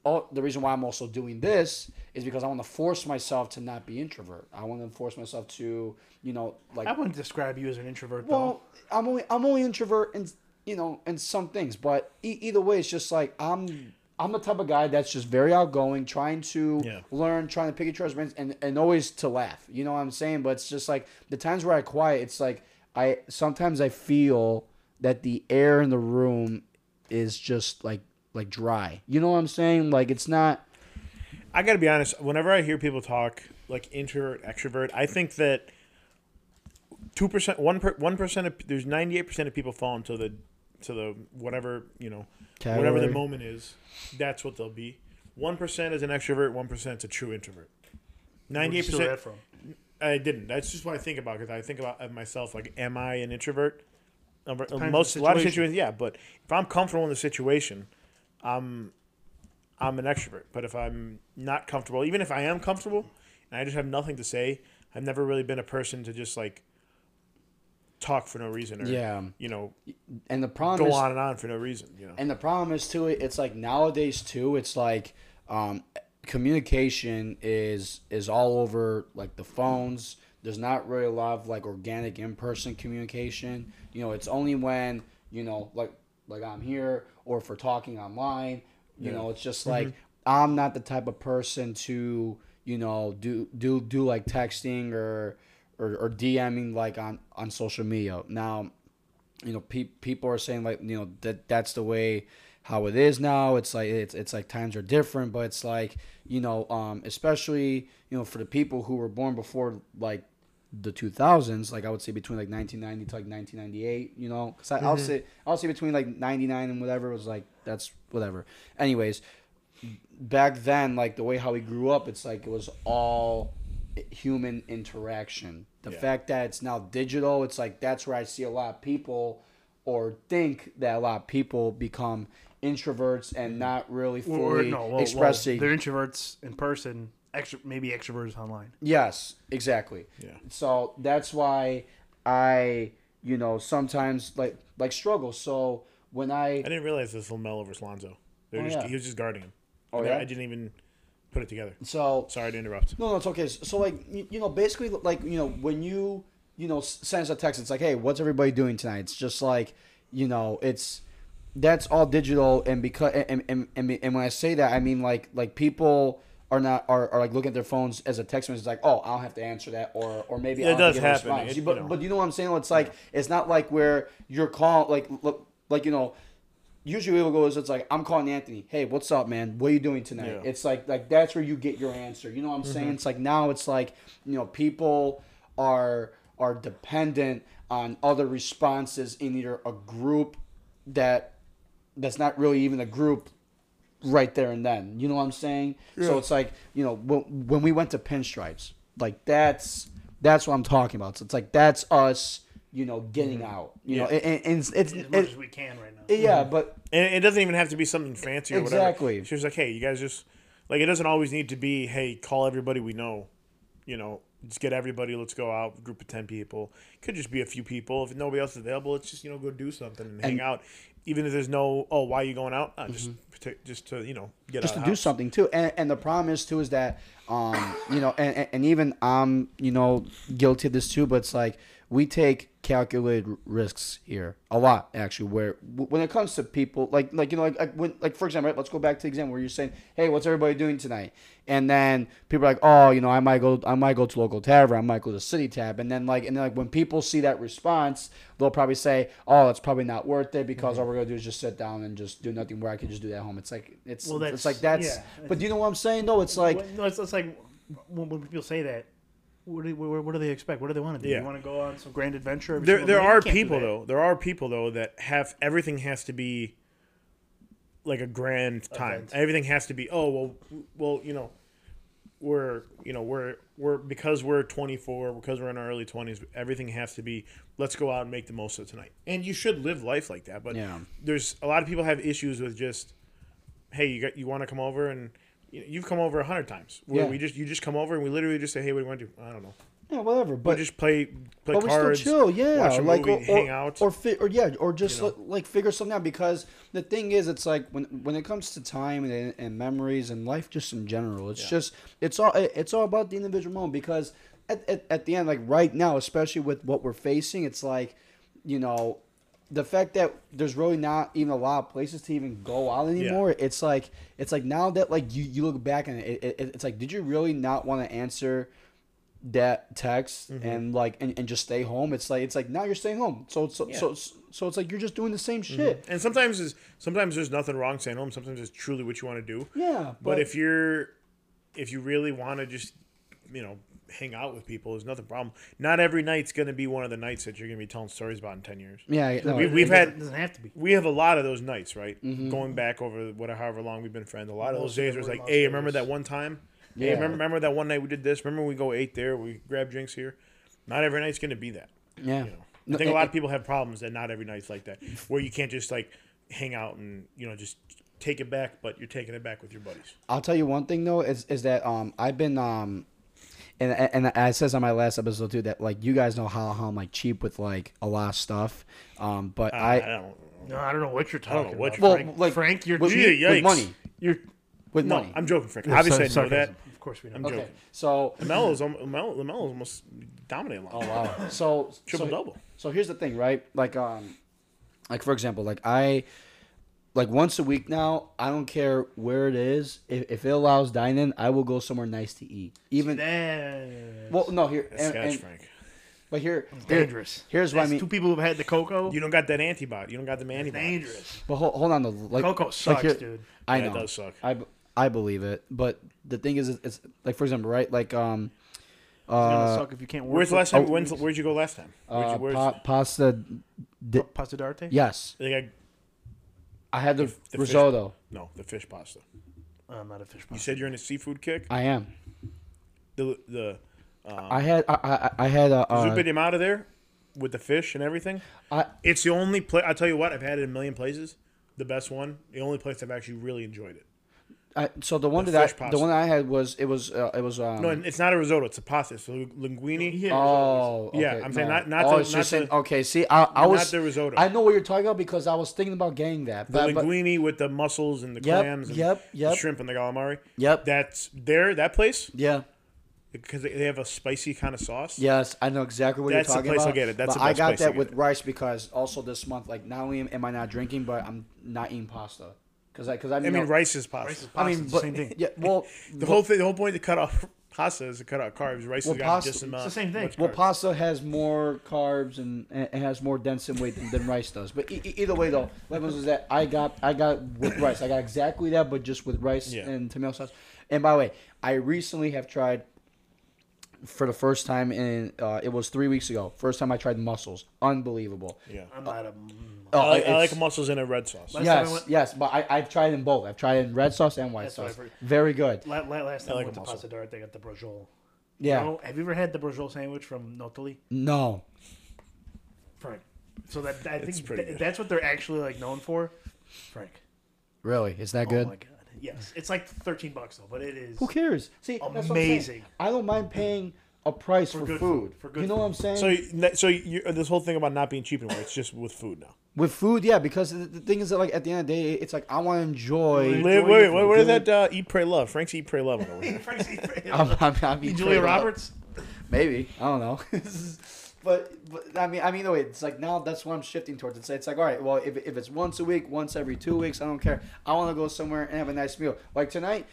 [SPEAKER 1] all, the reason why I'm also doing this is because I want to force myself to not be introvert. I want to force myself to you know like
[SPEAKER 3] I wouldn't describe you as an introvert,
[SPEAKER 1] well, I'm only I'm only introvert in you know in some things, but e- either way, it's just like I'm I'm the type of guy that's just very outgoing, trying to
[SPEAKER 2] Yeah.
[SPEAKER 1] learn, trying to pick each other's brains, and and always to laugh. You know what I'm saying? But it's just like the times where I quiet, it's like I sometimes I feel that the air in the room is just like like dry. You know what I'm saying? Like it's not.
[SPEAKER 2] I got to be honest. Whenever I hear people talk like introvert, extrovert, I think that two percent, one per, one percent of there's ninety eight percent of people fall into the to the whatever you know, whatever the
[SPEAKER 1] Category.
[SPEAKER 2] moment is. That's what they'll be. One percent is an extrovert. One percent is a true introvert.
[SPEAKER 3] Where'd
[SPEAKER 2] Ninety
[SPEAKER 3] you
[SPEAKER 2] eight
[SPEAKER 3] steal
[SPEAKER 2] percent.
[SPEAKER 3] that from?
[SPEAKER 2] I didn't. That's just what I think about because I think about of myself like, am I an introvert? Um,
[SPEAKER 3] on
[SPEAKER 2] Most a
[SPEAKER 3] the
[SPEAKER 2] lot of
[SPEAKER 3] situation.
[SPEAKER 2] situations, yeah. But if I'm comfortable in the situation, I'm I'm an extrovert. But if I'm not comfortable, even if I am comfortable and I just have nothing to say, I've never really been a person to just like talk for no reason or
[SPEAKER 1] Yeah.
[SPEAKER 2] you know
[SPEAKER 1] And the problem is
[SPEAKER 2] go on and on for no reason. You know,
[SPEAKER 1] And the problem is too, it's like nowadays too, it's like um, communication is is all over like the phones. There's not really a lot of like organic in person communication. You know, it's only when you know like like I'm here or if we're talking online. You know, it's just like I'm not the type of person to you know do do do like texting or or, or DMing like on on social media now you know pe- people are saying like you know that that's the way how it is now it's like it's, it's like times are different but it's like you know um especially you know for the people who were born before like the 2000s like i would say between like 1990 to like 1998 you know 'Cause I, i'll say i'll say between like 99 and whatever was like that's whatever anyways back then like the way how we grew up it's like it was all human interaction the fact that it's now digital it's like that's where i see a lot of people or think that a lot of people become introverts and not really fully
[SPEAKER 3] Mm-hmm. Or, no, well,
[SPEAKER 1] expressing
[SPEAKER 3] Well, they're introverts in person, extra, maybe extroverts online.
[SPEAKER 1] Yes, exactly.
[SPEAKER 2] Yeah.
[SPEAKER 1] So that's why I, you know, sometimes like like struggle. So when I,
[SPEAKER 2] I didn't realize this Lamelo versus Lonzo. They were
[SPEAKER 1] Oh,
[SPEAKER 2] just,
[SPEAKER 1] yeah.
[SPEAKER 2] He was just guarding him.
[SPEAKER 1] Oh,
[SPEAKER 2] I-
[SPEAKER 1] yeah?
[SPEAKER 2] I didn't even put it together.
[SPEAKER 1] so
[SPEAKER 2] Sorry to interrupt.
[SPEAKER 1] no, no, it's okay. So like you, you know, basically like you know when you you know s- send us a text, it's like, hey, what's everybody doing tonight? It's just like you know, it's that's all digital and because and and, and, and when I say that, I mean like like people. Are not are, are like looking at their phones as a text message like oh I'll have to answer that or or maybe
[SPEAKER 2] It
[SPEAKER 1] I'll have to
[SPEAKER 2] does
[SPEAKER 1] give a
[SPEAKER 2] happen.
[SPEAKER 1] response.
[SPEAKER 2] It-
[SPEAKER 1] You- but
[SPEAKER 2] you know.
[SPEAKER 1] but you know what I'm saying it's like it's not like where you're call like look like you know usually it'll go is it's like I'm calling Anthony. Hey, what's up, man? What are you doing tonight? It's like like that's where you get your answer. You know what I'm saying? It's like now it's like you know people are are dependent on other responses in either a group that that's not really even a group right there and then. You know what I'm saying? So it's like you know when, when we went to pinstripes, like that's that's what I'm talking about. So it's like that's us. You know, getting out. You know, and, and- and it's, it's
[SPEAKER 3] As much
[SPEAKER 1] it-
[SPEAKER 3] as we can right now.
[SPEAKER 1] yeah, but
[SPEAKER 2] And it doesn't even have to be something fancy or whatever.
[SPEAKER 1] Exactly.
[SPEAKER 2] She was like, hey, you guys just, like, it doesn't always need to be, hey, call everybody we know. You know, just get everybody, let's go out, group of 10 people. Could just be a few people. If nobody else is available, let's just, you know, go do something and, hang out. Even if there's no, oh, why are you going out? Uh, Just to, just to, you know, get
[SPEAKER 1] Mm-hmm. just
[SPEAKER 2] out
[SPEAKER 1] to
[SPEAKER 2] of
[SPEAKER 1] do
[SPEAKER 2] the house.
[SPEAKER 1] something too. And, and the problem is too is that um you know and, and- and even I'm you know guilty of this too, but it's like we take calculated r- risks here a lot actually. Where w- when it comes to people like like you know like, like when like for example, right, let's go back to the example where you're saying, hey, what's everybody doing tonight? And then people are like, oh, you know, I might go I might go to local tavern, I might go to city tab, and then like and then like when people see that response, they'll probably say, oh, it's probably not worth it because
[SPEAKER 2] Mm-hmm.
[SPEAKER 1] all we're gonna do is just sit down and just do nothing. Where I could just do that at home. It's like it's
[SPEAKER 3] Well,
[SPEAKER 1] it's
[SPEAKER 3] that's-
[SPEAKER 1] like that's.
[SPEAKER 3] yeah.
[SPEAKER 1] But do you know what I'm saying? though? it's like
[SPEAKER 3] Well, no, it's, it's like when, when people say that, what do, what, what do they expect? What do they want to do?
[SPEAKER 2] Yeah.
[SPEAKER 3] You want to go on some grand adventure? every
[SPEAKER 2] there
[SPEAKER 3] single
[SPEAKER 2] there
[SPEAKER 3] day? You
[SPEAKER 2] are
[SPEAKER 3] can't do
[SPEAKER 2] people
[SPEAKER 3] that.
[SPEAKER 2] though. There are people though that have everything has to be like a grand time.
[SPEAKER 3] Event.
[SPEAKER 2] Everything has to be oh well w- well you know we're you know we're we're because we're 24 because we're in our early 20s everything has to be let's go out and make the most of tonight. And you should live life like that. But
[SPEAKER 1] Yeah.
[SPEAKER 2] there's a lot of people have issues with just hey you got you want to come over and you- you've come over a hundred times where
[SPEAKER 1] Yeah.
[SPEAKER 2] we just you just come over and we literally just say hey what do you want to do I don't know
[SPEAKER 1] yeah, whatever.
[SPEAKER 2] but
[SPEAKER 1] But
[SPEAKER 2] just play play
[SPEAKER 1] but we still
[SPEAKER 2] cards
[SPEAKER 1] chill, yeah.
[SPEAKER 2] watch a
[SPEAKER 1] like
[SPEAKER 2] movie,
[SPEAKER 1] or, or,
[SPEAKER 2] hang out
[SPEAKER 1] or fi- or yeah, or just like, like figure something out because the thing is, it's like when when it comes to time and, and memories and life just in general, it's just it's all it- it's all about the individual moment because at, at at the end, like right now, especially with what we're facing, it's like you know the fact that there's really not even a lot of places to even go out anymore it's like it's like now that like you, you look back and it, it, it's like did you really not want to answer that text
[SPEAKER 2] Mm-hmm.
[SPEAKER 1] and like and, and just stay home it's like it's like now you're staying home so so so, so it's like you're just doing the same
[SPEAKER 2] Mm-hmm.
[SPEAKER 1] shit
[SPEAKER 2] And sometimes is sometimes there's nothing wrong staying home. Sometimes it's truly what you want to do.
[SPEAKER 1] yeah
[SPEAKER 2] But, if you're if you really want to just you know hang out with people, there's nothing problem. Not every night's going to be one of the nights that you're going to be telling stories about in ten years.
[SPEAKER 1] yeah no,
[SPEAKER 2] we-
[SPEAKER 3] It
[SPEAKER 2] we've
[SPEAKER 3] doesn't-
[SPEAKER 2] had-
[SPEAKER 3] doesn't have to be.
[SPEAKER 2] We have a lot of those nights, right?
[SPEAKER 1] Mm-hmm.
[SPEAKER 2] Going back over whatever, however long we've been friends. A lot of those days was like, hey, remember that one time? Hey,
[SPEAKER 1] Yeah.
[SPEAKER 2] remember, remember that one night we did this? Remember we go ate there? We grab drinks here. Not every night's going to be that.
[SPEAKER 1] yeah
[SPEAKER 2] You know, I think a lot of people have problems that not every night's like that, where you can't just like hang out and you know just take it back, but you're taking it back with your buddies.
[SPEAKER 1] I'll tell you one thing though is is that um I've been um and and I says on my last episode too that like you guys know how how I'm like cheap with like a lot of stuff um but
[SPEAKER 2] I,
[SPEAKER 1] I
[SPEAKER 2] don't.
[SPEAKER 3] No, I don't know what you're talking
[SPEAKER 2] know what
[SPEAKER 3] about.
[SPEAKER 2] you're-
[SPEAKER 3] Frank, Frank, you're
[SPEAKER 1] with,
[SPEAKER 2] Gee,
[SPEAKER 1] with
[SPEAKER 2] yikes.
[SPEAKER 1] money
[SPEAKER 3] you're
[SPEAKER 1] with
[SPEAKER 2] No,
[SPEAKER 1] money.
[SPEAKER 2] I'm joking, Frank.
[SPEAKER 3] Yeah,
[SPEAKER 2] Obviously,
[SPEAKER 3] sar-
[SPEAKER 2] I know that.
[SPEAKER 3] sarcasm. Of course we know.
[SPEAKER 2] I'm
[SPEAKER 1] okay,
[SPEAKER 2] joking.
[SPEAKER 1] so
[SPEAKER 2] Lamelo's al- Lamelo Lamelo's almost dominating.
[SPEAKER 1] oh
[SPEAKER 2] line.
[SPEAKER 1] wow, so
[SPEAKER 2] Triple
[SPEAKER 1] so,
[SPEAKER 2] double.
[SPEAKER 1] So here's the thing, right? Like um like for example, like I like once a week now, I don't care where it is. If, if it allows dining, I will go somewhere nice to eat. Even
[SPEAKER 3] That's
[SPEAKER 1] well, no here,
[SPEAKER 2] That's
[SPEAKER 1] and,
[SPEAKER 2] sketch,
[SPEAKER 1] and-
[SPEAKER 2] Frank.
[SPEAKER 1] but here,
[SPEAKER 3] dangerous.
[SPEAKER 1] here's what I
[SPEAKER 3] That's
[SPEAKER 1] mean.
[SPEAKER 3] Two people who've had the cocoa.
[SPEAKER 2] You don't got that antibody. You don't got the antibody.
[SPEAKER 3] dangerous.
[SPEAKER 1] But hold, hold on, though. Like
[SPEAKER 3] Coco
[SPEAKER 1] like
[SPEAKER 3] sucks, dude.
[SPEAKER 1] I
[SPEAKER 2] Yeah,
[SPEAKER 1] know
[SPEAKER 2] it does suck.
[SPEAKER 1] I, b- I believe it, but the thing is, it's, it's like for example, right? Like um,
[SPEAKER 3] It's gonna
[SPEAKER 1] uh,
[SPEAKER 3] suck if you can't work.
[SPEAKER 2] Where's the
[SPEAKER 3] for
[SPEAKER 2] last
[SPEAKER 3] two
[SPEAKER 2] time? when's,
[SPEAKER 3] weeks.
[SPEAKER 2] where'd you go last time? Where'd
[SPEAKER 1] uh
[SPEAKER 2] you, where's,
[SPEAKER 1] pa- pasta. Di-
[SPEAKER 3] Pa- pasta d'arte?
[SPEAKER 1] yes,
[SPEAKER 2] they got-
[SPEAKER 1] I had the,
[SPEAKER 2] the fish-
[SPEAKER 1] risotto.
[SPEAKER 2] no, the fish pasta.
[SPEAKER 3] Oh, I'm not a fish.
[SPEAKER 2] You said you're in a seafood kick.
[SPEAKER 1] I am.
[SPEAKER 2] The the
[SPEAKER 1] I had I I, I had a. Uh,
[SPEAKER 2] zupa di mare Oh. there with the fish and everything.
[SPEAKER 1] I,
[SPEAKER 2] It's the only place. I tell you what, I've had it in a million places. The best one, the only place I've actually really enjoyed it.
[SPEAKER 1] I, so the one
[SPEAKER 2] The
[SPEAKER 1] that I,
[SPEAKER 2] fish pasta.
[SPEAKER 1] the one I had was it was uh, it was um,
[SPEAKER 2] No, and it's not a risotto. It's a pasta. It's a linguine.
[SPEAKER 1] oh
[SPEAKER 2] Yeah,
[SPEAKER 1] okay,
[SPEAKER 2] I'm saying
[SPEAKER 1] no.
[SPEAKER 2] not- not
[SPEAKER 1] oh
[SPEAKER 2] the-
[SPEAKER 1] it's
[SPEAKER 2] not
[SPEAKER 1] just
[SPEAKER 2] the-
[SPEAKER 1] in- okay see I, I
[SPEAKER 2] not
[SPEAKER 1] was
[SPEAKER 2] the risotto.
[SPEAKER 1] I know what you're talking about because I was thinking about getting that
[SPEAKER 2] the
[SPEAKER 1] but, but
[SPEAKER 2] linguine with the mussels and the
[SPEAKER 1] Yep,
[SPEAKER 2] clams and
[SPEAKER 1] yep, yep.
[SPEAKER 2] the shrimp and the calamari.
[SPEAKER 1] Yep.
[SPEAKER 2] That's there. That place
[SPEAKER 1] yeah
[SPEAKER 2] because they they have a spicy kind of sauce.
[SPEAKER 1] Yes, I know exactly what
[SPEAKER 2] That's the
[SPEAKER 1] you're talking
[SPEAKER 2] place I'll
[SPEAKER 1] about.
[SPEAKER 2] get it. That's
[SPEAKER 1] but
[SPEAKER 2] the
[SPEAKER 1] I
[SPEAKER 2] best
[SPEAKER 1] got
[SPEAKER 2] place I'll
[SPEAKER 1] that
[SPEAKER 2] get
[SPEAKER 1] with
[SPEAKER 2] it.
[SPEAKER 1] rice because also this month, like not only am- am I not drinking, but I'm not eating pasta because I because I,
[SPEAKER 2] I
[SPEAKER 1] mean,
[SPEAKER 2] mean rice is pasta.
[SPEAKER 1] I mean,
[SPEAKER 3] Pasta's the
[SPEAKER 1] but,
[SPEAKER 3] same thing.
[SPEAKER 1] yeah, well,
[SPEAKER 2] The whole thing, the whole point to cut off pasta is to cut out carbs. Rice
[SPEAKER 1] Well,
[SPEAKER 2] has got
[SPEAKER 1] pasta-
[SPEAKER 2] just
[SPEAKER 1] it's
[SPEAKER 2] enough.
[SPEAKER 3] the same thing.
[SPEAKER 2] much
[SPEAKER 1] well,
[SPEAKER 2] carbs.
[SPEAKER 1] pasta has more carbs and, and it has more dense in weight than, than rice does. But e- e- either way, though, what was that I got I got with rice. I got exactly that, but just with rice
[SPEAKER 2] Yeah.
[SPEAKER 1] and tomato sauce. And by the way, I recently have tried for the first time in uh, it was three weeks ago. First time I tried mussels, unbelievable.
[SPEAKER 2] yeah.
[SPEAKER 3] I'm not a.
[SPEAKER 1] Oh,
[SPEAKER 2] I like, I
[SPEAKER 1] it's-
[SPEAKER 2] like mussels in a red sauce.
[SPEAKER 3] Last time I
[SPEAKER 1] Yes,
[SPEAKER 3] went-
[SPEAKER 1] yes, but I, I've tried them both. I've tried in red sauce and white
[SPEAKER 3] That's what
[SPEAKER 1] sauce.
[SPEAKER 3] I've heard.
[SPEAKER 1] Very good.
[SPEAKER 3] La- la- last time I
[SPEAKER 2] like
[SPEAKER 3] went
[SPEAKER 2] them
[SPEAKER 3] to
[SPEAKER 2] also.
[SPEAKER 3] pasta d'arte, I got the brujol.
[SPEAKER 1] Yeah.
[SPEAKER 3] No, have you ever had the brujol sandwich from Notoli?
[SPEAKER 1] No.
[SPEAKER 3] Frank. So that I think
[SPEAKER 2] pretty
[SPEAKER 3] tha-
[SPEAKER 2] good.
[SPEAKER 3] that's what they're actually like known for. Frank.
[SPEAKER 1] Really? Is that good?
[SPEAKER 3] Oh my god. Yes. It's like 13 bucks though, but it is
[SPEAKER 1] Who cares? See, that's what I'm saying.
[SPEAKER 3] Amazing.
[SPEAKER 1] I don't mind paying a price for,
[SPEAKER 3] good
[SPEAKER 1] food.
[SPEAKER 3] food, for good
[SPEAKER 1] you know what I'm saying?
[SPEAKER 2] So, you- so you, uh, this whole thing about not being cheap anymore, it's just with food now.
[SPEAKER 1] With food, yeah, because the, the thing is that, like, at the end of the day, it's like, I want to enjoy.
[SPEAKER 2] Wait, wait, wait, what is that? Uh, eat, pray, love. Frank's eat, pray, love. over there.
[SPEAKER 3] Frank's favorite.
[SPEAKER 1] I'm, I'm, I'm eating
[SPEAKER 3] Julia
[SPEAKER 1] straight up.
[SPEAKER 3] Roberts?
[SPEAKER 1] Maybe. I don't know. but, but, I mean, I mean, the way it's like now that's what I'm shifting towards. It's, it's like, all right, well, if, if it's once a week, once every two weeks, I don't care. I want to go somewhere and have a nice meal. Like tonight,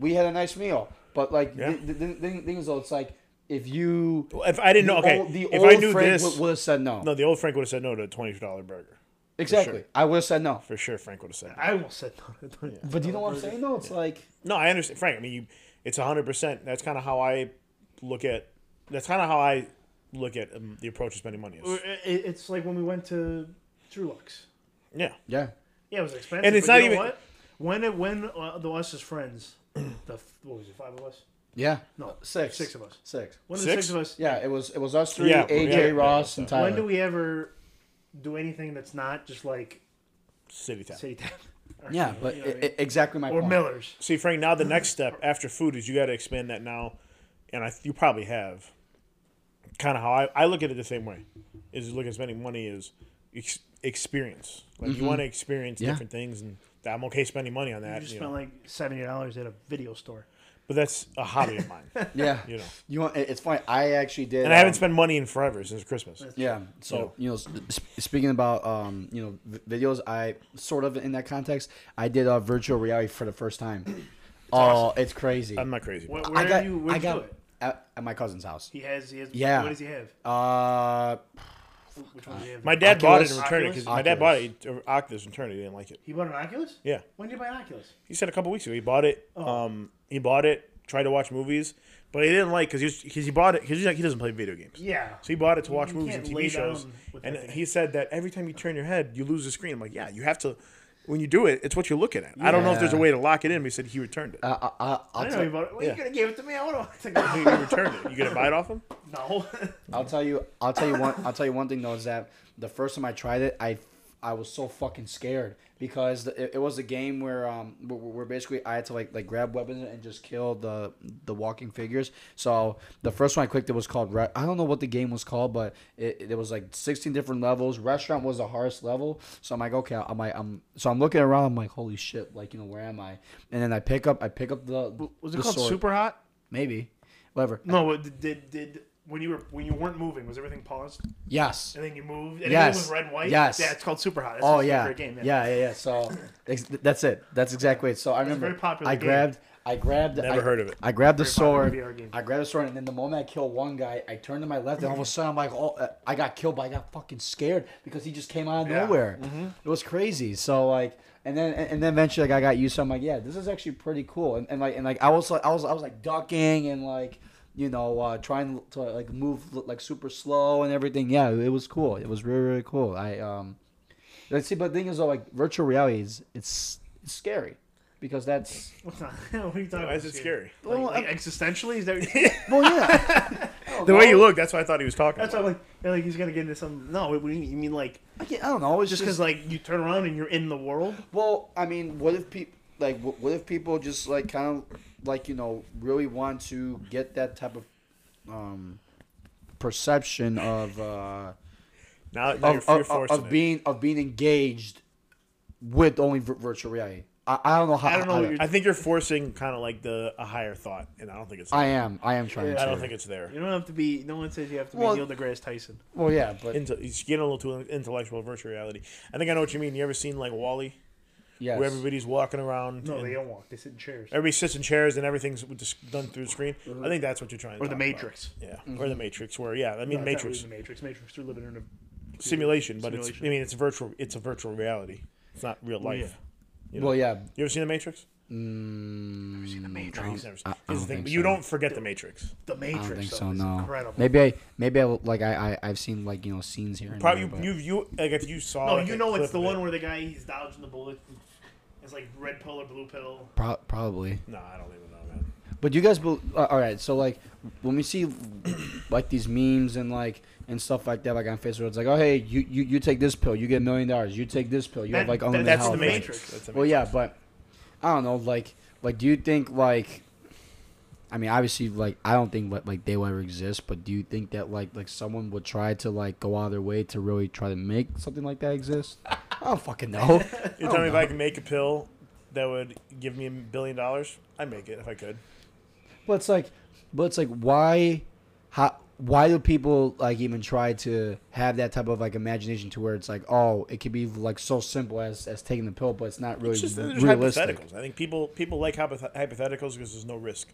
[SPEAKER 1] we had a nice meal. But, like,
[SPEAKER 2] Yeah.
[SPEAKER 1] the, the, the thing thing is, though, it's like, if you.
[SPEAKER 2] Well, if I didn't know,
[SPEAKER 1] the
[SPEAKER 2] okay,
[SPEAKER 1] old- the
[SPEAKER 2] if
[SPEAKER 1] old
[SPEAKER 2] I knew
[SPEAKER 1] Frank
[SPEAKER 2] this,
[SPEAKER 1] would have said no.
[SPEAKER 2] no, the old Frank would have said no to a twenty dollar burger.
[SPEAKER 1] exactly.
[SPEAKER 2] sure.
[SPEAKER 1] I would have said no.
[SPEAKER 2] For sure, Frank would have said. No.
[SPEAKER 3] I almost said no.
[SPEAKER 1] But do you know what I'm saying, though? It's like.
[SPEAKER 2] No, I understand, Frank. I mean, you, it's hundred percent. That's kind of how I look at. That's kind of how I look at um, the approach to spending money. Is.
[SPEAKER 3] It- it- It's like when we went to True Lux.
[SPEAKER 2] Yeah,
[SPEAKER 1] Yeah.
[SPEAKER 3] Yeah, it was expensive.
[SPEAKER 2] And it's
[SPEAKER 3] but
[SPEAKER 2] not
[SPEAKER 3] you know
[SPEAKER 2] even-
[SPEAKER 3] what? when it, when uh, the us as friends, the f- what was it? Five of us?
[SPEAKER 1] Yeah.
[SPEAKER 3] No,
[SPEAKER 1] Uh, Six.
[SPEAKER 3] six of us.
[SPEAKER 1] Six.
[SPEAKER 3] When the
[SPEAKER 2] Six?
[SPEAKER 3] six of us?
[SPEAKER 1] Yeah, it was it was us three,
[SPEAKER 2] Yeah,
[SPEAKER 1] AJ
[SPEAKER 2] yeah, yeah,
[SPEAKER 1] Ross,
[SPEAKER 2] yeah.
[SPEAKER 1] and Tyler.
[SPEAKER 3] When do we ever do anything that's not just like
[SPEAKER 2] city town.
[SPEAKER 3] City Tap
[SPEAKER 1] yeah, but i i- exactly my
[SPEAKER 3] or
[SPEAKER 1] point.
[SPEAKER 3] Miller's?
[SPEAKER 2] See, Frank. Now the next step after food is you got to expand that now, and I you probably have. Kind of how I, I look at it the same way, is look at spending money is ex- experience. Like you want to experience
[SPEAKER 1] Mm-hmm. Yeah.
[SPEAKER 2] different things, and I'm okay spending money on
[SPEAKER 3] You
[SPEAKER 2] that.
[SPEAKER 3] just
[SPEAKER 2] you
[SPEAKER 3] spent
[SPEAKER 2] know.
[SPEAKER 3] like seventy dollars at a video store.
[SPEAKER 2] but that's a hobby of mine,
[SPEAKER 1] Yeah,
[SPEAKER 2] you know.
[SPEAKER 1] You want? it- It's funny. I actually did.
[SPEAKER 2] And I haven't
[SPEAKER 1] um,
[SPEAKER 2] spent money in forever since Christmas.
[SPEAKER 1] Yeah. So you know, sp- speaking about um, you know, v- videos, I sort of in that context, I did a uh, virtual reality for the first time. oh, it's crazy.
[SPEAKER 2] I'm not crazy.
[SPEAKER 3] Where,
[SPEAKER 2] about
[SPEAKER 3] Um, where
[SPEAKER 1] I got.
[SPEAKER 3] you?
[SPEAKER 1] I
[SPEAKER 3] Where you do
[SPEAKER 1] got
[SPEAKER 3] it?
[SPEAKER 1] at, at my cousin's house.
[SPEAKER 3] He has. He has.
[SPEAKER 1] Yeah.
[SPEAKER 3] What does he have?
[SPEAKER 1] Uh,
[SPEAKER 3] Which one does he have?
[SPEAKER 2] it. My dad bought it
[SPEAKER 1] Oculus?
[SPEAKER 2] and returned it because my dad bought it,
[SPEAKER 1] Oculus.
[SPEAKER 2] or Oculus returned it. He didn't like it.
[SPEAKER 3] he bought an Oculus.
[SPEAKER 2] Yeah,
[SPEAKER 3] When did you buy an Oculus?
[SPEAKER 2] he said a couple weeks ago he bought it.
[SPEAKER 3] Oh.
[SPEAKER 2] Um, he bought it, tried to watch movies, but he didn't like because he was- 'cause he bought it because he's like he doesn't play video games.
[SPEAKER 3] Yeah.
[SPEAKER 2] So he bought it to watch
[SPEAKER 3] You
[SPEAKER 2] movies and
[SPEAKER 3] can't
[SPEAKER 2] TV
[SPEAKER 3] lay
[SPEAKER 2] shows.
[SPEAKER 3] down with
[SPEAKER 2] And
[SPEAKER 3] that thing.
[SPEAKER 2] he said that every time you turn your head, you lose the screen. I'm like, yeah, you have to. When you do it, it's what you're looking at. I don't know if there's a
[SPEAKER 1] Yeah.
[SPEAKER 2] way to lock it in. But he said he returned it.
[SPEAKER 3] Uh.
[SPEAKER 1] I, I, I,
[SPEAKER 3] I
[SPEAKER 1] I'll,
[SPEAKER 3] didn't know he
[SPEAKER 1] tell
[SPEAKER 3] bought it. Well,
[SPEAKER 2] Yeah.
[SPEAKER 3] you could have gave it to me. I would have.
[SPEAKER 2] he returned it. You gonna buy it off him?
[SPEAKER 3] no.
[SPEAKER 1] I'll tell you. I'll tell you one. I'll tell you one thing though is that the first time I tried it, I I was so fucking scared because the, it, it was a game where um where, where basically I had to like like grab weapons and just kill the the walking figures. So the first one I clicked it was called Re- I don't know what the game was called, but it, it was like sixteen different levels. Restaurant was the hardest level, so I'm like okay, I'm like I'm so I'm looking around, I'm like holy shit, like you know where am I? And then I pick up I pick up the
[SPEAKER 3] Was it
[SPEAKER 1] the
[SPEAKER 3] called
[SPEAKER 1] sword.
[SPEAKER 3] Super Hot?
[SPEAKER 1] maybe whatever
[SPEAKER 3] No, but did, did did when you were when you weren't moving was everything paused
[SPEAKER 1] yes
[SPEAKER 3] and then you moved and
[SPEAKER 1] Yes.
[SPEAKER 3] everything was red and white?
[SPEAKER 1] Yes.
[SPEAKER 3] Yeah, it's called Super Hot. That's
[SPEAKER 1] Oh
[SPEAKER 3] my
[SPEAKER 1] yeah.
[SPEAKER 3] favorite game.
[SPEAKER 1] yeah, yeah, yeah. So ex- that's it. That's exactly it. So I remember
[SPEAKER 3] very popular
[SPEAKER 1] I
[SPEAKER 3] game.
[SPEAKER 1] grabbed, I grabbed,
[SPEAKER 2] Never
[SPEAKER 1] I,
[SPEAKER 2] heard of it.
[SPEAKER 1] I grabbed the
[SPEAKER 3] popular
[SPEAKER 1] sword.
[SPEAKER 3] VR game.
[SPEAKER 1] I grabbed the sword, and then the moment I killed one guy, I turned to my left, and all of a sudden I'm like, oh, uh, I got killed, but I got fucking scared because he just came out of nowhere.
[SPEAKER 3] Mm-hmm.
[SPEAKER 1] It was crazy. So like. And then, and and then eventually, like I got used to. it. I'm like, yeah, this is actually pretty cool. And, and like, and like, I was like, I was, I was like ducking and like, you know, uh, trying to like move like super slow and everything. Yeah, it was cool. It was really, really cool. I um, Let's see, but the thing is, though, like virtual reality is it's, it's scary because that's
[SPEAKER 3] What's not, what are you talking
[SPEAKER 2] Why
[SPEAKER 3] about?
[SPEAKER 2] is it scary?
[SPEAKER 3] Like,
[SPEAKER 1] uh,
[SPEAKER 3] like existentially, is that?
[SPEAKER 1] well, yeah,
[SPEAKER 2] The way you look, that's why I thought he was talking.
[SPEAKER 3] That's why I'm like, yeah, like he's gonna get into some. No, what do you mean? you mean like
[SPEAKER 1] I, can't, I don't know. It's
[SPEAKER 3] just
[SPEAKER 1] just
[SPEAKER 3] because
[SPEAKER 1] because,
[SPEAKER 3] like you turn around and you're in the world?
[SPEAKER 1] well, I mean, what if people like wh- what if people just like kind of like you know really want to get that type of um perception of uh
[SPEAKER 2] now now
[SPEAKER 1] of,
[SPEAKER 2] you're, you're
[SPEAKER 1] of, of,
[SPEAKER 2] forcing it.
[SPEAKER 1] being of being engaged with only vir- virtual reality. I, I don't know how.
[SPEAKER 3] I don't know what you're.
[SPEAKER 2] I think you're forcing kind of like the a higher thought, and I don't think it's.
[SPEAKER 1] I am. I am trying to.
[SPEAKER 2] I don't think it's there.
[SPEAKER 3] You don't have to be. No one says you have to be
[SPEAKER 1] Well-
[SPEAKER 3] Neil deGrasse Tyson.
[SPEAKER 1] Well, yeah, but
[SPEAKER 2] Into, it's getting a little too intellectual virtual reality. I think I know what you mean. You ever seen like Wally,
[SPEAKER 1] yes.
[SPEAKER 2] where everybody's walking around?
[SPEAKER 3] No,
[SPEAKER 2] and
[SPEAKER 3] they don't walk. They sit in chairs.
[SPEAKER 2] Everybody sits in chairs and everything's with this- done through the screen. I think that's what you're trying. to
[SPEAKER 3] Mm-hmm. Or the
[SPEAKER 2] talk about.
[SPEAKER 3] Matrix. Mm-hmm.
[SPEAKER 2] Yeah, or the Matrix. Where yeah, I mean
[SPEAKER 3] No, it's not really
[SPEAKER 2] Matrix
[SPEAKER 3] The Matrix. Matrix. They're living in a
[SPEAKER 2] simulation, but it's. I
[SPEAKER 3] Simulation.
[SPEAKER 2] mean it's virtual. It's a virtual reality. It's not real life.
[SPEAKER 1] well, yeah.
[SPEAKER 2] You ever seen the Matrix?
[SPEAKER 1] Mm,
[SPEAKER 2] He's never seen.
[SPEAKER 1] I- I
[SPEAKER 2] Here's
[SPEAKER 1] don't
[SPEAKER 2] the thing,
[SPEAKER 1] think
[SPEAKER 2] but you
[SPEAKER 1] so.
[SPEAKER 2] don't forget the Matrix.
[SPEAKER 3] the Matrix.
[SPEAKER 1] I don't think
[SPEAKER 3] though,
[SPEAKER 1] so.
[SPEAKER 3] is
[SPEAKER 1] No.
[SPEAKER 3] Incredible.
[SPEAKER 1] Maybe I maybe I like I, I I've seen like you know scenes here. And
[SPEAKER 2] Probably
[SPEAKER 1] there, but-
[SPEAKER 2] you you like if you saw.
[SPEAKER 3] No,
[SPEAKER 2] like,
[SPEAKER 3] Oh, you
[SPEAKER 2] a
[SPEAKER 3] know
[SPEAKER 2] clip
[SPEAKER 3] it's the
[SPEAKER 2] of
[SPEAKER 3] one
[SPEAKER 2] it-
[SPEAKER 3] where the guy he's dodging the bullet. It's like red pill or blue pill.
[SPEAKER 1] Pro- probably.
[SPEAKER 2] No, I don't even know, man.
[SPEAKER 1] But you guys, bel uh, all right. So like, when we see like these memes and like and stuff like that, like on Facebook, it's like, oh hey, you you, you take this pill, you get a million dollars. You take this pill, you have
[SPEAKER 3] That-
[SPEAKER 1] like
[SPEAKER 3] that-
[SPEAKER 1] unlimited
[SPEAKER 2] That's
[SPEAKER 1] health.
[SPEAKER 2] the
[SPEAKER 3] Matrix.
[SPEAKER 2] Matrix. That's the
[SPEAKER 1] Well, yeah, but I don't know. Like, like, do you think like? I mean, obviously, like, I don't think like, like they will ever exist. But do you think that like like someone would try to like go out of their way to really try to make something like that exist? I don't fucking know.
[SPEAKER 2] You're telling me if I could make a pill that would give me a billion dollars, I'd make it if I could.
[SPEAKER 1] but it's like, but it's like, why, how, why do people like even try to have that type of like imagination to where it's like, oh, it could be like so simple as as taking the pill, but it's not really
[SPEAKER 2] It's just uh, there's
[SPEAKER 1] realistic.
[SPEAKER 2] hypotheticals. I think people people like hypoth- hypotheticals because there's no risk.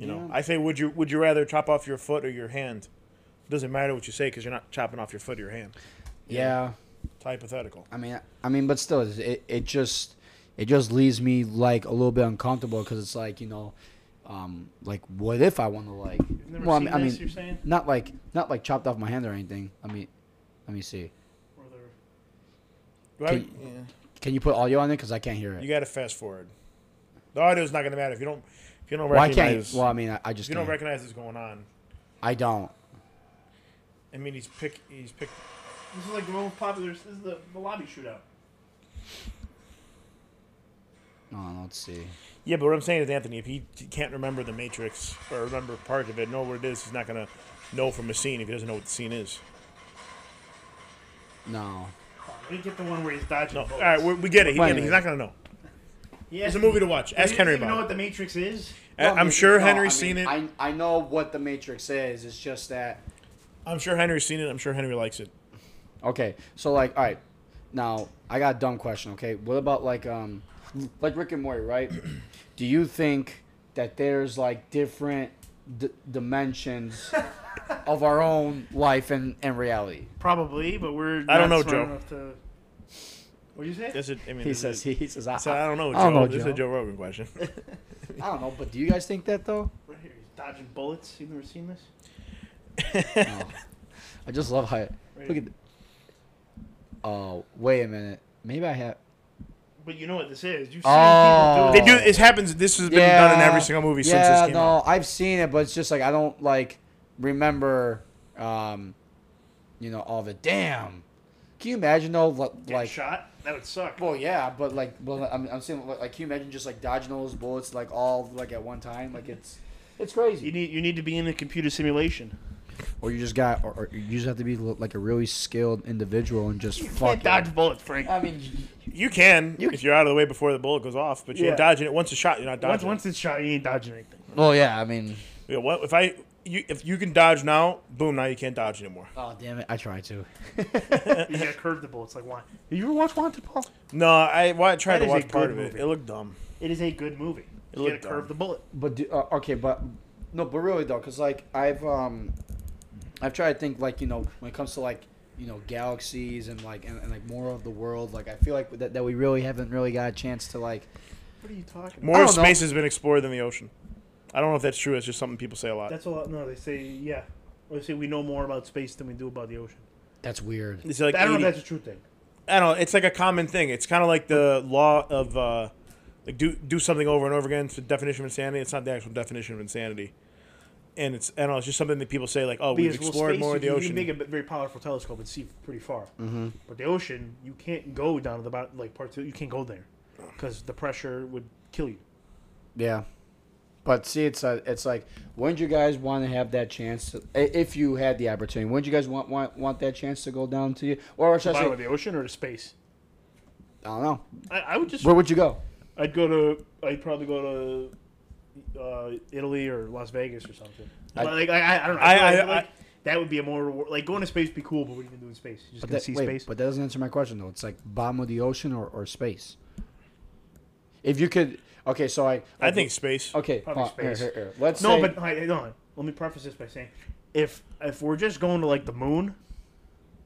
[SPEAKER 2] You know,
[SPEAKER 1] Yeah.
[SPEAKER 2] I say, would you would you rather chop off your foot or your hand? doesn't matter what you say because you're not chopping off your foot or your hand.
[SPEAKER 1] yeah.
[SPEAKER 2] It's hypothetical.
[SPEAKER 1] I mean, I mean, but still, it it just it just leaves me like a little bit uncomfortable because it's like you know, um, like what if I want to like?
[SPEAKER 3] You've never
[SPEAKER 1] Well, I
[SPEAKER 3] seen
[SPEAKER 1] mean, I
[SPEAKER 3] this,
[SPEAKER 1] mean,
[SPEAKER 3] you're saying?
[SPEAKER 1] not like not like chopped off my hand or anything. I mean, let me see.
[SPEAKER 3] Or they're-
[SPEAKER 2] Why would-
[SPEAKER 1] Can, can you put audio on it? Because I can't hear
[SPEAKER 2] You
[SPEAKER 1] it.
[SPEAKER 2] got to fast forward. The audio's not going to matter if you don't if you don't
[SPEAKER 1] Why
[SPEAKER 2] recognize
[SPEAKER 1] can't? you- Well, I mean, I, I
[SPEAKER 2] if
[SPEAKER 1] just
[SPEAKER 2] you don't
[SPEAKER 1] can't.
[SPEAKER 2] recognize what's going on.
[SPEAKER 1] I don't.
[SPEAKER 2] I mean, he's pick he's picked.
[SPEAKER 3] This is like the most popular. This is the, the lobby shootout.
[SPEAKER 1] Oh, let's see.
[SPEAKER 2] Yeah, but what I'm saying is, Anthony, if he can't remember the Matrix or remember part of it, know what it is, he's not gonna know from a scene if he doesn't know what the scene is.
[SPEAKER 1] No.
[SPEAKER 3] Come on, Let me get the one where he's dodging.
[SPEAKER 2] No,
[SPEAKER 3] bullets.
[SPEAKER 2] all right, we, we get it. He,
[SPEAKER 1] Wait a
[SPEAKER 2] get it.
[SPEAKER 1] minute.
[SPEAKER 2] He's not gonna know.
[SPEAKER 3] Yeah,
[SPEAKER 2] It's a movie to watch. Ask Henry
[SPEAKER 3] You know
[SPEAKER 2] about
[SPEAKER 3] what
[SPEAKER 2] it.
[SPEAKER 3] the Matrix is?
[SPEAKER 2] I-
[SPEAKER 1] Well, I mean,
[SPEAKER 2] I'm sure
[SPEAKER 1] no,
[SPEAKER 2] Henry's
[SPEAKER 1] I mean,
[SPEAKER 2] seen it.
[SPEAKER 1] I I know what the Matrix is. It's just that
[SPEAKER 2] I'm sure Henry's seen it. I'm sure Henry likes it.
[SPEAKER 1] Okay, so like, all right, now I got a dumb question. Okay, what about like um, like Rick and Morty, right? Do you think that there's like different d- dimensions of our own life and and reality?
[SPEAKER 3] Probably, but we're.
[SPEAKER 2] I don't
[SPEAKER 3] not
[SPEAKER 2] know,
[SPEAKER 3] smart
[SPEAKER 2] Joe.
[SPEAKER 3] enough to- What do you say?
[SPEAKER 2] That's it. I mean,
[SPEAKER 1] He
[SPEAKER 2] this
[SPEAKER 1] says
[SPEAKER 2] is-
[SPEAKER 1] he, he says I,
[SPEAKER 2] So I don't know. Joe.
[SPEAKER 1] I don't know,
[SPEAKER 2] This is
[SPEAKER 1] Joe.
[SPEAKER 2] a Joe Rogan question.
[SPEAKER 1] I don't know, but do you guys think that though?
[SPEAKER 3] Right here, he's dodging bullets. You've never seen this?
[SPEAKER 1] No. I just love how it, look at. Oh wait a minute, maybe I have.
[SPEAKER 3] But you know what this is. You've seen
[SPEAKER 1] Oh.
[SPEAKER 3] people do
[SPEAKER 2] they
[SPEAKER 3] it.
[SPEAKER 2] do. It happens. This has been done in every single movie
[SPEAKER 1] yeah,
[SPEAKER 2] since this came
[SPEAKER 1] no,
[SPEAKER 2] out.
[SPEAKER 1] I've seen it, but it's just like I don't like remember, um, you know, all the damn. Can you imagine though, li-
[SPEAKER 3] Get
[SPEAKER 1] like
[SPEAKER 3] shot? That would suck.
[SPEAKER 1] Well, yeah, but like, well, I'm, I'm saying, like, can you imagine just like dodging all those bullets, like all like at one time? Like it's, it's
[SPEAKER 3] You
[SPEAKER 1] crazy.
[SPEAKER 3] need you need to be in a computer simulation.
[SPEAKER 1] Or you just got, or, or you just have to be lo- like a really skilled individual and just
[SPEAKER 3] Can't
[SPEAKER 1] fuck. it.
[SPEAKER 3] dodge bullets, Frank.
[SPEAKER 1] I mean, y-
[SPEAKER 2] You can if you're out of the way before the bullet goes off, but you're
[SPEAKER 3] Yeah.
[SPEAKER 2] dodging it once a shot. You're not
[SPEAKER 3] Once
[SPEAKER 2] dodging.
[SPEAKER 3] once it's shot, you ain't dodging anything.
[SPEAKER 1] well, yeah, I mean,
[SPEAKER 2] it. Yeah, what if I? You, if you can dodge now, boom! Now you can't dodge anymore.
[SPEAKER 1] oh damn it, I tried to.
[SPEAKER 2] Uh,
[SPEAKER 3] You gotta curve the bullets like why? Have you ever watched Wanted Paul?
[SPEAKER 2] No, I. Well, I tried to
[SPEAKER 3] That is a
[SPEAKER 2] watch part of
[SPEAKER 3] good
[SPEAKER 2] it.
[SPEAKER 3] movie.
[SPEAKER 2] It looked dumb.
[SPEAKER 3] It is a good movie. You gotta
[SPEAKER 2] looked
[SPEAKER 3] curve
[SPEAKER 2] dumb.
[SPEAKER 3] the bullet.
[SPEAKER 1] But do, uh, okay, but no, but really though, because like I've um, I've tried to think like you know when it comes to like you know galaxies and like and, and like more of the world, like I feel like that, that we really haven't really got a chance to like.
[SPEAKER 3] What are you talking about?
[SPEAKER 2] More
[SPEAKER 1] don't know.
[SPEAKER 2] space has been explored than the ocean. I don't know if that's true. It's just something people say a lot.
[SPEAKER 3] That's a lot. No, they say yeah. Or they say we know more about space than we do about the ocean.
[SPEAKER 1] That's weird.
[SPEAKER 2] It's like
[SPEAKER 3] I don't
[SPEAKER 2] 80
[SPEAKER 3] know if that's a true thing.
[SPEAKER 2] I don't know. It's like a common thing. It's kind of like the law of uh, like do do something over and over again. It's the definition of insanity. It's not the actual definition of insanity. And it's I don't know. It's just something that people say like, oh, we've
[SPEAKER 3] well,
[SPEAKER 2] explored
[SPEAKER 3] space,
[SPEAKER 2] more
[SPEAKER 3] you
[SPEAKER 2] of the
[SPEAKER 3] can-
[SPEAKER 2] ocean.
[SPEAKER 3] You can make a very powerful telescope and see pretty far. But the ocean, you can't go down to the bottom, like parts. Of, you can't go there because the pressure would kill you.
[SPEAKER 1] Yeah, but see, it's uh, it's like when do you guys want to have that chance? To, i- if you had the opportunity, when do you guys want want, want that chance to go down to you? Or should I
[SPEAKER 3] Bottom
[SPEAKER 1] say,
[SPEAKER 3] of the ocean or to space?
[SPEAKER 1] I don't know.
[SPEAKER 3] I, I would just.
[SPEAKER 1] Where would you go?
[SPEAKER 3] I'd go to. I'd probably go to uh, Italy or Las Vegas or something.
[SPEAKER 1] I-
[SPEAKER 3] But, like I, I, I don't know.
[SPEAKER 2] I-
[SPEAKER 3] I, feel
[SPEAKER 2] I-
[SPEAKER 3] like- I feel like that would be a more reward. like going to space would be cool, but what are you gonna do in space? You just
[SPEAKER 1] But
[SPEAKER 3] gonna
[SPEAKER 1] that,
[SPEAKER 3] see
[SPEAKER 1] wait,
[SPEAKER 3] space.
[SPEAKER 1] but that doesn't answer my question though. It's like bottom of the ocean or, or space. If you could, okay, so I
[SPEAKER 2] I think space.
[SPEAKER 1] okay,
[SPEAKER 3] Probably
[SPEAKER 1] fine, here, here,
[SPEAKER 3] space.
[SPEAKER 1] here. let's
[SPEAKER 3] no,
[SPEAKER 1] say-
[SPEAKER 3] but hi, hold on. Let me preface this by saying, if if we're just going to like the moon,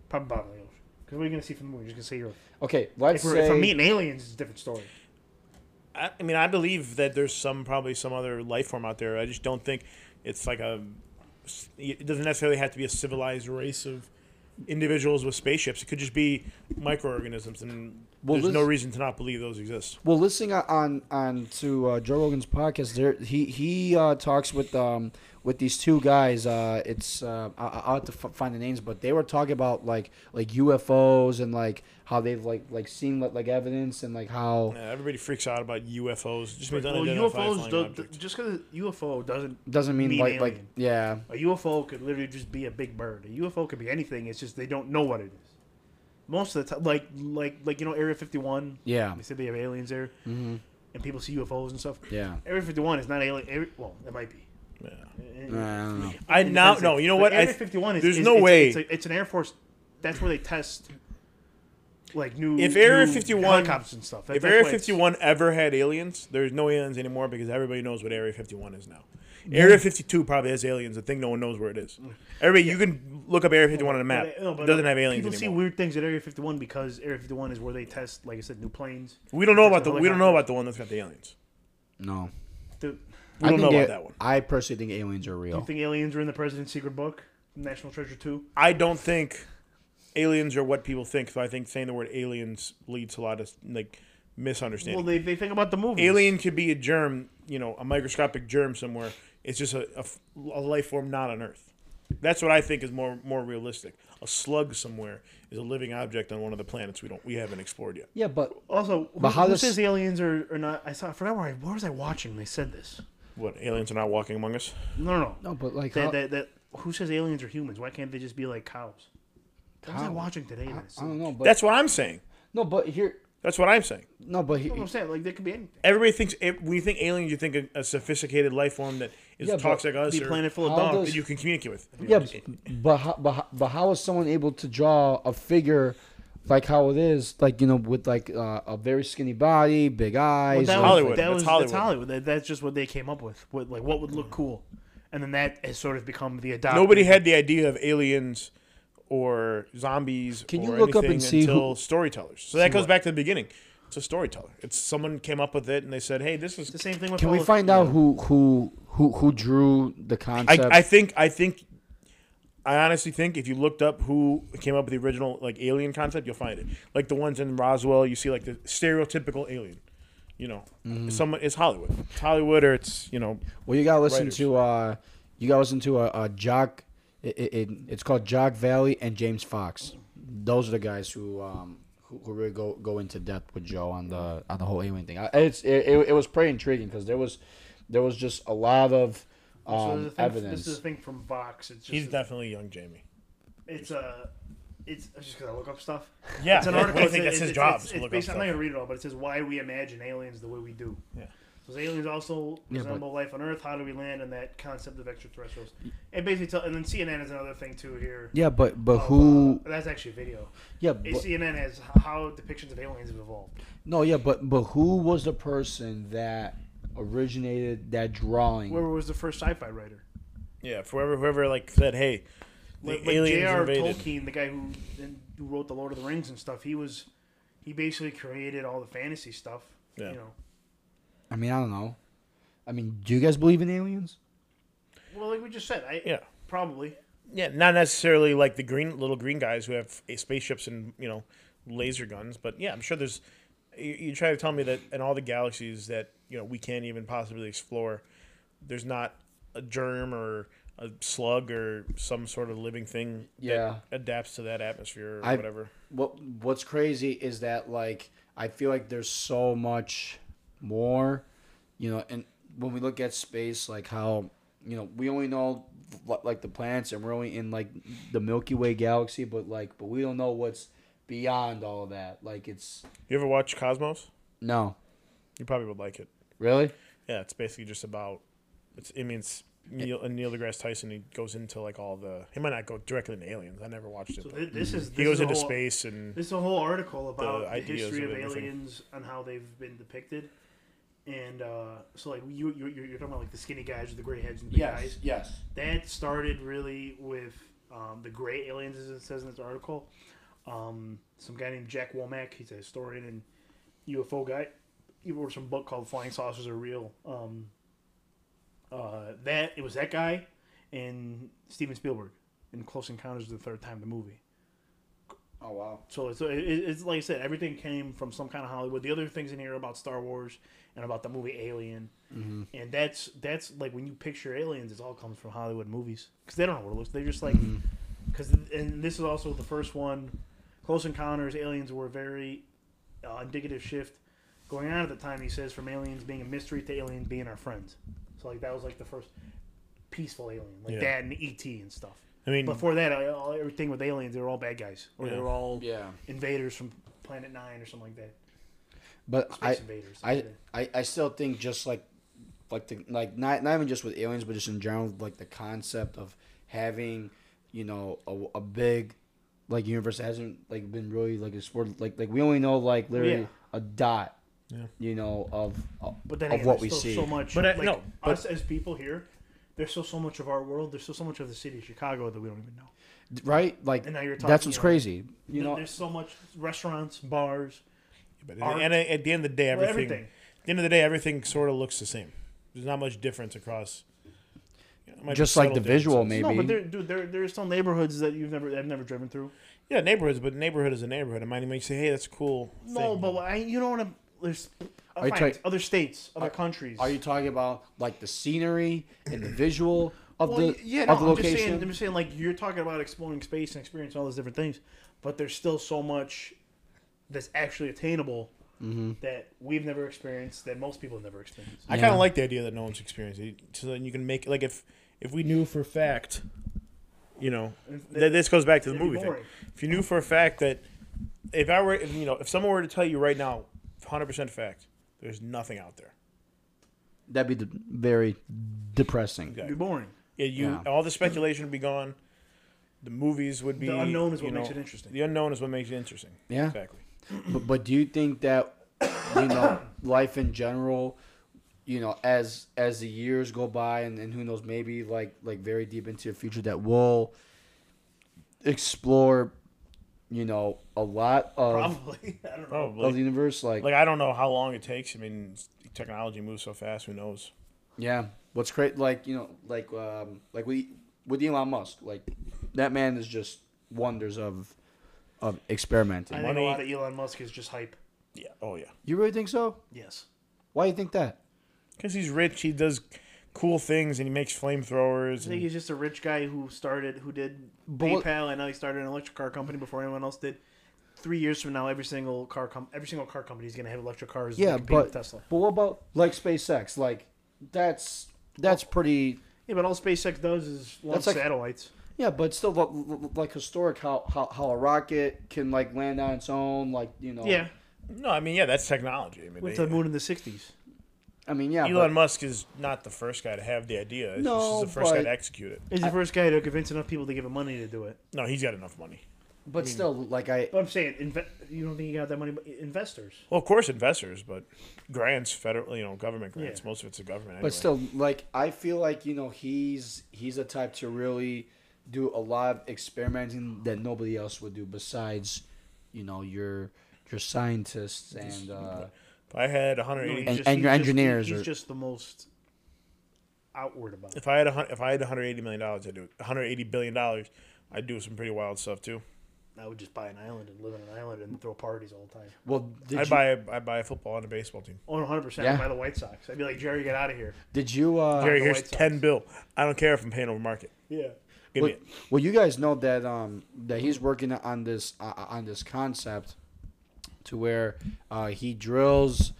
[SPEAKER 3] probably bottom of the ocean. Because what are you gonna see from the moon? You're just gonna see Earth.
[SPEAKER 1] okay, let's
[SPEAKER 3] If we're,
[SPEAKER 1] say
[SPEAKER 3] if we're meeting aliens, it's a different story.
[SPEAKER 2] I, I mean, I believe that there's some probably some other life form out there. I just don't think it's like a. It doesn't necessarily have to be a civilized race of individuals with spaceships. It could just be microorganisms, and
[SPEAKER 1] Well,
[SPEAKER 2] there's no
[SPEAKER 1] this-
[SPEAKER 2] reason to not believe those exist.
[SPEAKER 1] Well, listening on- on on to uh, Joe Rogan's podcast, there he he uh, talks with um with these two guys. Uh, it's uh, I, I'll have to f- find the names, but they were talking about like like UFOs and like how they've like like seen like, like evidence and like how
[SPEAKER 2] Yeah, everybody freaks out about UFOs. It Just means
[SPEAKER 3] Well,
[SPEAKER 2] unidentified
[SPEAKER 3] UFOs
[SPEAKER 2] flying
[SPEAKER 3] don't,
[SPEAKER 2] objects.
[SPEAKER 3] just because UFO doesn't
[SPEAKER 1] doesn't mean
[SPEAKER 3] Mean
[SPEAKER 1] like like
[SPEAKER 3] alien.
[SPEAKER 1] yeah
[SPEAKER 3] a UFO could literally just be a big bird. A UFO could be anything. It's just they don't know what it is. Most of the time, like like like you know Area 51.
[SPEAKER 1] yeah
[SPEAKER 3] They said they have aliens there, mm-hmm. and people see UFOs and stuff.
[SPEAKER 1] yeah.
[SPEAKER 3] Area 51 is not alien. Area, well, it might be.
[SPEAKER 2] Yeah.
[SPEAKER 1] Uh, I don't know.
[SPEAKER 2] I now
[SPEAKER 3] Depends,
[SPEAKER 2] no.
[SPEAKER 3] like-
[SPEAKER 2] You know
[SPEAKER 3] like
[SPEAKER 2] what? I,
[SPEAKER 3] Area 51 is.
[SPEAKER 2] there's
[SPEAKER 3] is-
[SPEAKER 2] no
[SPEAKER 3] it's-
[SPEAKER 2] way.
[SPEAKER 3] It's, a, it's an Air Force. That's where they test. Like new.
[SPEAKER 2] If Area
[SPEAKER 3] new
[SPEAKER 2] 51
[SPEAKER 3] helicopters and stuff. That-
[SPEAKER 2] if
[SPEAKER 3] that's
[SPEAKER 2] Area
[SPEAKER 3] why it's-
[SPEAKER 2] 51 ever had aliens, there's no aliens anymore because everybody knows what Area 51 is now. Area 52 probably has aliens. The thing no one knows where it is. Everybody, you can look up Area 51 on a map.
[SPEAKER 3] Mm. But, uh, no, but,
[SPEAKER 2] it doesn't
[SPEAKER 3] uh,
[SPEAKER 2] have aliens
[SPEAKER 3] People see
[SPEAKER 2] anymore.
[SPEAKER 3] weird things at Area 51 because Area 51 is where they test, like I said, new planes.
[SPEAKER 2] We don't know about
[SPEAKER 3] There's
[SPEAKER 2] the
[SPEAKER 3] no
[SPEAKER 2] we don't know about the one that's got the aliens.
[SPEAKER 1] No,
[SPEAKER 3] Do
[SPEAKER 2] We don't know
[SPEAKER 1] think
[SPEAKER 2] about
[SPEAKER 1] it-
[SPEAKER 2] that one.
[SPEAKER 1] I personally think aliens are
[SPEAKER 3] you
[SPEAKER 1] real.
[SPEAKER 3] think aliens are in the President's Secret Book, National Treasure 2?
[SPEAKER 2] I don't think aliens are what people think. So I think saying the word aliens leads to a lot of like misunderstanding.
[SPEAKER 3] Well, they, they think about the movie.
[SPEAKER 2] alien could be a germ, you know, a microscopic germ somewhere. It's just a, a f- a life form not on Earth. That's what I think is more more realistic. A slug somewhere is a living object on one of the planets we don't we haven't explored yet.
[SPEAKER 1] Yeah, but
[SPEAKER 3] Also, who,
[SPEAKER 1] But how
[SPEAKER 3] who
[SPEAKER 1] does-
[SPEAKER 3] says aliens are, are not? I saw. I forgot where I, where was I watching. They said this.
[SPEAKER 2] What aliens are not walking among us?
[SPEAKER 3] No, no, no.
[SPEAKER 1] no, but like
[SPEAKER 3] That,
[SPEAKER 1] how-
[SPEAKER 3] that, that, who says aliens are humans? Why can't they just be like cows? What was I
[SPEAKER 1] Cows?
[SPEAKER 3] watching today? I,
[SPEAKER 1] I don't know, but
[SPEAKER 2] That's what I'm saying.
[SPEAKER 1] no, but here
[SPEAKER 2] That's what I'm saying.
[SPEAKER 1] no, but here,
[SPEAKER 3] I'm saying like there could be anything.
[SPEAKER 2] Everybody thinks if- when you think aliens, you think a, a sophisticated life form that is
[SPEAKER 1] Yeah, but
[SPEAKER 2] talks like us,
[SPEAKER 3] Be a
[SPEAKER 2] or
[SPEAKER 3] planet full of
[SPEAKER 1] How
[SPEAKER 3] dogs.
[SPEAKER 2] that you can communicate with.
[SPEAKER 1] Yeah, but how, but, how- but how is someone able to draw a figure like how it is, like you know, with like uh, a very skinny body, big eyes?
[SPEAKER 3] Well,
[SPEAKER 1] like-
[SPEAKER 3] was-
[SPEAKER 2] Hollywood.
[SPEAKER 3] That
[SPEAKER 2] That's
[SPEAKER 3] was
[SPEAKER 2] Hollywood.
[SPEAKER 3] That's Hollywood. That, that's just what they came up with. What like what would look cool, and then that has sort of become the adopted.
[SPEAKER 2] Nobody had the idea of aliens or zombies
[SPEAKER 1] Can you
[SPEAKER 2] or
[SPEAKER 1] look up
[SPEAKER 2] anything
[SPEAKER 1] and see
[SPEAKER 2] until
[SPEAKER 1] who-
[SPEAKER 2] storytellers. So that goes back to the beginning. It's a storyteller. It's someone came up with it and they said, "Hey, this is."
[SPEAKER 3] the same thing with.
[SPEAKER 1] Can we
[SPEAKER 3] all-
[SPEAKER 1] find out who who who who drew the
[SPEAKER 2] I,
[SPEAKER 1] concept?
[SPEAKER 2] I think I think I honestly think if you looked up who came up with the original like alien concept, you'll find it. Like the ones in Roswell, you see like the stereotypical alien. You know,
[SPEAKER 1] Mm-hmm.
[SPEAKER 2] someone it's Hollywood. It's Hollywood or it's you know
[SPEAKER 1] well, you gotta listen
[SPEAKER 2] Writers.
[SPEAKER 1] to uh, you gotta listen to a, a jock. It, it, it, it's called Jock Valley and James Fox. those are the guys who um who, who really go go into depth with Joe on the on the whole alien thing. I, it's it, it, it was pretty intriguing because there was there was just a lot of
[SPEAKER 3] So
[SPEAKER 1] um
[SPEAKER 3] the thing-
[SPEAKER 1] evidence.
[SPEAKER 3] This is a thing from Vox. It's just
[SPEAKER 2] He's
[SPEAKER 3] a-
[SPEAKER 2] definitely young Jamie.
[SPEAKER 3] It's a. It's I'm just because I look up stuff.
[SPEAKER 2] Yeah,
[SPEAKER 3] it's an
[SPEAKER 2] yeah,
[SPEAKER 3] article.
[SPEAKER 2] I
[SPEAKER 3] it's-
[SPEAKER 2] think that's his
[SPEAKER 3] it's-
[SPEAKER 2] job.
[SPEAKER 3] It's,
[SPEAKER 2] is to
[SPEAKER 3] it's
[SPEAKER 2] look up
[SPEAKER 3] based, I'm not
[SPEAKER 2] stuff.
[SPEAKER 3] gonna read it all, but it says why we imagine aliens the way we do.
[SPEAKER 2] Yeah.
[SPEAKER 3] So the aliens also
[SPEAKER 1] Yeah, but-
[SPEAKER 3] resemble life on Earth. How do we land on that concept of extraterrestrials? And basically, tell, and then CNN is another thing too here.
[SPEAKER 1] yeah, but but
[SPEAKER 3] of,
[SPEAKER 1] who?
[SPEAKER 3] uh, that's actually a video.
[SPEAKER 1] Yeah,
[SPEAKER 3] Hey,
[SPEAKER 1] but,
[SPEAKER 3] CNN has h- how depictions of aliens have evolved.
[SPEAKER 1] no, yeah, but but who was the person that originated that drawing?
[SPEAKER 3] Where was the first sci-fi writer?
[SPEAKER 2] Yeah, whoever whoever like said, hey, the
[SPEAKER 3] Like, like
[SPEAKER 2] aliens
[SPEAKER 3] J.R.
[SPEAKER 2] invaded.
[SPEAKER 3] Tolkien, the guy who who wrote the Lord of the Rings and stuff, he was he basically created all the fantasy stuff.
[SPEAKER 2] Yeah.
[SPEAKER 3] You know,
[SPEAKER 1] I mean, I don't know. I mean, do you guys believe in aliens?
[SPEAKER 3] well, like we just said, I
[SPEAKER 2] Yeah.
[SPEAKER 3] probably.
[SPEAKER 2] Yeah, not necessarily like the green little green guys who have eh, spaceships and you know laser guns, but yeah, I'm sure there's. You, you try to tell me that in all the galaxies that you know we can't even possibly explore, there's not a germ or a slug or some sort of living thing
[SPEAKER 1] Yeah.
[SPEAKER 2] that adapts to that atmosphere or
[SPEAKER 1] I-
[SPEAKER 2] whatever.
[SPEAKER 1] what what's crazy is that like I feel like there's so much more, you know, and when we look at space, like how you know we only know what- like the planets and we're only in like the Milky Way galaxy, but like but we don't know what's beyond all that. Like it's
[SPEAKER 2] You ever watch Cosmos?
[SPEAKER 1] no
[SPEAKER 2] You probably would like it.
[SPEAKER 1] really
[SPEAKER 2] Yeah, it's basically just about. It's I mean it's Neil, uh, Neil deGrasse Tyson. He goes into like all the. He might not go directly into aliens. I never watched it.
[SPEAKER 3] So
[SPEAKER 2] but
[SPEAKER 3] thi- this is this
[SPEAKER 2] he goes
[SPEAKER 3] is a
[SPEAKER 2] into
[SPEAKER 3] whole-
[SPEAKER 2] space and
[SPEAKER 3] This is a whole article about the,
[SPEAKER 2] ideas
[SPEAKER 3] history
[SPEAKER 2] of
[SPEAKER 3] of
[SPEAKER 2] it, I think.
[SPEAKER 3] aliens and how they've been depicted. And uh, so, like you, you, you're you're talking about like the skinny guys with the gray heads and the big eyes.
[SPEAKER 1] yes
[SPEAKER 3] That started really with um, the gray aliens, as it says in this article. Um, some guy named Jack Womack, he's a historian and UFO guy. He wrote some book called "Flying Saucers Are Real." Um, uh, that it was that guy and Steven Spielberg in Close Encounters of the Third Time, the movie.
[SPEAKER 1] oh wow
[SPEAKER 3] So it's, it- it's like I said, everything came from some kind of Hollywood. The other things in here about Star Wars and about the movie Alien,
[SPEAKER 2] Mm-hmm.
[SPEAKER 3] and that's that's like when you picture aliens, it all comes from Hollywood movies because they don't know what it looks. They're just like
[SPEAKER 2] Mm-hmm.
[SPEAKER 3] because and this is also the first one. Close Encounters, aliens were a very uh, indicative shift going on at the time. He says from aliens being a mystery to aliens being our friends. So like that was like the first peaceful alien, like
[SPEAKER 2] Yeah.
[SPEAKER 3] that and ET and stuff.
[SPEAKER 2] I mean
[SPEAKER 3] Before that, I- all, everything with aliens, they were all bad guys, or they
[SPEAKER 2] Yeah.
[SPEAKER 3] were all
[SPEAKER 1] yeah
[SPEAKER 3] invaders from Planet Nine or something like that.
[SPEAKER 1] but
[SPEAKER 3] Space
[SPEAKER 1] I
[SPEAKER 3] invaders.
[SPEAKER 1] I, I I still think just like like the like not not even just with aliens, but just in general, like the concept of having you know a, a big like universe that hasn't like been really like explored. Like like we only know like literally
[SPEAKER 3] Yeah.
[SPEAKER 1] a dot.
[SPEAKER 2] Yeah.
[SPEAKER 1] You know of, of
[SPEAKER 3] but then
[SPEAKER 1] of
[SPEAKER 3] again,
[SPEAKER 1] what
[SPEAKER 3] there's
[SPEAKER 1] we
[SPEAKER 3] still
[SPEAKER 1] see.
[SPEAKER 3] so much.
[SPEAKER 2] But, uh,
[SPEAKER 3] like,
[SPEAKER 2] no, but-
[SPEAKER 3] us as people here, there's still so much of our world. There's still so much of the city of Chicago that we don't even know.
[SPEAKER 1] right like
[SPEAKER 3] And now you're
[SPEAKER 1] that's
[SPEAKER 3] talking,
[SPEAKER 1] what's
[SPEAKER 3] you know,
[SPEAKER 1] crazy. You know
[SPEAKER 3] there's so much restaurants, bars.
[SPEAKER 2] But
[SPEAKER 3] Art.
[SPEAKER 2] and uh, at, at the end of the day,
[SPEAKER 3] Well,
[SPEAKER 2] everything,
[SPEAKER 3] everything.
[SPEAKER 2] At the end of the day, everything sort of looks the same. There's not much difference across. you know, it might be
[SPEAKER 1] Just like
[SPEAKER 2] subtle
[SPEAKER 1] the visual,
[SPEAKER 2] differences.
[SPEAKER 3] No,
[SPEAKER 1] Maybe.
[SPEAKER 3] but there, dude, there there's still neighborhoods that you've never, I've never driven through.
[SPEAKER 2] Yeah, neighborhoods, but neighborhood is a neighborhood. It might make you say, "Hey, that's a cool."
[SPEAKER 3] No,
[SPEAKER 2] thing.
[SPEAKER 3] but I, you don't want to. There's uh,
[SPEAKER 1] you
[SPEAKER 3] fine,
[SPEAKER 1] talking-
[SPEAKER 3] other states, other countries.
[SPEAKER 1] are you talking about like the scenery and the visual of
[SPEAKER 3] Well,
[SPEAKER 1] the
[SPEAKER 3] y- yeah, no,
[SPEAKER 1] of the
[SPEAKER 3] I'm
[SPEAKER 1] location?
[SPEAKER 3] just saying. I'm just saying, like you're talking about exploring space and experiencing all those different things, but there's still so much that's actually attainable
[SPEAKER 1] Mm-hmm.
[SPEAKER 3] that we've never experienced that most people have never experienced.
[SPEAKER 2] I kind of like the idea that no one's experienced it. So then you can make like if if we knew for a fact, you know, th- this goes back to the
[SPEAKER 3] it'd be
[SPEAKER 2] movie thing.
[SPEAKER 3] boring.
[SPEAKER 2] If you knew for a fact that if I were, if, you know, if someone were to tell you right now, hundred percent fact, there's nothing out there.
[SPEAKER 1] That'd be de- very depressing.
[SPEAKER 3] It'd be boring.
[SPEAKER 2] Yeah, you
[SPEAKER 1] Yeah.
[SPEAKER 2] all the speculation would be gone. The movies would be
[SPEAKER 3] The unknown is
[SPEAKER 2] you
[SPEAKER 3] what
[SPEAKER 2] know,
[SPEAKER 3] makes it interesting.
[SPEAKER 2] The unknown is what makes it interesting.
[SPEAKER 1] Yeah.
[SPEAKER 2] exactly.
[SPEAKER 1] But, but do you think that you know life in general, you know, as as the years go by and, and who knows maybe like like very deep into the future that we'll explore, you know, a lot of
[SPEAKER 3] Probably. I don't know.
[SPEAKER 2] Probably.
[SPEAKER 1] of the universe. Like,
[SPEAKER 2] like I don't know how long it takes. I mean, technology moves so fast. Who knows?
[SPEAKER 1] yeah, what's great? Like you know, like um, like we with Elon Musk, like that man is just wonders of of
[SPEAKER 3] I
[SPEAKER 1] experimenting.
[SPEAKER 3] think
[SPEAKER 2] Money-
[SPEAKER 3] a lot of Elon Musk is just hype.
[SPEAKER 2] Yeah. Oh yeah.
[SPEAKER 1] You really think so?
[SPEAKER 3] Yes.
[SPEAKER 1] Why do you think that?
[SPEAKER 2] Because he's rich. He does cool things and he makes flamethrowers.
[SPEAKER 3] I think
[SPEAKER 2] And,
[SPEAKER 3] he's just a rich guy who started, who did
[SPEAKER 1] Mm. what-
[SPEAKER 3] PayPal, and now he started an electric car company before anyone else did. Three years from now, every single car com- every single car company is going to have electric cars. that
[SPEAKER 1] Yeah,
[SPEAKER 3] compete
[SPEAKER 1] but
[SPEAKER 3] with Tesla.
[SPEAKER 1] but what about like SpaceX? Like that's that's pretty.
[SPEAKER 3] Yeah, but all SpaceX does is launch
[SPEAKER 1] That's like-
[SPEAKER 3] satellites.
[SPEAKER 1] Yeah, but still li- li- li- like historic how, how how a rocket can like land on its own. Like you know.
[SPEAKER 3] Yeah,
[SPEAKER 2] no, I mean, yeah, that's technology. I mean,
[SPEAKER 3] went
[SPEAKER 2] they-
[SPEAKER 3] to the moon in the '60s.
[SPEAKER 1] I mean, yeah.
[SPEAKER 2] Elon Musk is not the first guy to have the idea. He's
[SPEAKER 1] No,
[SPEAKER 2] just the first guy
[SPEAKER 1] but-
[SPEAKER 2] to execute it.
[SPEAKER 3] He's the first guy to convince enough people to give him money to do it.
[SPEAKER 2] No, he's got enough money.
[SPEAKER 1] but, but still, like I.
[SPEAKER 3] But I'm saying, inve- you don't think he got that money? But investors.
[SPEAKER 2] Well, of course, investors, but grants, federal, you know, government grants.
[SPEAKER 3] Yeah.
[SPEAKER 2] Most of it's the government. Anyway.
[SPEAKER 1] But still, like I feel like you know he's he's a type to really do a lot of experimenting that nobody else would do besides, you know, your your scientists and uh,
[SPEAKER 2] if I had
[SPEAKER 3] No,
[SPEAKER 2] 180,
[SPEAKER 3] he's
[SPEAKER 1] And- and your
[SPEAKER 3] he's
[SPEAKER 1] engineers
[SPEAKER 3] He's
[SPEAKER 1] are-
[SPEAKER 3] just the most outward about it.
[SPEAKER 2] if I had, a, hun- if I had 180 million dollars, I'd do 180 billion dollars. I'd do some pretty wild stuff too.
[SPEAKER 3] I would just buy an island and live on an island and throw parties all the time.
[SPEAKER 1] well. Did
[SPEAKER 2] I'd
[SPEAKER 1] you,
[SPEAKER 2] buy, a, I'd buy a football and a baseball team.
[SPEAKER 3] Oh, 100 percent.
[SPEAKER 1] Yeah.
[SPEAKER 3] I'd buy the White Sox. I'd be like, Jerry, get out of here.
[SPEAKER 1] Did you? Uh,
[SPEAKER 2] Jerry,
[SPEAKER 3] the
[SPEAKER 2] here's
[SPEAKER 3] White Sox.
[SPEAKER 2] 10 bill. I don't care if I'm paying over market.
[SPEAKER 3] Yeah.
[SPEAKER 2] Give
[SPEAKER 1] well,
[SPEAKER 2] me it.
[SPEAKER 1] well, you guys know that um that he's working on this uh, on this concept to where uh, he drills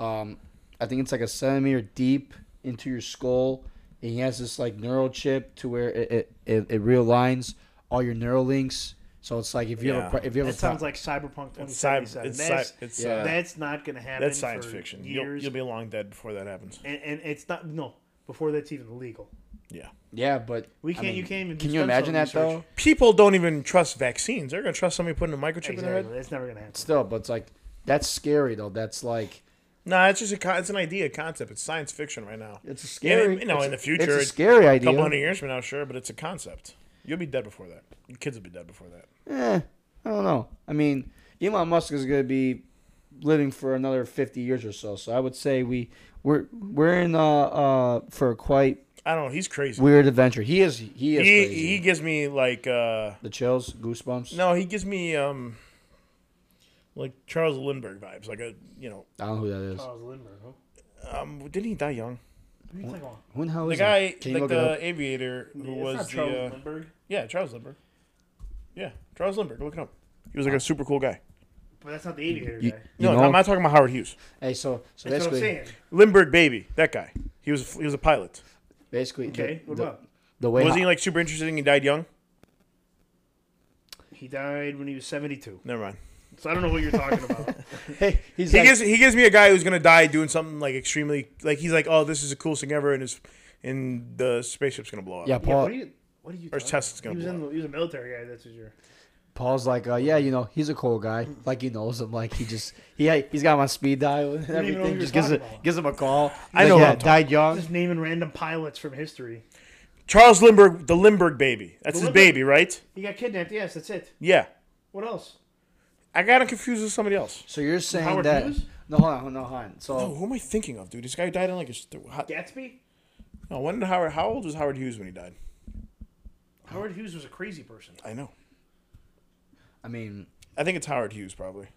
[SPEAKER 1] um I think it's like a centimeter deep into your skull and he has this like neural chip to where it it, it, it realigns all your neural links so it's like if you have a
[SPEAKER 2] Yeah.
[SPEAKER 1] que- if you have
[SPEAKER 3] That
[SPEAKER 1] a
[SPEAKER 3] sounds
[SPEAKER 1] pro-
[SPEAKER 3] like Cyberpunk
[SPEAKER 2] It's cyber,
[SPEAKER 3] 2077.
[SPEAKER 2] it's,
[SPEAKER 3] that's,
[SPEAKER 2] sci- it's,
[SPEAKER 1] Yeah.
[SPEAKER 2] uh,
[SPEAKER 3] that's not going to happen.
[SPEAKER 2] that's science
[SPEAKER 3] for
[SPEAKER 2] fiction. You'll,
[SPEAKER 3] Years.
[SPEAKER 2] you'll be long dead before that happens.
[SPEAKER 3] and, and it's not no before that's even legal.
[SPEAKER 2] Yeah.
[SPEAKER 1] yeah but
[SPEAKER 3] We
[SPEAKER 1] I
[SPEAKER 3] can't.
[SPEAKER 1] mean,
[SPEAKER 3] you can't even. do
[SPEAKER 1] can you
[SPEAKER 3] stem cell
[SPEAKER 1] imagine that
[SPEAKER 3] research.
[SPEAKER 1] though
[SPEAKER 2] People don't even trust vaccines. They're going to trust somebody putting a microchip in their head.
[SPEAKER 3] Exactly. That's never going to happen.
[SPEAKER 1] still but it's like that's scary though that's like
[SPEAKER 2] No, it's just a con- it's an idea, a concept. It's science fiction right now.
[SPEAKER 1] it's a
[SPEAKER 2] Yeah,
[SPEAKER 1] scary
[SPEAKER 2] you know,
[SPEAKER 1] it's
[SPEAKER 2] in
[SPEAKER 1] a-
[SPEAKER 2] the future,
[SPEAKER 1] it's a scary
[SPEAKER 2] a
[SPEAKER 1] idea
[SPEAKER 2] couple hundred years from now, sure, but it's a concept. You'll be dead before that. Your kids will be dead before that.
[SPEAKER 1] Eh, I don't know. I mean, Elon Musk is going to be living for another 50 years or so. So I would say we we're we're in uh uh for a quite
[SPEAKER 2] I don't know. He's crazy.
[SPEAKER 1] weird adventure. He is he is
[SPEAKER 2] he
[SPEAKER 1] crazy.
[SPEAKER 2] he gives me like uh
[SPEAKER 1] the chills, goosebumps.
[SPEAKER 2] no, he gives me um like Charles Lindbergh vibes. Like a you know
[SPEAKER 1] I don't know who that is.
[SPEAKER 3] Charles Lindbergh. Huh?
[SPEAKER 2] um didn't he die young?
[SPEAKER 3] What are you talking about?
[SPEAKER 1] Who the hell
[SPEAKER 2] The
[SPEAKER 1] is
[SPEAKER 2] guy
[SPEAKER 1] that? Can you
[SPEAKER 2] like
[SPEAKER 1] look it up?
[SPEAKER 2] the aviator who
[SPEAKER 3] It's
[SPEAKER 2] was
[SPEAKER 3] not
[SPEAKER 2] the
[SPEAKER 3] Charles
[SPEAKER 2] uh,
[SPEAKER 3] Lindbergh.
[SPEAKER 2] yeah Charles Lindbergh. Yeah, Charles Lindbergh. Look it up. He was like a super cool guy.
[SPEAKER 3] But that's not the aviator
[SPEAKER 1] You-
[SPEAKER 3] guy.
[SPEAKER 1] you
[SPEAKER 2] No,
[SPEAKER 1] know-
[SPEAKER 2] I'm not talking about Howard Hughes.
[SPEAKER 1] Hey, so so
[SPEAKER 3] That's what
[SPEAKER 1] basically
[SPEAKER 3] I'm saying.
[SPEAKER 2] Lindbergh baby, that guy. He was he was a pilot.
[SPEAKER 1] basically
[SPEAKER 3] Okay,
[SPEAKER 1] the,
[SPEAKER 3] what
[SPEAKER 1] the,
[SPEAKER 3] about?
[SPEAKER 1] the way
[SPEAKER 2] was
[SPEAKER 1] how-
[SPEAKER 2] he like super interesting? He died young.
[SPEAKER 3] He died when he was 72.
[SPEAKER 2] Never mind.
[SPEAKER 3] So I don't know what you're talking about.
[SPEAKER 1] hey, he's
[SPEAKER 2] He
[SPEAKER 1] like,
[SPEAKER 2] gives he gives me a guy who's gonna die doing something like extremely like he's like oh this is the coolest thing ever and his and the spaceship's gonna blow up.
[SPEAKER 1] yeah,
[SPEAKER 3] yeah,
[SPEAKER 1] Paul
[SPEAKER 3] what are you? What are you?
[SPEAKER 2] Or his
[SPEAKER 3] talking-
[SPEAKER 2] test's
[SPEAKER 3] He
[SPEAKER 2] gonna
[SPEAKER 3] was,
[SPEAKER 2] blow
[SPEAKER 3] in
[SPEAKER 2] up.
[SPEAKER 3] the, he was a military guy. That's what you're.
[SPEAKER 1] Paul's like, uh, yeah, you know, he's a cool guy. Like he knows him. Like he just he he's got him on speed dial and
[SPEAKER 3] even know who
[SPEAKER 1] everything.
[SPEAKER 3] you're
[SPEAKER 1] Just gives it
[SPEAKER 3] talking about.
[SPEAKER 1] gives him a call.
[SPEAKER 2] I
[SPEAKER 1] Like,
[SPEAKER 2] know who
[SPEAKER 1] yeah,
[SPEAKER 2] I'm talking-
[SPEAKER 1] died young.
[SPEAKER 3] Just naming random pilots from history.
[SPEAKER 2] Charles Lindbergh, the Lindbergh baby. That's
[SPEAKER 3] The
[SPEAKER 2] his
[SPEAKER 3] Lindbergh-
[SPEAKER 2] baby, right?
[SPEAKER 3] He got kidnapped. Yes, that's it.
[SPEAKER 2] Yeah.
[SPEAKER 3] What else?
[SPEAKER 2] I got him confused with somebody else.
[SPEAKER 1] So you're saying
[SPEAKER 3] Howard
[SPEAKER 1] that?
[SPEAKER 3] Hughes?
[SPEAKER 1] No, hold on, no, hold on. So
[SPEAKER 2] Oh, who am I thinking of, dude? This guy died in like his. Th- how,
[SPEAKER 3] Gatsby.
[SPEAKER 2] no, when did Howard? How old was Howard Hughes when he died?
[SPEAKER 3] Howard Hughes was a crazy person.
[SPEAKER 2] I know.
[SPEAKER 1] I mean,
[SPEAKER 2] I think it's Howard Hughes probably.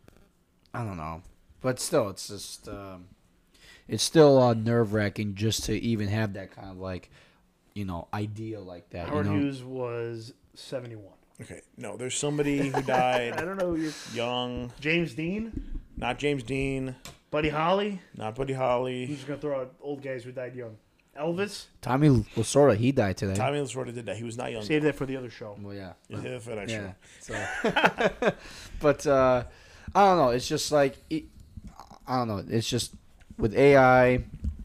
[SPEAKER 1] I don't know, but still, it's just um, it's still uh, nerve wracking just to even have that kind of like, you know, idea like that.
[SPEAKER 3] Howard
[SPEAKER 1] you know?
[SPEAKER 3] Hughes was 71.
[SPEAKER 2] Okay. No, there's somebody who
[SPEAKER 3] I
[SPEAKER 2] died
[SPEAKER 3] don't know. who you're-
[SPEAKER 2] young.
[SPEAKER 3] James Dean,
[SPEAKER 2] Not James Dean.
[SPEAKER 3] Buddy Holly.
[SPEAKER 2] Not Buddy Holly.
[SPEAKER 3] Who's gonna throw out old guys who died young? Elvis.
[SPEAKER 1] Tommy Lasorda, he died today.
[SPEAKER 2] Tommy Lasorda did that. He was not young.
[SPEAKER 3] Save that for the other show.
[SPEAKER 1] well, yeah,
[SPEAKER 2] Yeah, that's what I should-
[SPEAKER 1] yeah. So, but uh, I don't know. It's just like it, I don't know. It's just with AI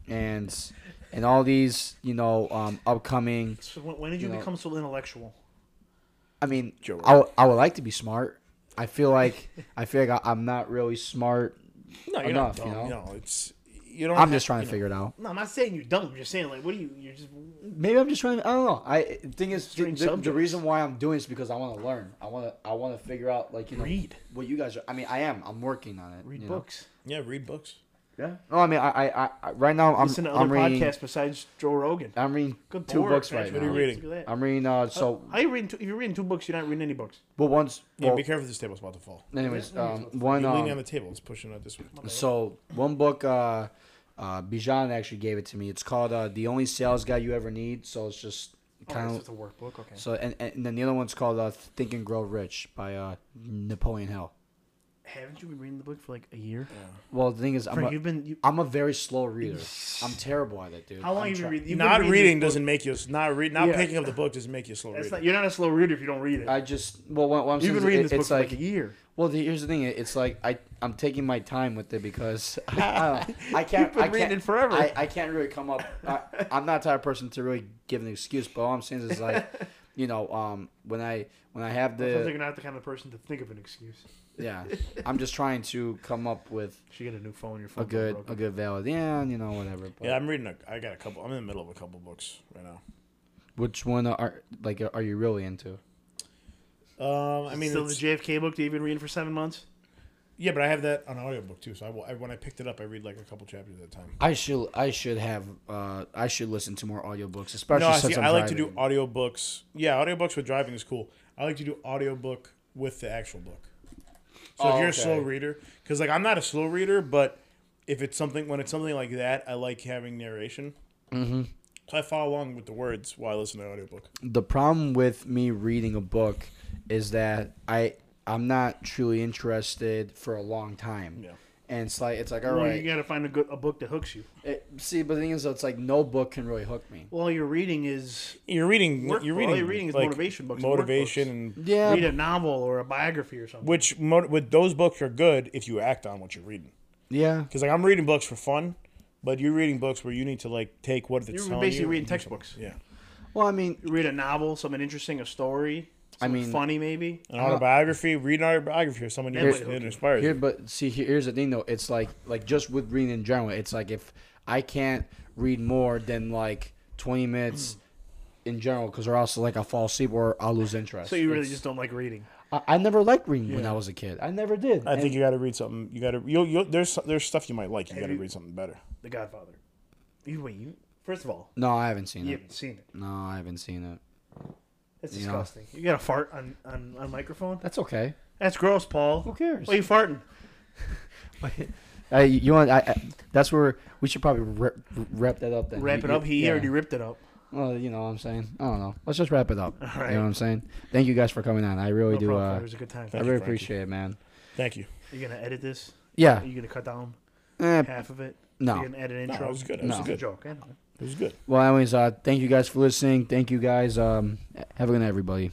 [SPEAKER 1] and and all these, you know, um, upcoming
[SPEAKER 3] So when, when did you,
[SPEAKER 1] You know-
[SPEAKER 3] become so intellectual?
[SPEAKER 1] I mean,
[SPEAKER 2] Joe
[SPEAKER 1] I, would- I would like to be smart. I feel like I feel like I, I'm not really smart.
[SPEAKER 2] No, you're
[SPEAKER 1] enough,
[SPEAKER 2] not
[SPEAKER 1] you
[SPEAKER 2] dumb.
[SPEAKER 1] know?
[SPEAKER 2] No, it's you don't.
[SPEAKER 1] I'm
[SPEAKER 2] have-
[SPEAKER 1] just trying to
[SPEAKER 2] you
[SPEAKER 1] figure it out.
[SPEAKER 3] No, I'm not saying you're dumb. I'm just saying like, what do you? You're just
[SPEAKER 1] Maybe I'm just trying. To, I don't know. I thing is, the,
[SPEAKER 3] Strange
[SPEAKER 1] the- the
[SPEAKER 3] subjects.
[SPEAKER 1] reason why I'm doing this because I want to learn. I want to. I want to figure out like you know
[SPEAKER 3] Read.
[SPEAKER 1] what you guys are. I mean, I am. I'm working on it.
[SPEAKER 3] read
[SPEAKER 1] you know?
[SPEAKER 3] books.
[SPEAKER 2] know. Yeah, read books.
[SPEAKER 1] No, I mean, I, I, I- I right now I'm
[SPEAKER 3] Listen to
[SPEAKER 1] I'm
[SPEAKER 3] other
[SPEAKER 1] reading.
[SPEAKER 3] podcasts besides Joe Rogan.
[SPEAKER 1] I'm reading
[SPEAKER 3] Good
[SPEAKER 1] two
[SPEAKER 3] lord,
[SPEAKER 1] books
[SPEAKER 3] guys,
[SPEAKER 1] right
[SPEAKER 2] what are you
[SPEAKER 1] now.
[SPEAKER 3] look
[SPEAKER 2] reading?
[SPEAKER 3] at that.
[SPEAKER 1] I'm reading. Uh, so,
[SPEAKER 3] How you reading? Two, if you're reading two books, you're not reading any books.
[SPEAKER 2] Oh,
[SPEAKER 1] but once.
[SPEAKER 2] Yeah,
[SPEAKER 1] Well,
[SPEAKER 2] be careful. This table's about to fall.
[SPEAKER 1] anyways,
[SPEAKER 3] Yeah,
[SPEAKER 1] um, one.
[SPEAKER 2] You're leaning
[SPEAKER 1] um,
[SPEAKER 2] on the table. It's pushing out this way.
[SPEAKER 1] So one book uh, Uh, Bijan actually gave it to me. It's called uh, "The Only Sales Guy You Ever Need." So it's just kind of
[SPEAKER 3] it's a workbook. Okay.
[SPEAKER 1] so, and, and then the other one's called uh, "Think and Grow Rich" by uh, Napoleon Hill.
[SPEAKER 3] Haven't you been reading the book for like a year?
[SPEAKER 1] Well, the thing is, I'm
[SPEAKER 3] Frank,
[SPEAKER 1] a,
[SPEAKER 3] you've been. You,
[SPEAKER 1] I'm a very slow reader. I'm terrible at it, dude.
[SPEAKER 3] how long
[SPEAKER 1] I'm
[SPEAKER 3] have you
[SPEAKER 1] try-
[SPEAKER 3] been reading?
[SPEAKER 2] not reading doesn't make you not read not
[SPEAKER 3] Yeah.
[SPEAKER 2] picking up the book doesn't make you a slow
[SPEAKER 3] That's
[SPEAKER 2] reader.
[SPEAKER 3] not, you're not a slow reader if you don't read it.
[SPEAKER 1] I just well, what, what I'm saying
[SPEAKER 3] you've
[SPEAKER 1] is
[SPEAKER 3] been reading
[SPEAKER 1] it-
[SPEAKER 3] this book
[SPEAKER 1] it's
[SPEAKER 3] for
[SPEAKER 1] like,
[SPEAKER 3] like a year.
[SPEAKER 1] well, the, here's the thing. It's like I I'm taking my time with it because I, don't- I can't.
[SPEAKER 3] You've been
[SPEAKER 1] I can't,
[SPEAKER 3] reading it forever.
[SPEAKER 1] I, I can't really come up. I, I'm not the type of person to really give an excuse. But all I'm saying is like, you know, um, when I when I have
[SPEAKER 3] Sounds like
[SPEAKER 1] the
[SPEAKER 3] you're not the kind of person to think of an excuse.
[SPEAKER 1] yeah, I'm just trying to come up with
[SPEAKER 3] She got a new phone. Your phone.
[SPEAKER 1] a good
[SPEAKER 3] broke.
[SPEAKER 1] a good valid yeah, you know, whatever. But
[SPEAKER 2] yeah, I'm reading. A, I got a couple. I'm in the middle of a couple books right now.
[SPEAKER 1] Which one are like are you really into?
[SPEAKER 2] Um, I mean,
[SPEAKER 3] Still
[SPEAKER 2] it's-
[SPEAKER 3] the JFK book that you've been reading for seven months.
[SPEAKER 2] yeah, but I have that on audiobook too. So I, will- I, when I picked it up, I read like a couple chapters at a time.
[SPEAKER 1] I should I should have uh I should listen to more audiobooks, especially
[SPEAKER 2] no, I
[SPEAKER 1] since
[SPEAKER 2] see.
[SPEAKER 1] I'm
[SPEAKER 2] I like to do
[SPEAKER 1] driving.
[SPEAKER 2] audiobooks. Yeah, audiobooks with driving is cool. I like to do audiobook with the actual book. So if
[SPEAKER 1] Oh,
[SPEAKER 2] you're a
[SPEAKER 1] okay.
[SPEAKER 2] slow reader, because like I'm not a slow reader, but if it's something when it's something like that, I like having narration. Mm-hmm. So I follow along with the words while I listen to the audiobook.
[SPEAKER 1] the problem with me reading a book is that I I'm not truly interested for a long time.
[SPEAKER 2] Yeah.
[SPEAKER 1] And it's like it's like all
[SPEAKER 3] well,
[SPEAKER 1] right.
[SPEAKER 3] you got to find a good a book that hooks you.
[SPEAKER 1] It- see, but the thing is, it's like no book can really hook me.
[SPEAKER 3] Well, your reading is
[SPEAKER 2] You're reading.
[SPEAKER 3] Work-
[SPEAKER 2] you're
[SPEAKER 3] all
[SPEAKER 2] reading.
[SPEAKER 3] you're reading is
[SPEAKER 2] like,
[SPEAKER 3] motivation books and
[SPEAKER 2] Motivation
[SPEAKER 3] workbooks.
[SPEAKER 2] and
[SPEAKER 1] Yeah,
[SPEAKER 3] read a novel or a biography or something.
[SPEAKER 2] which mo- with those books are good if you act on what you're reading.
[SPEAKER 1] yeah.
[SPEAKER 2] Because like I'm reading books for fun, but you're reading books where you need to like take what it's
[SPEAKER 3] You're
[SPEAKER 2] telling
[SPEAKER 3] basically
[SPEAKER 2] you.
[SPEAKER 3] reading textbooks.
[SPEAKER 2] yeah,
[SPEAKER 1] Well, I mean,
[SPEAKER 3] You read a novel, something interesting, a story.
[SPEAKER 1] I
[SPEAKER 3] something
[SPEAKER 1] mean-
[SPEAKER 3] funny maybe.
[SPEAKER 2] an autobiography. Read an autobiography of someone you're
[SPEAKER 3] Here's-
[SPEAKER 2] interested in, inspired.
[SPEAKER 1] Here, but see, here- here's the thing though. It's like like just with reading in general, it's like if I can't read more than like 20 minutes in general, because or else like I'll fall asleep or I'll lose interest.
[SPEAKER 3] So you really
[SPEAKER 1] It's-
[SPEAKER 3] just don't like reading.
[SPEAKER 1] I, I never liked reading when I was a kid. I never did.
[SPEAKER 2] I
[SPEAKER 1] And-
[SPEAKER 2] think you got to read something. You got to. You'll, you'll, there's there's stuff you might like. You got to
[SPEAKER 3] you-
[SPEAKER 2] read something better.
[SPEAKER 3] The Godfather. You wait, you first of all,
[SPEAKER 1] no, I haven't seen
[SPEAKER 3] you
[SPEAKER 1] it.
[SPEAKER 3] haven't seen it.
[SPEAKER 1] No, I haven't seen it.
[SPEAKER 3] That's
[SPEAKER 1] Yeah.
[SPEAKER 3] disgusting. You got a fart on, on, on microphone?
[SPEAKER 1] That's okay.
[SPEAKER 3] That's gross, Paul.
[SPEAKER 1] Who cares?
[SPEAKER 3] Why are you farting?
[SPEAKER 1] Uh, you you want? I, I, that's where we should probably wrap, wrap that up. Then
[SPEAKER 3] Wrap
[SPEAKER 1] You-
[SPEAKER 3] it
[SPEAKER 1] you-
[SPEAKER 3] up. He
[SPEAKER 1] yeah.
[SPEAKER 3] already ripped it up.
[SPEAKER 1] Well, you know what I'm saying. I don't know. Let's just wrap it up.
[SPEAKER 3] right.
[SPEAKER 1] You know what I'm saying. Thank you guys for coming on. I really
[SPEAKER 3] No
[SPEAKER 1] do.
[SPEAKER 3] problem.
[SPEAKER 1] Uh,
[SPEAKER 3] it was a good time.
[SPEAKER 1] I
[SPEAKER 2] Thank you,
[SPEAKER 1] really
[SPEAKER 2] Frankie.
[SPEAKER 1] appreciate it, man.
[SPEAKER 2] Thank you.
[SPEAKER 3] You're gonna edit this?
[SPEAKER 1] Yeah.
[SPEAKER 3] Are you gonna cut down
[SPEAKER 1] Eh,
[SPEAKER 3] half of it?
[SPEAKER 1] no.
[SPEAKER 3] You're gonna edit
[SPEAKER 2] No,
[SPEAKER 3] intro.
[SPEAKER 2] it was good. It was
[SPEAKER 1] No.
[SPEAKER 3] It's a
[SPEAKER 2] good.
[SPEAKER 3] joke. I know.
[SPEAKER 2] It was good.
[SPEAKER 1] Well, anyways, uh, thank you guys for listening. Thank you guys. Um, have a good night, everybody.